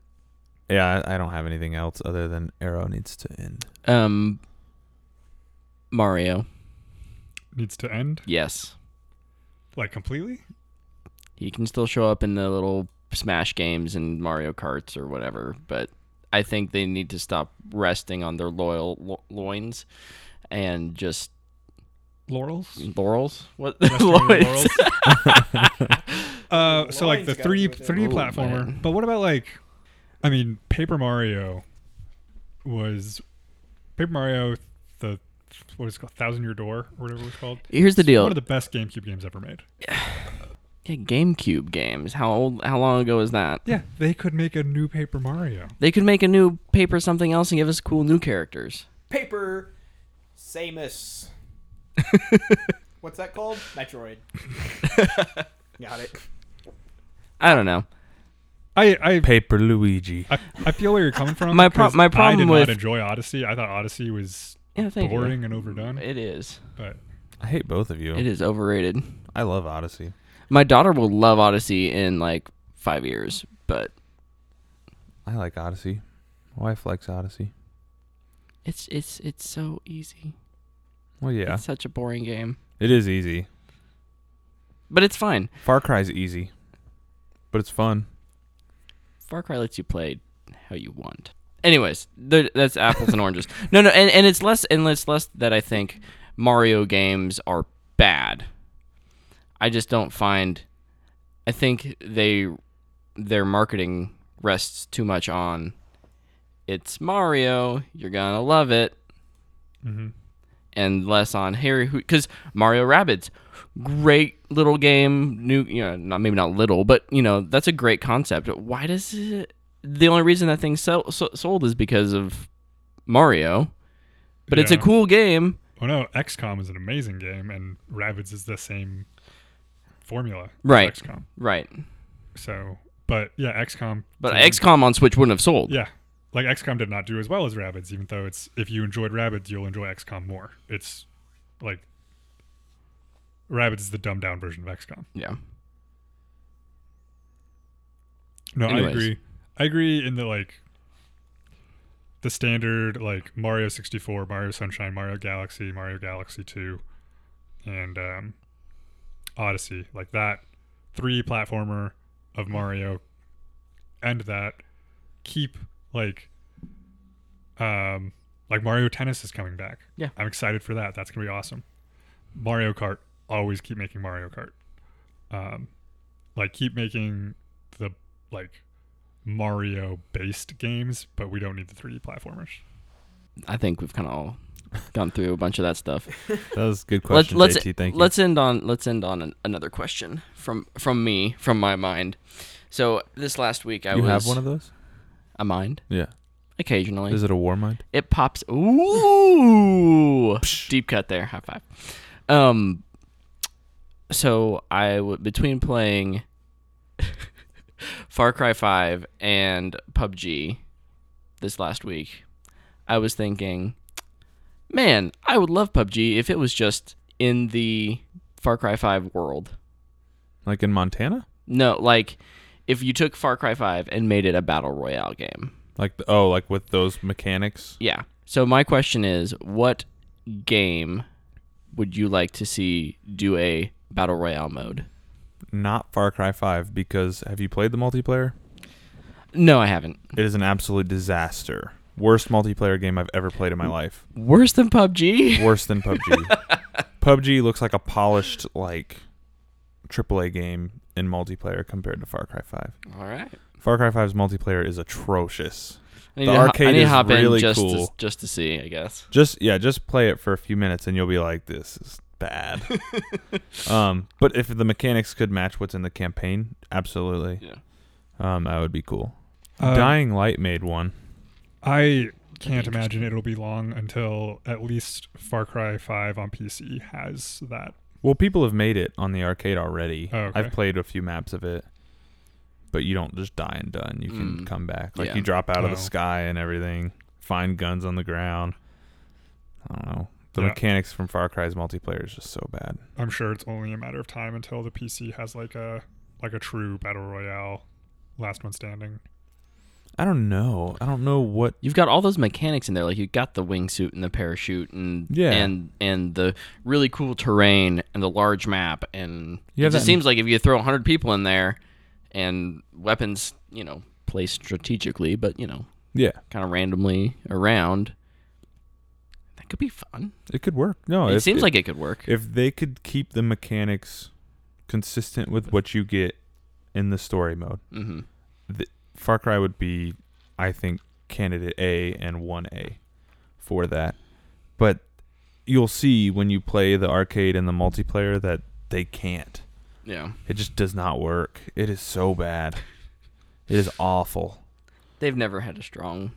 [SPEAKER 4] Yeah, I, I don't have anything else other than Arrow needs to end.
[SPEAKER 3] um Mario.
[SPEAKER 2] needs to end?
[SPEAKER 3] Yes.
[SPEAKER 2] Like completely?
[SPEAKER 3] He can still show up in the little Smash games and Mario Karts or whatever, but I think they need to stop resting on their loyal lo- loins and just
[SPEAKER 2] Laurels?
[SPEAKER 3] laurels. What
[SPEAKER 2] Resting on your laurels? Uh, so like
[SPEAKER 1] Lines
[SPEAKER 2] the
[SPEAKER 1] gotta
[SPEAKER 2] three
[SPEAKER 1] go with it.
[SPEAKER 2] three D
[SPEAKER 3] Ooh,
[SPEAKER 2] platformer.
[SPEAKER 3] man.
[SPEAKER 2] But what about like, I mean, Paper Mario was Paper Mario the what is it called Thousand Year Door or whatever it was called.
[SPEAKER 3] Here's the
[SPEAKER 2] One
[SPEAKER 3] deal.
[SPEAKER 2] of the best GameCube games ever made.
[SPEAKER 3] Yeah, GameCube games. How old? How long ago is that?
[SPEAKER 2] Yeah, they could make a new Paper Mario.
[SPEAKER 3] They could make a new paper something else and give us cool new characters.
[SPEAKER 1] Paper Samus. What's that called? Metroid. Got it.
[SPEAKER 3] I don't know.
[SPEAKER 2] I I
[SPEAKER 4] Paper Luigi.
[SPEAKER 2] I, I feel where you're coming from.
[SPEAKER 3] My pro-
[SPEAKER 2] 'cause
[SPEAKER 3] my
[SPEAKER 2] I did
[SPEAKER 3] problem with-
[SPEAKER 2] not enjoy Odyssey. I thought Odyssey was
[SPEAKER 3] Yeah, thank you.
[SPEAKER 2] boring and overdone.
[SPEAKER 3] It is.
[SPEAKER 2] but
[SPEAKER 4] I hate both of you.
[SPEAKER 3] It is overrated.
[SPEAKER 4] I love Odyssey.
[SPEAKER 3] My daughter will love Odyssey in like five years, but
[SPEAKER 4] I like Odyssey. My wife likes Odyssey.
[SPEAKER 3] it's it's it's so easy.
[SPEAKER 4] Well, yeah,
[SPEAKER 3] It's such a boring game,
[SPEAKER 4] it is easy.
[SPEAKER 3] but it's fine.
[SPEAKER 4] Far Cry's easy, but it's fun.
[SPEAKER 3] Far Cry lets you play how you want. Anyways, th- that's apples and oranges. No, no, and, and it's less and it's less that I think Mario games are bad. I just don't find. I think they their marketing rests too much on it's Mario. You're gonna love it.
[SPEAKER 2] mhm.
[SPEAKER 3] and less on Harry because Mario Rabbids, great little game. New, you know, not maybe not little, but you know that's a great concept. Why does it? The only reason that thing sell, so, sold is because of Mario, but it's a
[SPEAKER 2] Yeah.
[SPEAKER 3] cool game.
[SPEAKER 2] Oh no, XCOM is an amazing game, and Rabbids is the same formula. as
[SPEAKER 3] Right.
[SPEAKER 2] XCOM.
[SPEAKER 3] Right,
[SPEAKER 2] So, but yeah, XCOM.
[SPEAKER 3] but
[SPEAKER 2] didn't-
[SPEAKER 3] XCOM on Switch wouldn't have sold.
[SPEAKER 2] Yeah, like XCOM did not do as well as Rabbids, even though it's if you enjoyed Rabbids, you'll enjoy XCOM more. It's like Rabbids is the dumbed down version of XCOM.
[SPEAKER 3] Yeah.
[SPEAKER 2] No, I
[SPEAKER 3] Anyways.
[SPEAKER 2] agree. I agree in the like the standard like Mario 64, Mario Sunshine, Mario Galaxy, Mario Galaxy 2 and um Odyssey, like that three platformer of Mario and that keep like um like Mario Tennis is coming back.
[SPEAKER 3] Yeah.
[SPEAKER 2] I'm excited for that. That's going to be awesome. Mario Kart, always keep making Mario Kart. Um like keep making the like Mario based games, but we don't need the 3D platformers.
[SPEAKER 3] I think we've kind of all gone through a bunch of that stuff.
[SPEAKER 4] That was a good question,
[SPEAKER 3] let's,
[SPEAKER 4] JT. Thank you.
[SPEAKER 3] let's end on let's end on an, another question from from me from my mind. So this last week I
[SPEAKER 4] you
[SPEAKER 3] was
[SPEAKER 4] have one of those?
[SPEAKER 3] a mind
[SPEAKER 4] Yeah.
[SPEAKER 3] occasionally.
[SPEAKER 4] Is it a war mind?
[SPEAKER 3] it pops ooh deep cut there high five um so i w- between playing far cry 5 and pubg this last week i was thinking man i would love pubg if it was just in the far cry 5 world
[SPEAKER 4] Like in Montana?
[SPEAKER 3] no like if you took far cry 5 and made it a battle royale game
[SPEAKER 4] Like the, oh, like with those mechanics?
[SPEAKER 3] Yeah. So my question is, what game would you like to see do a battle royale mode?
[SPEAKER 4] Not Far Cry 5 because have you played the multiplayer?
[SPEAKER 3] No, I haven't.
[SPEAKER 4] It is an absolute disaster. Worst multiplayer game I've ever played in
[SPEAKER 3] Mm.
[SPEAKER 4] my life.
[SPEAKER 3] Worse than PUBG?
[SPEAKER 4] Worse than PUBG. PUBG looks like a polished like AAA game in multiplayer compared to Far Cry 5.
[SPEAKER 3] All right.
[SPEAKER 4] Far Cry 5's multiplayer is atrocious.
[SPEAKER 3] I need,
[SPEAKER 4] The
[SPEAKER 3] to, ho-
[SPEAKER 4] arcade
[SPEAKER 3] I need to
[SPEAKER 4] is
[SPEAKER 3] hop
[SPEAKER 4] really
[SPEAKER 3] in just
[SPEAKER 4] cool.
[SPEAKER 3] to, just to see, I guess.
[SPEAKER 4] Just yeah, just play it for a few minutes and you'll be like, this is bad. um, but if the mechanics could match what's in the campaign, absolutely.
[SPEAKER 3] Yeah.
[SPEAKER 4] Um, that would be cool.
[SPEAKER 2] Uh,
[SPEAKER 4] Dying Light made one.
[SPEAKER 2] I can't imagine it'll be long until at least Far Cry 5 on PC has that.
[SPEAKER 4] Well, people have made it on the arcade already.
[SPEAKER 2] Oh, okay.
[SPEAKER 4] I've played a few maps of it, but you don't just die and done. You can
[SPEAKER 3] Mm.
[SPEAKER 4] come back. Like
[SPEAKER 3] Yeah.
[SPEAKER 4] you drop out of the
[SPEAKER 2] Oh.
[SPEAKER 4] sky and everything. Find guns on the ground. I don't know. The
[SPEAKER 2] Yeah.
[SPEAKER 4] mechanics from Far Cry's multiplayer is just so bad.
[SPEAKER 2] I'm sure it's only a matter of time until the PC has like a like a true battle royale last one standing.
[SPEAKER 4] I don't know. I don't know what.
[SPEAKER 3] You've got all those mechanics in there, like you got the wingsuit and the parachute, and
[SPEAKER 4] Yeah.
[SPEAKER 3] and and the really cool terrain and the large map, and it
[SPEAKER 4] You have
[SPEAKER 3] just
[SPEAKER 4] that-
[SPEAKER 3] seems like if you throw hundred people in there, and weapons, you know, placed strategically, but you know,
[SPEAKER 4] Yeah,
[SPEAKER 3] kind of randomly around, that could be fun.
[SPEAKER 4] Oh, it could work. No,
[SPEAKER 3] it
[SPEAKER 4] if-
[SPEAKER 3] seems
[SPEAKER 4] if-
[SPEAKER 3] like it could work.
[SPEAKER 4] if they could keep the mechanics consistent with what you get in the story mode,
[SPEAKER 3] mm-hmm.
[SPEAKER 4] Far Cry would be, I think, candidate A and one A for that. But you'll see when you play the arcade and the multiplayer that they can't.
[SPEAKER 3] Yeah.
[SPEAKER 4] It just does not work. It is so bad. It is awful.
[SPEAKER 3] They've never had a strong.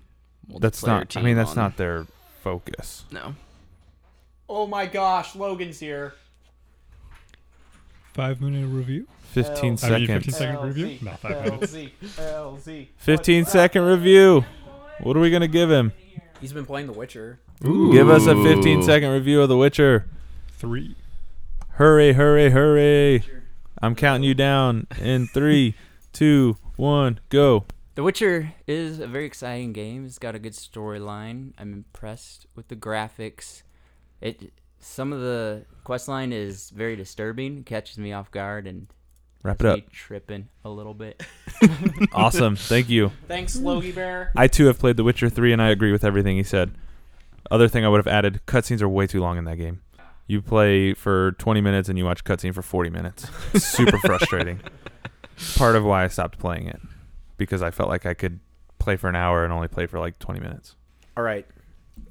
[SPEAKER 3] Multiplayer
[SPEAKER 4] That's not. I
[SPEAKER 3] Team
[SPEAKER 4] mean, that's
[SPEAKER 3] on-
[SPEAKER 4] not their focus.
[SPEAKER 3] No.
[SPEAKER 1] Oh my gosh, Logan's here.
[SPEAKER 2] Five minute review.
[SPEAKER 4] Fifteen
[SPEAKER 1] Hell.
[SPEAKER 2] I mean, 15
[SPEAKER 4] seconds.
[SPEAKER 2] Second review? No, five minutes.
[SPEAKER 1] LZ.
[SPEAKER 4] 15 second review. What are we gonna give him?
[SPEAKER 1] He's been playing The Witcher.
[SPEAKER 4] Give us a 15
[SPEAKER 3] Ooh.
[SPEAKER 4] second review of The Witcher.
[SPEAKER 2] Three.
[SPEAKER 4] Hurry, hurry, hurry. I'm counting you down in three, two, one, go.
[SPEAKER 5] The Witcher is a very exciting game. It's got a good storyline. I'm impressed with the graphics. It some of the quest line is very disturbing. catches me off guard and
[SPEAKER 4] Wrap
[SPEAKER 5] has
[SPEAKER 4] it up.
[SPEAKER 5] me tripping a little bit.
[SPEAKER 4] Awesome. Thank you.
[SPEAKER 1] Thanks, Logie Bear.
[SPEAKER 4] I too have played The Witcher 3 and I agree with everything he said. Other thing I would have added cutscenes are way too long in that game. You play for 20 minutes and you watch cutscene for 40 minutes. It's super frustrating. Part of why I stopped playing it because I felt like I could play for an hour and only play for like 20 minutes.
[SPEAKER 1] All right.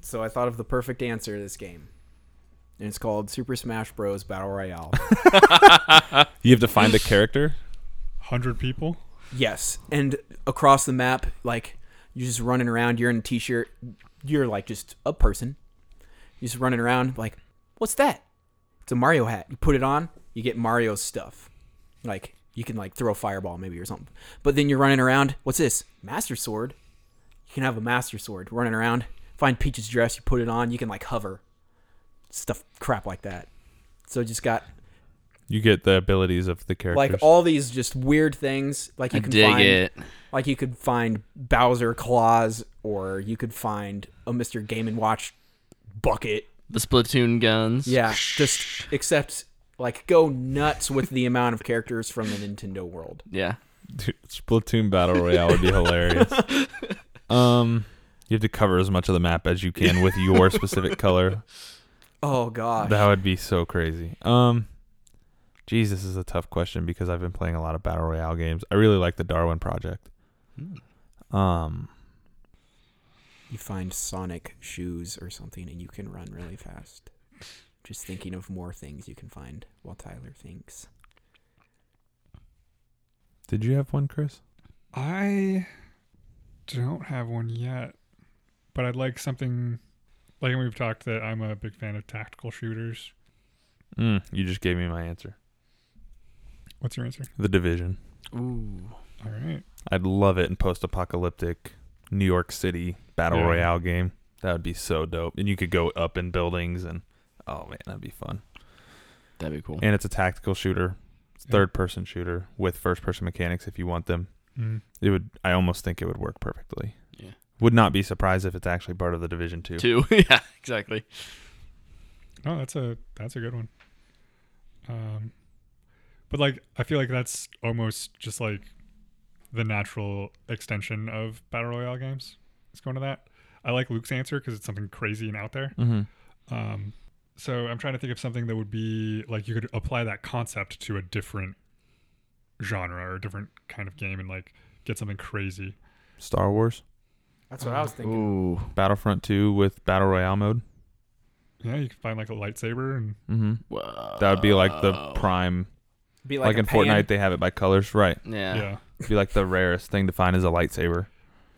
[SPEAKER 1] So I thought of the perfect answer to this game. And it's called Super Smash Bros. Battle Royale.
[SPEAKER 4] You have to find a character?
[SPEAKER 2] Hundred people.
[SPEAKER 1] yes. And across the map, like, you're just running around. You're in a t shirt. You're, like, just a person. You're just running around, like, what's that? It's a Mario hat. You put it on, you get Mario's stuff. Like, you can, like, throw a fireball maybe or something. But then you're running around. What's this? Master Sword. You can have a Master Sword running around. Find Peach's dress, you put it on, you can, like, hover. Stuff, crap like that. So just got
[SPEAKER 4] You get the abilities of the characters.
[SPEAKER 1] like all these just weird things like you
[SPEAKER 3] I
[SPEAKER 1] can
[SPEAKER 3] dig
[SPEAKER 1] find
[SPEAKER 3] it.
[SPEAKER 1] like you could find Bowser claws or you could find a Mr. Game and Watch bucket.
[SPEAKER 3] The Splatoon guns.
[SPEAKER 1] Yeah, just except like go nuts with the amount of characters from the Nintendo world.
[SPEAKER 3] Yeah.
[SPEAKER 4] Dude, Splatoon Battle Royale would be hilarious. um, you have to cover as much of the map as you can with your specific color.
[SPEAKER 1] Oh gosh.
[SPEAKER 4] That would be so crazy. Um, geez, this is a tough question because I've been playing a lot of battle royale games. I really like the Darwin Project.
[SPEAKER 3] Hmm.
[SPEAKER 4] Um,
[SPEAKER 1] you find Sonic shoes or something and you can run really fast. Just thinking of more things you can find while Tyler thinks.
[SPEAKER 4] did you have one, Chris?
[SPEAKER 2] I don't have one yet, but I'd like something. Like we've talked that I'm a big fan of tactical shooters.
[SPEAKER 4] Mm, you just gave me my answer.
[SPEAKER 2] What's your answer?
[SPEAKER 4] The Division.
[SPEAKER 3] Ooh.
[SPEAKER 2] All right.
[SPEAKER 4] I'd love it in post-apocalyptic New York City battle
[SPEAKER 2] Yeah.
[SPEAKER 4] royale game. That would be so dope. And you could go up in buildings and oh man, that'd be fun.
[SPEAKER 3] That'd be cool.
[SPEAKER 4] and it's a tactical shooter, It's
[SPEAKER 2] Yeah.
[SPEAKER 4] third person shooter with first person mechanics if you want them.
[SPEAKER 2] Mm.
[SPEAKER 4] It would I almost think it would work perfectly.
[SPEAKER 3] Yeah.
[SPEAKER 4] Would not be surprised if it's actually part of the division 2.
[SPEAKER 3] Two. yeah, exactly.
[SPEAKER 2] Oh, that's a that's a good one. Um, but like I feel like that's almost just like the natural extension of battle royale games. It's going to that. I like Luke's answer because it's something crazy and out there.
[SPEAKER 4] Mm-hmm.
[SPEAKER 2] Um, so I'm trying to think of something that would be like you could apply that concept to a different genre or a different kind of game and like get something crazy.
[SPEAKER 4] Star Wars
[SPEAKER 1] That's what I was thinking.
[SPEAKER 3] Ooh.
[SPEAKER 4] Battlefront 2 with battle royale mode.
[SPEAKER 2] Yeah, you could find like a lightsaber and
[SPEAKER 4] Mm-hmm.
[SPEAKER 3] Whoa.
[SPEAKER 4] That would be like
[SPEAKER 3] Oh.
[SPEAKER 4] the prime
[SPEAKER 1] Be
[SPEAKER 4] like,
[SPEAKER 1] a
[SPEAKER 4] in
[SPEAKER 1] pan.
[SPEAKER 4] Fortnite they have it by colors, right?
[SPEAKER 3] Yeah.
[SPEAKER 2] yeah, yeah.
[SPEAKER 4] It'd be like the rarest thing to find is a lightsaber.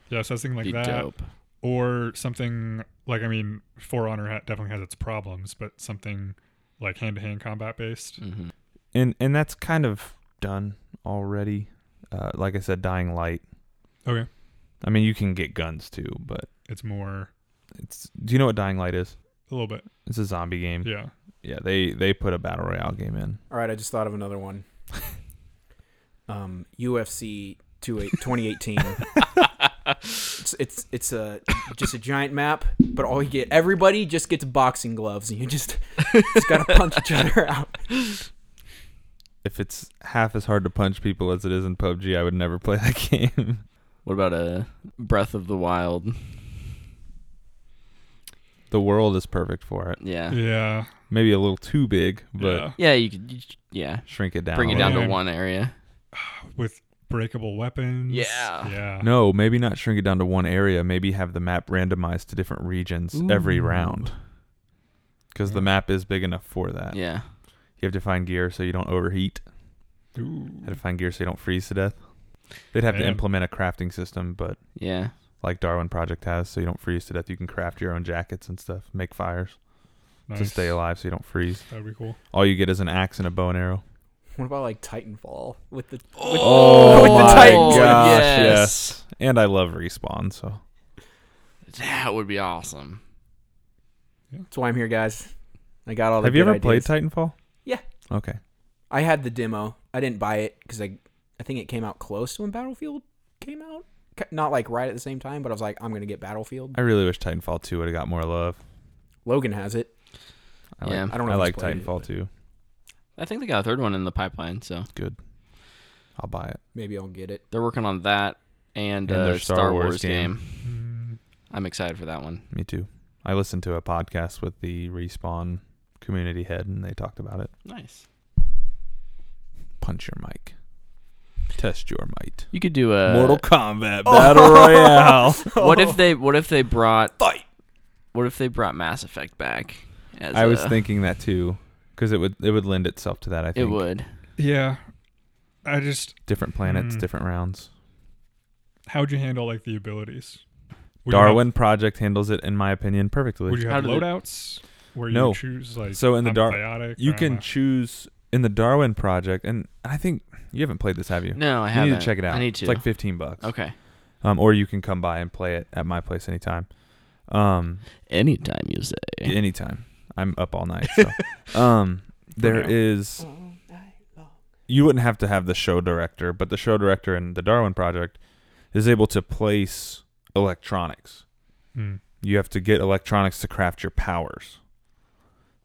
[SPEAKER 2] so something like
[SPEAKER 3] be
[SPEAKER 2] that.
[SPEAKER 3] dope.
[SPEAKER 2] or something like I mean, For Honor ha- definitely has its problems, but something like hand-to-hand combat based.
[SPEAKER 3] Mhm.
[SPEAKER 4] And and that's kind of done already. Uh, like I said Dying Light.
[SPEAKER 2] Okay,
[SPEAKER 4] I mean, you can get guns too, but
[SPEAKER 2] it's more
[SPEAKER 4] it's Do you know what Dying Light is?
[SPEAKER 2] a little bit,
[SPEAKER 4] It's a zombie game.
[SPEAKER 2] yeah.
[SPEAKER 4] Yeah, they they put a battle royale game in.
[SPEAKER 1] All right, I just thought of another one. um, UFC 28 2018
[SPEAKER 4] Mm-hmm.
[SPEAKER 1] it's it's a just a giant map, but all you get everybody just gets boxing gloves, and you just just gotta punch each other out.
[SPEAKER 4] If it's half as hard to punch people as it is in PUBG, I would never play that game.
[SPEAKER 3] What about a Breath of the Wild?
[SPEAKER 4] the world is perfect for it.
[SPEAKER 3] Yeah. Yeah,
[SPEAKER 2] Yeah.
[SPEAKER 4] Maybe a little too big, but
[SPEAKER 2] yeah.
[SPEAKER 3] you could. you- yeah.
[SPEAKER 4] shrink it down.
[SPEAKER 3] Bring
[SPEAKER 4] a
[SPEAKER 3] it down
[SPEAKER 4] little.
[SPEAKER 3] to
[SPEAKER 2] Yeah.
[SPEAKER 3] one area.
[SPEAKER 2] With breakable weapons.
[SPEAKER 3] Yeah.
[SPEAKER 2] Yeah.
[SPEAKER 4] No, maybe not shrink it down to one area. Maybe have the map randomized to different regions every
[SPEAKER 3] Ooh.
[SPEAKER 4] round. Because the map is big enough for that.
[SPEAKER 3] Yeah.
[SPEAKER 4] You have to find gear so you don't overheat. You
[SPEAKER 2] Ooh.
[SPEAKER 4] have to find gear so you don't freeze to death. They'd have to
[SPEAKER 2] Man.
[SPEAKER 4] implement a crafting system, but
[SPEAKER 3] Yeah.
[SPEAKER 4] like Darwin Project has, so you don't freeze to death. You can craft your own jackets and stuff, make fires
[SPEAKER 2] Nice.
[SPEAKER 4] to stay alive so you don't freeze.
[SPEAKER 2] That'd be cool.
[SPEAKER 4] All you get is an axe and a bow and arrow.
[SPEAKER 1] What about like Titanfall with the?
[SPEAKER 4] Oh,
[SPEAKER 1] with the
[SPEAKER 4] my
[SPEAKER 1] Titans.
[SPEAKER 4] gosh,
[SPEAKER 3] Yes.
[SPEAKER 4] And I love respawn, so
[SPEAKER 3] That would be awesome.
[SPEAKER 1] That's why I'm here, guys. I got all the.
[SPEAKER 4] have you
[SPEAKER 1] good
[SPEAKER 4] ever played
[SPEAKER 1] ideas.
[SPEAKER 4] Titanfall?
[SPEAKER 1] Yeah.
[SPEAKER 4] Okay.
[SPEAKER 1] I had the demo. I didn't buy it because I I think it came out close to when Battlefield came out. K- Not like right at the same time, but I was like, I'm gonna get Battlefield.
[SPEAKER 4] I really wish Titanfall 2 would have got more love.
[SPEAKER 1] Logan has it.
[SPEAKER 4] I like,
[SPEAKER 3] Yeah.
[SPEAKER 1] I don't know.
[SPEAKER 4] I
[SPEAKER 1] if he's
[SPEAKER 4] like
[SPEAKER 1] played it,
[SPEAKER 4] Titanfall
[SPEAKER 1] but
[SPEAKER 4] 2.
[SPEAKER 3] I think they got a third one in the pipeline, so
[SPEAKER 4] It's good. I'll buy it.
[SPEAKER 1] Maybe I'll get it.
[SPEAKER 3] they're working on that and,
[SPEAKER 4] And
[SPEAKER 3] uh,
[SPEAKER 4] their
[SPEAKER 3] Star, Wars, game.
[SPEAKER 2] Mm,
[SPEAKER 3] I'm excited for that one.
[SPEAKER 4] Me too. I listened to a podcast with the respawn community head and they talked about it.
[SPEAKER 3] Nice.
[SPEAKER 4] Punch your mic. Test your might.
[SPEAKER 3] You could do a
[SPEAKER 4] Mortal Kombat
[SPEAKER 1] Oh.
[SPEAKER 4] Battle Royale.
[SPEAKER 3] What if they What if they brought
[SPEAKER 1] Fight!
[SPEAKER 3] What if they brought Mass Effect back? As
[SPEAKER 4] I was
[SPEAKER 1] uh,
[SPEAKER 3] a-
[SPEAKER 4] thinking that too because it would it would lend itself to that, I
[SPEAKER 3] it
[SPEAKER 4] think.
[SPEAKER 3] would.
[SPEAKER 2] Yeah. I just
[SPEAKER 4] Different planets,
[SPEAKER 2] Hmm.
[SPEAKER 4] different rounds.
[SPEAKER 2] how'd you handle like the abilities? Would you have-
[SPEAKER 4] Darwin Project handles it in my opinion perfectly.
[SPEAKER 2] Would you
[SPEAKER 3] How
[SPEAKER 2] have
[SPEAKER 3] do they-
[SPEAKER 2] loadouts where
[SPEAKER 4] No.
[SPEAKER 2] you choose like
[SPEAKER 4] So in the
[SPEAKER 2] I'm
[SPEAKER 4] Dar-
[SPEAKER 2] biotic,
[SPEAKER 4] you
[SPEAKER 2] I'm
[SPEAKER 4] can
[SPEAKER 2] a-
[SPEAKER 4] choose in the Darwin Project, and I think you haven't played this, have you?
[SPEAKER 3] No, I
[SPEAKER 4] you
[SPEAKER 3] haven't.
[SPEAKER 4] need to check it out.
[SPEAKER 3] I need to.
[SPEAKER 4] It's like fifteen bucks.
[SPEAKER 3] okay.
[SPEAKER 4] Um, or you can come by and play it at my place anytime. Um,
[SPEAKER 3] Anytime you say.
[SPEAKER 4] anytime. I'm up all night. So. um, there
[SPEAKER 2] now.
[SPEAKER 4] is. You wouldn't have to have the show director, but the show director in the Darwin Project is able to place electronics.
[SPEAKER 2] Hmm.
[SPEAKER 4] you have to get electronics to craft your powers.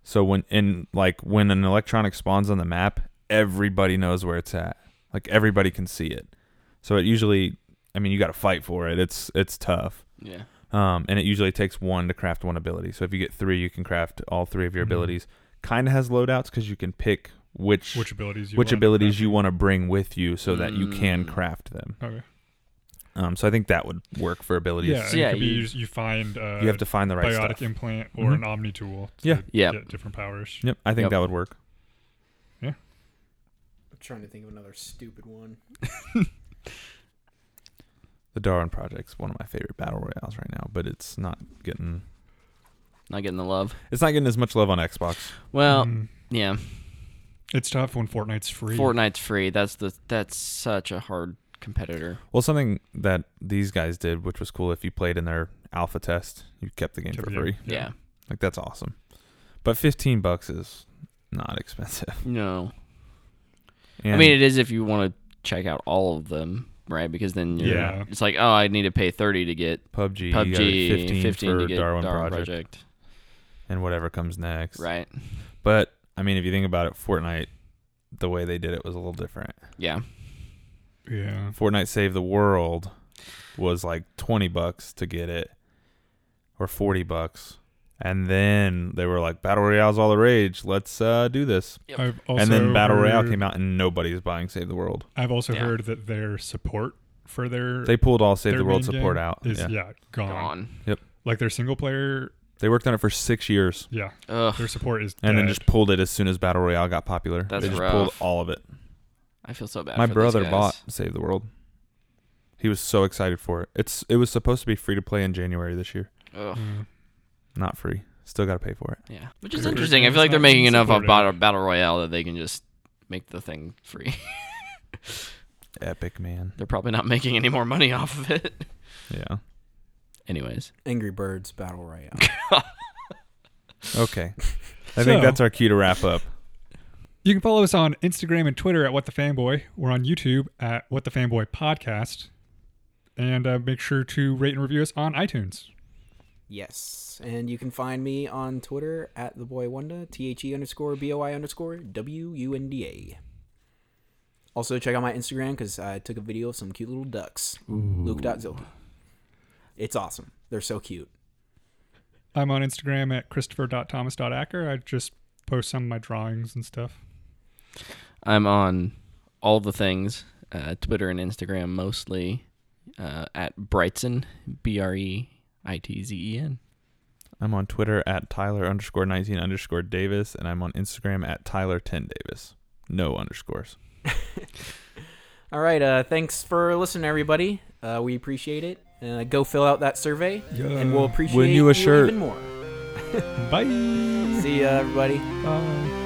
[SPEAKER 4] So when in like when an electronic spawns on the map, everybody knows where it's at. Like everybody can see it. So it usually I mean you got to fight for it. It's it's tough.
[SPEAKER 3] Yeah.
[SPEAKER 4] Um, and it usually takes one to craft one ability. So if you get 3, you can craft all three of your
[SPEAKER 2] Mhm.
[SPEAKER 4] abilities. Kind of has loadouts cuz you can pick
[SPEAKER 2] which
[SPEAKER 4] which which,
[SPEAKER 2] abilities you want.
[SPEAKER 4] abilities you want to bring with you so that you can
[SPEAKER 3] Mm.
[SPEAKER 4] craft them.
[SPEAKER 2] Okay.
[SPEAKER 4] Um, so I think that would work for abilities.
[SPEAKER 2] Yeah,
[SPEAKER 3] Yeah,
[SPEAKER 2] yeah. It could be
[SPEAKER 3] you-
[SPEAKER 2] you, you find uh,
[SPEAKER 4] you have to find the right
[SPEAKER 2] biotic
[SPEAKER 4] stuff.
[SPEAKER 2] implant or an
[SPEAKER 4] Mhm.
[SPEAKER 2] omni tool. To
[SPEAKER 4] Yeah.
[SPEAKER 3] Yeah.
[SPEAKER 2] Get different powers.
[SPEAKER 4] Yep, I think
[SPEAKER 3] Yep.
[SPEAKER 4] that would work.
[SPEAKER 1] I'm trying to think of another stupid one.
[SPEAKER 4] The Darwin Project's one of my favorite battle royales right now, but it's not getting
[SPEAKER 3] Not getting the love.
[SPEAKER 4] it's not getting as much love on Xbox.
[SPEAKER 3] Well,
[SPEAKER 2] Mm.
[SPEAKER 3] yeah.
[SPEAKER 2] it's tough when Fortnite's free.
[SPEAKER 3] Fortnite's free. That's the that's such a hard competitor.
[SPEAKER 4] Well, something that these guys did, which was cool, if you played in their alpha test, you kept the game
[SPEAKER 2] Kept
[SPEAKER 4] for
[SPEAKER 2] it in.
[SPEAKER 4] free.
[SPEAKER 3] Yeah.
[SPEAKER 4] Like that's awesome. But fifteen bucks is not expensive.
[SPEAKER 3] No.
[SPEAKER 4] And
[SPEAKER 3] I mean, it is if you want to check out all of them, right? Because then you're,
[SPEAKER 2] Yeah.
[SPEAKER 3] it's like, oh, I need to pay 30 to get
[SPEAKER 4] PUBG, you
[SPEAKER 3] PUBG,
[SPEAKER 4] got
[SPEAKER 3] 15,
[SPEAKER 4] fifteen,
[SPEAKER 3] to
[SPEAKER 4] for
[SPEAKER 3] get
[SPEAKER 4] Darwin,
[SPEAKER 3] Darwin,
[SPEAKER 4] Project,
[SPEAKER 3] Project.
[SPEAKER 4] and whatever comes next.
[SPEAKER 3] Right.
[SPEAKER 4] But I mean, if you think about it, Fortnite, the way they did it was a little different.
[SPEAKER 3] Yeah.
[SPEAKER 2] Yeah.
[SPEAKER 4] Fortnite Save the World was like 20 bucks to get it or 40 bucks. And then they were like battle royale's all the rage. Let's uh, do this.
[SPEAKER 3] Yep.
[SPEAKER 2] I've also
[SPEAKER 4] and then battle royale
[SPEAKER 2] heard-
[SPEAKER 4] came out and nobody's buying Save the World.
[SPEAKER 2] I've also
[SPEAKER 3] Yeah.
[SPEAKER 2] heard that their support for their
[SPEAKER 4] They pulled all Save
[SPEAKER 2] their
[SPEAKER 4] the World
[SPEAKER 2] main
[SPEAKER 4] support
[SPEAKER 2] game
[SPEAKER 4] out.
[SPEAKER 2] is
[SPEAKER 4] yeah.
[SPEAKER 2] gone.
[SPEAKER 3] Gone.
[SPEAKER 2] Like their single player,
[SPEAKER 4] They worked on it for 6 years
[SPEAKER 2] yeah,
[SPEAKER 3] Ugh.
[SPEAKER 2] their support is
[SPEAKER 4] and then
[SPEAKER 2] dead.
[SPEAKER 4] just pulled it as soon as battle royale got popular.
[SPEAKER 3] That's
[SPEAKER 4] they just
[SPEAKER 3] rough.
[SPEAKER 4] pulled all of it.
[SPEAKER 3] I feel so bad.
[SPEAKER 4] My
[SPEAKER 3] for these
[SPEAKER 4] brother
[SPEAKER 3] guys.
[SPEAKER 4] bought Save the World. He was so excited for it. It's it was supposed to be free to play in January this year.
[SPEAKER 3] Ugh.
[SPEAKER 2] Mm.
[SPEAKER 4] Not free. Still got to pay for it.
[SPEAKER 3] Yeah. Which is
[SPEAKER 2] They're-
[SPEAKER 3] interesting. I
[SPEAKER 2] it's
[SPEAKER 3] feel like they're
[SPEAKER 2] not
[SPEAKER 3] making enough of
[SPEAKER 2] supportive.
[SPEAKER 3] battle, battle Royale that they can just make the thing free.
[SPEAKER 4] Epic, man.
[SPEAKER 3] they're probably not making any more money off of it.
[SPEAKER 4] Yeah.
[SPEAKER 3] Anyways.
[SPEAKER 1] Angry Birds Battle Royale.
[SPEAKER 4] Okay. I
[SPEAKER 2] So-
[SPEAKER 4] think that's our cue to wrap up.
[SPEAKER 2] You can follow us on Instagram and Twitter at What the Fanboy. We're on YouTube at What the Fanboy Podcast. And uh, make sure to rate and review us on iTunes.
[SPEAKER 1] Yes, and you can find me on Twitter at the boy Wunda T H E underscore B O I underscore W U N D A. Also, check out my Instagram because I took a video of some cute little ducks. Luke Luke.zilke. It's awesome. They're so cute.
[SPEAKER 2] I'm on Instagram at christopher.thomas.acker. I just post some of my drawings and stuff.
[SPEAKER 3] I'm on all the things, uh, Twitter and Instagram mostly, uh, at Brightson, B R E I T Z E N.
[SPEAKER 4] I'm on Twitter at Tyler underscore 19 underscore Davis, and I'm on Instagram at Tyler 10 Davis. No underscores.
[SPEAKER 1] All right. Uh, thanks for listening, everybody. Uh, we appreciate it. Uh, go fill out that survey,
[SPEAKER 2] Yeah.
[SPEAKER 1] and we'll appreciate
[SPEAKER 4] Win you a shirt.
[SPEAKER 1] even more.
[SPEAKER 2] Bye.
[SPEAKER 1] See ya, everybody.
[SPEAKER 2] Bye.